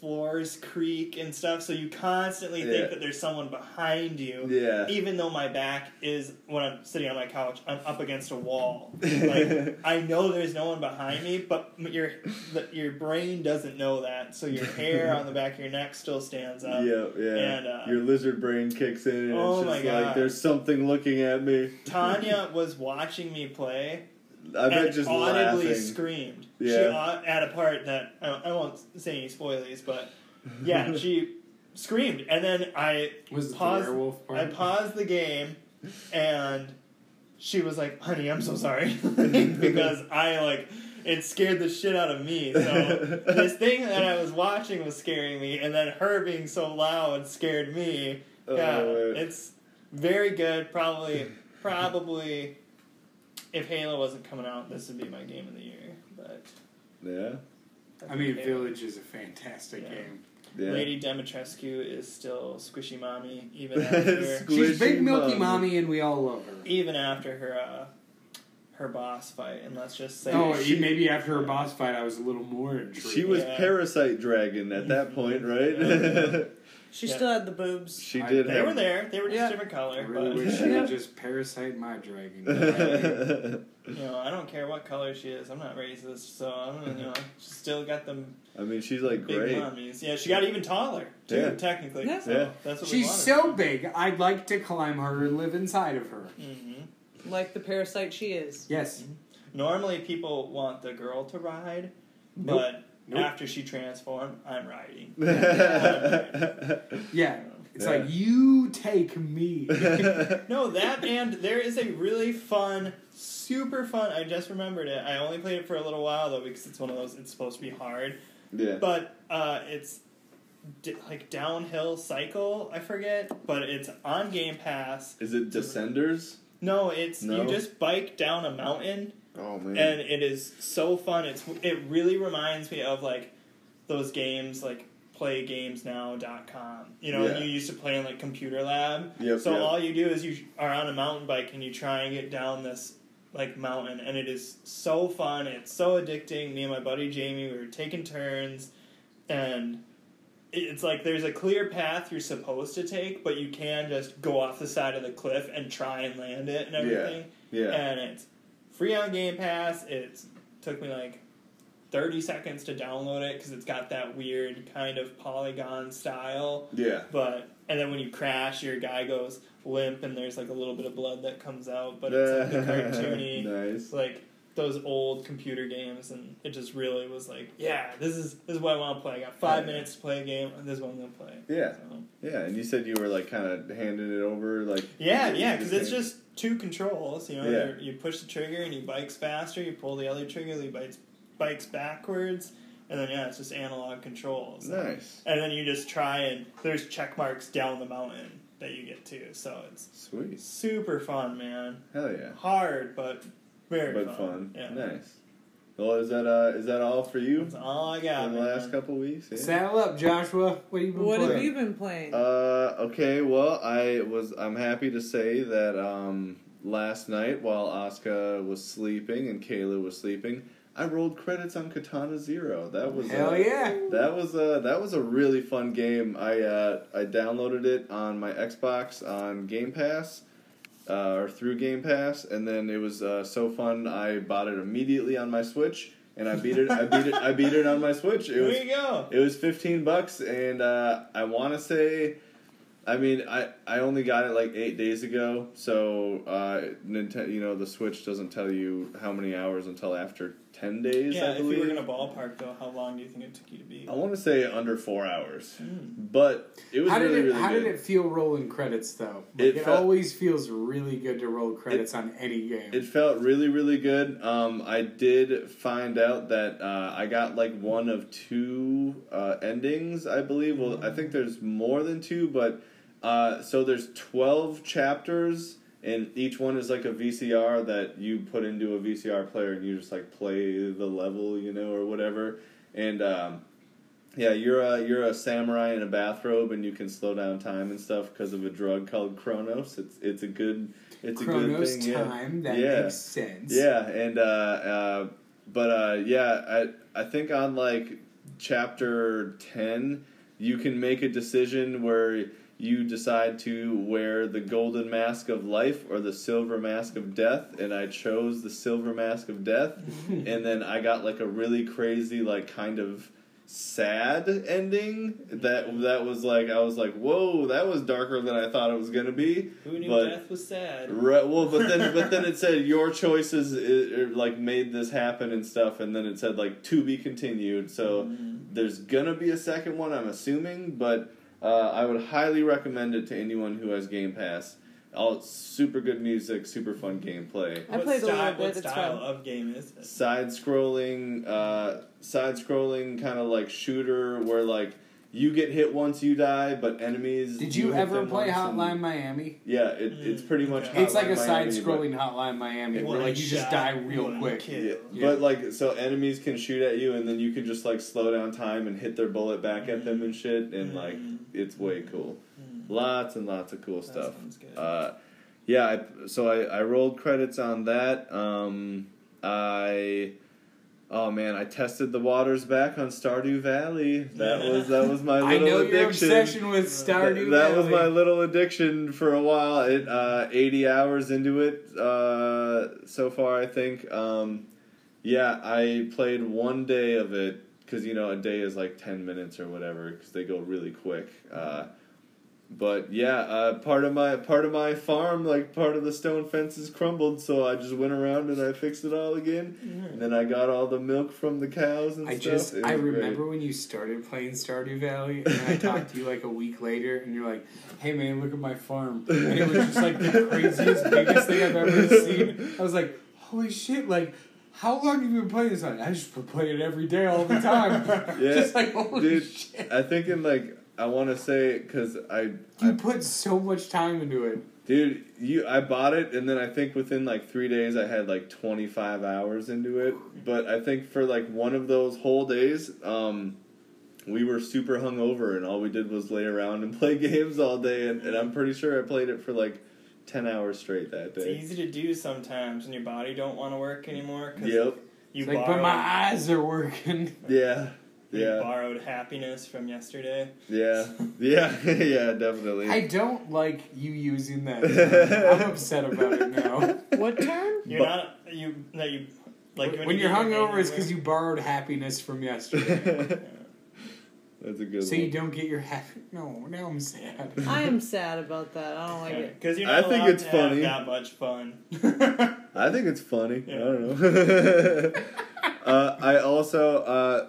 B: floors creak and stuff. So you constantly
C: Yeah.
B: think that there's someone behind you.
C: yeah.
B: Even though my back is when I'm sitting on my couch, I'm up against
C: [laughs]
B: a wall. Like I know there's no one behind me, but m- your the, your brain doesn't know that,
C: [laughs]
B: so your hair on the back of your neck still stands up.
C: yeah, yeah.
B: and, uh,
C: Your lizard brain kicks in, and
B: Oh
C: it's
B: my
C: just like
B: God.
C: there's something looking at me.
B: Tanya was watching me play
C: [laughs] I bet
B: and
C: just
B: audibly
C: laughing.
B: screamed. She
C: Yeah.
B: au- at a part that I, I won't say any spoilies, but
C: [laughs]
B: yeah, she screamed, and then I
D: Was it
B: Pause-
D: the werewolf part?
B: I paused the game, and she was like, "Honey, I'm so sorry," [laughs] because I like it scared the shit out of
C: [laughs]
B: me. So this thing that I was watching was scaring me, and then her being so loud scared me.
C: Oh,
B: yeah,
C: wait.
B: it's very good. Probably, probably, if Halo wasn't coming out, this would be my game of the year. But
C: yeah,
D: I mean,
B: Halo.
D: Village is a fantastic
B: Yeah.
D: game.
C: yeah.
B: Lady Demetrescu is still squishy mommy
C: [laughs]
B: even after
D: She's big
C: Squishy
D: milky
C: mom.
D: mommy, and we all love her.
B: even after her uh, her boss fight, and let's just say
D: oh,
B: she-
D: maybe after her boss fight, I was a little more intrigued.
C: She was
B: Yeah.
C: parasite dragon at
B: [laughs]
C: that point, right?
B: Yeah.
E: She
B: Yeah.
E: still had the boobs.
C: [laughs] she
D: I-
C: did.
B: they
C: have...
B: were there. They were just
E: Yeah.
B: different
D: I
B: color,
D: really wish
B: but
D: she would just parasite my
C: [laughs]
D: dragon.
B: you know, I don't care what color she is. I'm not racist, so I'm you know, she's still got them
C: I mean, she's like
B: big
C: great. [laughs]
B: mommies. Yeah, she got even taller too,
C: Yeah.
B: technically.
E: Yeah.
B: So
C: Yeah.
B: that's what we
D: She's
B: wanted.
D: so big, I'd like to climb her and live inside of her.
B: Mhm.
E: Like the parasite she is.
D: Yes.
B: Normally, people want the girl to ride,
D: Nope.
B: but
D: Nope.
B: after she transformed, I'm riding.
D: Yeah. It's
C: Yeah.
D: like you take
C: [laughs]
D: me.
B: No, that and there is a really fun, super fun. I just remembered it. I only played it for a little while though because it's one of those. It's supposed to be hard,
C: [laughs] yeah.
B: but uh, it's d- like downhill cycle. I forget, but it's on Game Pass.
C: Is it Descenders?
B: No, it's
C: No?
B: you just bike down a mountain,
C: Oh man.
B: and it is so fun. It's it really reminds me of like those games like playgamesnow.com. You know,
C: Yeah.
B: you used to play in like computer lab.
C: Yep,
B: So
C: yep.
B: all you do is you are on a mountain bike and you try and get down this like mountain, and it is so fun. It's so addicting. Me and my buddy Jamie, we were taking turns, and it- it's like there's a clear path you're supposed to take, but you can just go off the side of the cliff and try and land it and
C: Yeah,
B: everything.
C: yeah.
B: And it's free on Game Pass. It took me like. 30 seconds to download it because it's got that weird kind of polygon style
C: yeah.
B: but and then when you crash, your guy goes limp, and there's like a little bit of blood that comes out, but it's
C: [laughs]
B: like the cartoony. It's
C: nice.
B: like those old computer games, and it just really was like, yeah, this is this is what I want to play. I got five
C: Yeah.
B: minutes to play a game. This is what I'm gonna play.
C: Yeah.
B: So-
C: Yeah, and you said you were like kind of handing it over, like
B: yeah, yeah, because it's
C: thing.
B: just two controls. You know,
C: Yeah.
B: you're- you push the trigger and he bikes faster. You pull the other trigger, he bikes bikes backwards, and then yeah, it's just analog controls.
C: nice,
B: And then you just try and there's check marks down the mountain that you get to. So it's
C: sweet,
B: Super fun, man.
C: hell yeah,
B: Hard, but very
C: but
B: fun.
C: fun,
B: Yeah.
C: nice. Well, is that uh, is that all for you
B: That's all I
C: for
B: got.
C: the
B: man.
C: last couple weeks? Yeah.
D: Saddle up, Joshua. What have you been
E: What
D: playing?
E: have you been playing?
C: Uh, okay. Well, I was. I'm happy to say that um, last night while Asuka was sleeping and Kayla was sleeping, I rolled credits on Katana Zero. That was uh,
D: Hell yeah.
C: That was a that was a really fun game. I uh, I downloaded it on my Xbox on Game Pass, uh, or through Game Pass, and then it was uh, so fun. I bought it immediately on my Switch, and I beat it. I beat it. I beat it on my Switch. It
B: There
C: was
B: you go.
C: it was fifteen bucks, and uh, I want to say, I mean, I I only got it like eight days ago, so uh, Nintendo, you know, the Switch doesn't tell you how many hours until after ten days.
B: yeah,
C: I
B: if you
C: believe.
B: were gonna ballpark though, how long do you think it took you to be?
C: I want to say under four hours,
B: Mm.
C: but it was
D: Hmm. how
C: really
D: did it,
C: really
D: How
C: good.
D: did it feel rolling credits though? Like,
C: It
D: it
C: felt-
D: always feels really good to roll credits on any game.
C: It felt really, really good. Um, I did find out that uh, I got like one of two uh, endings, I believe. Well, I think there's more than two, but uh, so there's 12 chapters, and each one is like a VCR that you put into a VCR player and you just like play the level, you know, or whatever. And um, yeah, you're a you're a samurai in a bathrobe, and you can slow down time and stuff because of a drug called Chronos. It's it's a good it's a good
D: Chronos
C: thing. yeah.
D: time that
C: Yeah.
D: makes sense.
C: Yeah, and uh, uh, but uh, yeah, I I think on like chapter ten, you can make a decision where you decide to wear the golden mask of life or the silver mask of death, and I chose the silver mask of
B: [laughs]
C: death, and then I got like a really crazy like kind of sad ending that that was like I was like whoa that was darker than I thought it was gonna be
B: Who knew
C: But-
B: death was sad?
C: Right. Well, but then but then it said your choices i- er, like made this happen and stuff, and then it said like to be continued. So there's gonna be a second one, I'm assuming, but uh, I would highly recommend it to anyone who has Game Pass. All super good music, super fun gameplay.
E: I
B: What
E: played a
B: style,
E: little bit,
B: What
E: it's
B: style
E: fun.
B: of game is it?
C: Side scrolling, uh, side scrolling kind of like shooter where like you get hit once you die, but enemies.
D: Did you,
C: hit
D: ever
C: them
D: play
C: once and-
D: Hotline Miami?
C: Yeah, it, it's pretty much.
B: Mm, okay.
D: It's like
C: Hotline
D: a
C: Miami, but-
D: side-scrolling Hotline Miami where
B: One
D: like you just
B: shot,
D: die real
B: one
D: quick.
B: kill.
C: Yeah.
D: Yeah.
C: But like, so enemies can shoot at you, and then you can just like slow down time and hit their bullet back at them and shit, and like,
B: Mm.
C: it's way cool.
B: Mm.
C: Lots and lots of cool
B: That
C: stuff.
B: sounds good.
C: Uh, yeah, I, so I, I rolled credits on that. Um, I oh man, I tested the waters back on Stardew Valley. That was that was my little
D: [laughs] I know
C: addiction.
D: your obsession with
C: Th-
D: Stardew
C: that was my
D: Valley.
C: little addiction for a while. It uh, eighty hours into it uh, so far, I think. Um, yeah, I played one day of it because you know a day is like ten minutes or whatever because they go really quick. Uh, but yeah, uh, part of my part of my farm, like part of the stone fences, crumbled. So I just went around and I fixed it all again. And then I got all the milk from the cows and
D: I
C: stuff.
D: just
C: It
D: I
C: was great.
D: remember when you started playing Stardew Valley, and I talked to you like a week later, and you're like, "Hey man, look at my farm," and it was just like the craziest, biggest thing I've ever seen. I was like, "Holy shit!" Like, how long have you been playing this? Like, I just been playing it every day, all the time.
C: [laughs] Yeah,
D: [laughs] just like holy
C: dude.
D: shit.
C: I think in like I want to say because I,
D: You
C: I
D: put so much time into it.
C: dude you I bought it and then I think within like three days I had like twenty five hours into it. But I think for like one of those whole days, um, we were super hungover and all we did was lay around and [laughs] play games all day. And, and I'm pretty sure I played it for like ten hours straight that
B: It's
C: day.
B: easy to do sometimes when your body don't want to work anymore. 'cause
C: Yep.
B: You
D: It's like,
B: borrowed,
D: but my eyes are working.
C: Yeah.
B: you
C: Yeah.
B: borrowed happiness from yesterday.
C: Yeah. [laughs] Yeah. yeah. Definitely. [laughs]
D: I [laughs] don't like you using that. term. I'm upset about it now.
E: What term?
B: You're
C: Bu-
B: not you no you like
D: when,
B: when,
D: you're hungover, it's because
B: because
D: you borrowed happiness from yesterday.
C: [laughs] That's a good
D: so
C: one.
D: you don't get your happy. [laughs] No, now I'm sad.
E: [laughs]
D: [laughs]
E: I am sad about that. I don't like it.
B: Because you're
C: I
B: not
C: think
B: allowed
C: it's
B: to
C: funny.
B: Have that much fun.
C: I think it's funny. I
B: Yeah.
C: don't know. [laughs] uh, I also uh,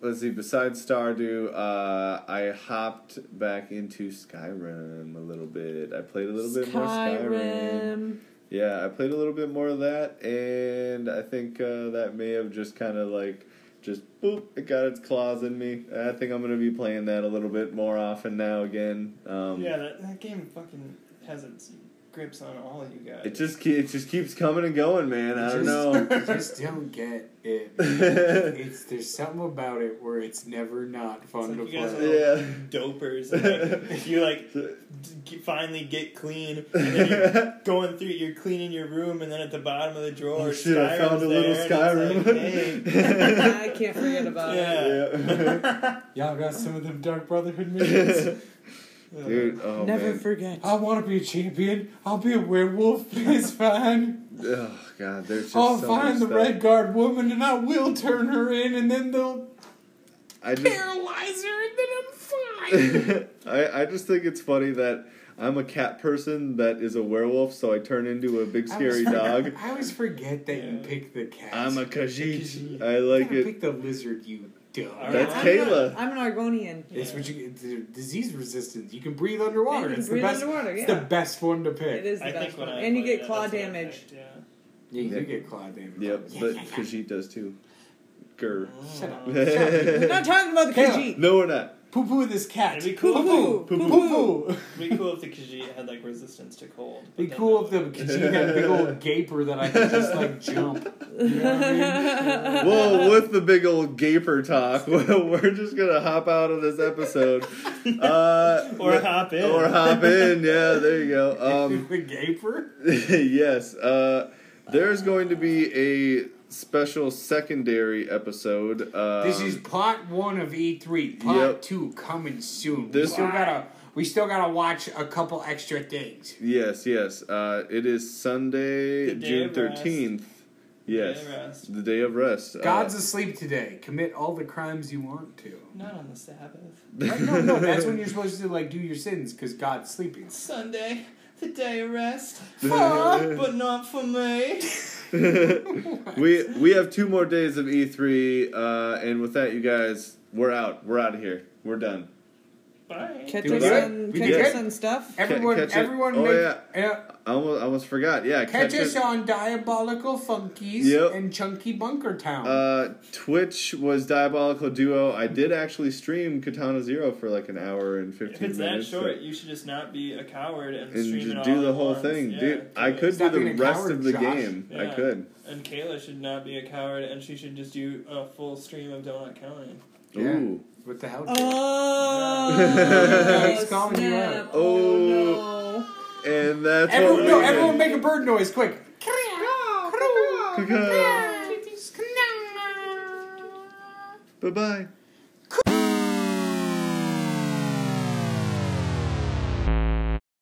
C: let's see. Besides Stardew, uh, I hopped back into Skyrim a little bit. I played a little bit more Skyrim.
E: Skyrim.
C: Yeah, I played a little bit more of that, and I think uh, that may have just kind of like just boop, it got its claws in me. I think I'm gonna be playing that a little bit more often now again. Um,
B: yeah, that, that game fucking has its grips on all of you guys.
C: It just ke- it just keeps coming and going, man. I
D: just,
C: don't know.
D: I [laughs] just don't get it.
C: [laughs]
D: it's there's something about it where it's never not fun
B: It's like
D: to
B: you guys
D: play.
C: Yeah.
B: dopers.
C: [laughs]
B: And, like, you like d- g- finally get clean, and then
C: [laughs]
B: you're going through. You're cleaning your room, and then at the bottom of the drawer,
C: Oh shit! I found a
B: Skyrim's
C: little
B: there, and
C: Skyrim.
B: it's like, hey.
E: I can't forget
C: [laughs]
E: about it.
B: Yeah.
D: Y'all got some of them Dark
C: [laughs]
D: Brotherhood missions.
C: Dude, oh
E: Never
C: man.
E: forget.
D: I want to be a champion. I'll be a werewolf. [laughs] It's fine.
C: oh god, there's just
D: I'll
C: so
D: find
C: much
D: the
C: stuff.
D: Red Guard woman and I will turn her in, and then they'll
C: I just, [laughs]
D: paralyze her, and then I'm fine.
C: I I just think it's funny that I'm a cat person that is a werewolf, so I turn into a big
D: I always [laughs]
C: scary
D: forget-
C: dog.
D: I always forget that you
B: Yeah.
D: pick the cat.
C: I'm a
D: You
C: Khajiit. I like
D: gotta
C: it.
D: Pick the lizard, you dumb.
B: All
C: That's
E: I'm
C: Kayla.
E: Not, I'm an Argonian.
D: It's what you it's a disease resistance. You can breathe underwater.
E: You can
D: it's
E: breathe
D: the best.
E: underwater,
D: It's
E: yeah.
D: the best one to pick.
E: It is the
B: I
E: best
B: think when
E: one.
B: I
E: And you
B: played
E: get
B: it,
E: claw
B: that's what I
E: damage.
B: picked, Yeah.
D: Yeah, you
C: Yeah.
D: do get claw damage.
C: Yep,
D: Yeah,
C: but
D: yeah, yeah.
C: Khajiit does too. Grr.
D: Shut
C: [laughs]
D: up.
E: We're not talking about the
D: Kayla.
E: Khajiit.
C: no, we're not.
D: Poo poo this cat.
B: It'd be cool.
E: Poo poo.
D: Poo
E: Poo poo.
D: poo.
B: It'd be cool if the Khajiit had like resistance to cold. but
D: Be
B: then
D: cool if the
B: that would-
D: Khajiit had a big old gaper that I could just like jump. [laughs] You know what I mean?
C: Well, with the big old gaper talk, [laughs] we're just gonna hop out of this episode. Uh,
B: [laughs] Or hop in.
C: Or hop in. Yeah, there you go.
E: [laughs]
D: [laughs]
C: Um, [laughs]
D: the gaper?
C: yes. Uh, there's going to be a special secondary episode. Um,
D: this is part one of E three. Part
C: yep.
D: two coming soon.
C: This-
D: we still gotta we still gotta watch a couple extra things.
C: Yes, yes. Uh, it is Sunday,
B: The day
C: June
B: of rest.
C: thirteenth. Yes,
B: of rest.
C: the day of rest. Uh,
D: God's [laughs] asleep today. Commit all the crimes you want to.
B: Not on the Sabbath.
D: Right? No, no, that's
C: [laughs]
D: when you're supposed to like do your sins because God's sleeping.
B: Sunday, the day
C: [laughs]
B: of rest,
D: Fuck,
B: but not for me.
C: [laughs] we we have two more days of E3, uh, and with that, you guys, we're out. We're out of here. We're done.
B: Bye.
E: Catch
D: Do
E: us
D: it.
E: on
D: We
E: catch
C: did
E: us
D: it.
E: on stuff.
D: Everyone,
C: catch it.
D: everyone,
C: Oh,
D: make,
C: yeah.
D: uh,
C: I almost, I almost forgot. Yeah,
D: Catch, us
C: it.
D: on Diabolical Funkies
C: Yep.
D: and Chunky Bunker Town.
C: Uh, Twitch was Diabolical Duo. I did actually stream Katana Zero for like an hour and
B: If
C: fifteen
B: it's that
C: minutes.
B: short, you should just not be a coward and,
C: and
B: stream it
C: just
B: all
C: do the
B: at
C: whole
B: once.
C: thing,
B: Yeah,
C: dude. I
B: do it.
C: could
D: Stop
C: do the
D: being a
C: rest
D: coward,
C: of the
D: Josh.
C: game. I
B: Yeah.
C: could.
B: And Kayla should not be a coward, and she should just do a full stream of Donut County.
D: Yeah.
C: Ooh.
D: what the hell? [laughs]
E: Oh,
D: He's calling you out.
E: snap.
C: Oh.
E: Oh,
C: And that's
D: everyone,
C: what we
D: no,
C: did.
D: everyone, make a bird noise quick.
C: Caca. Bye bye.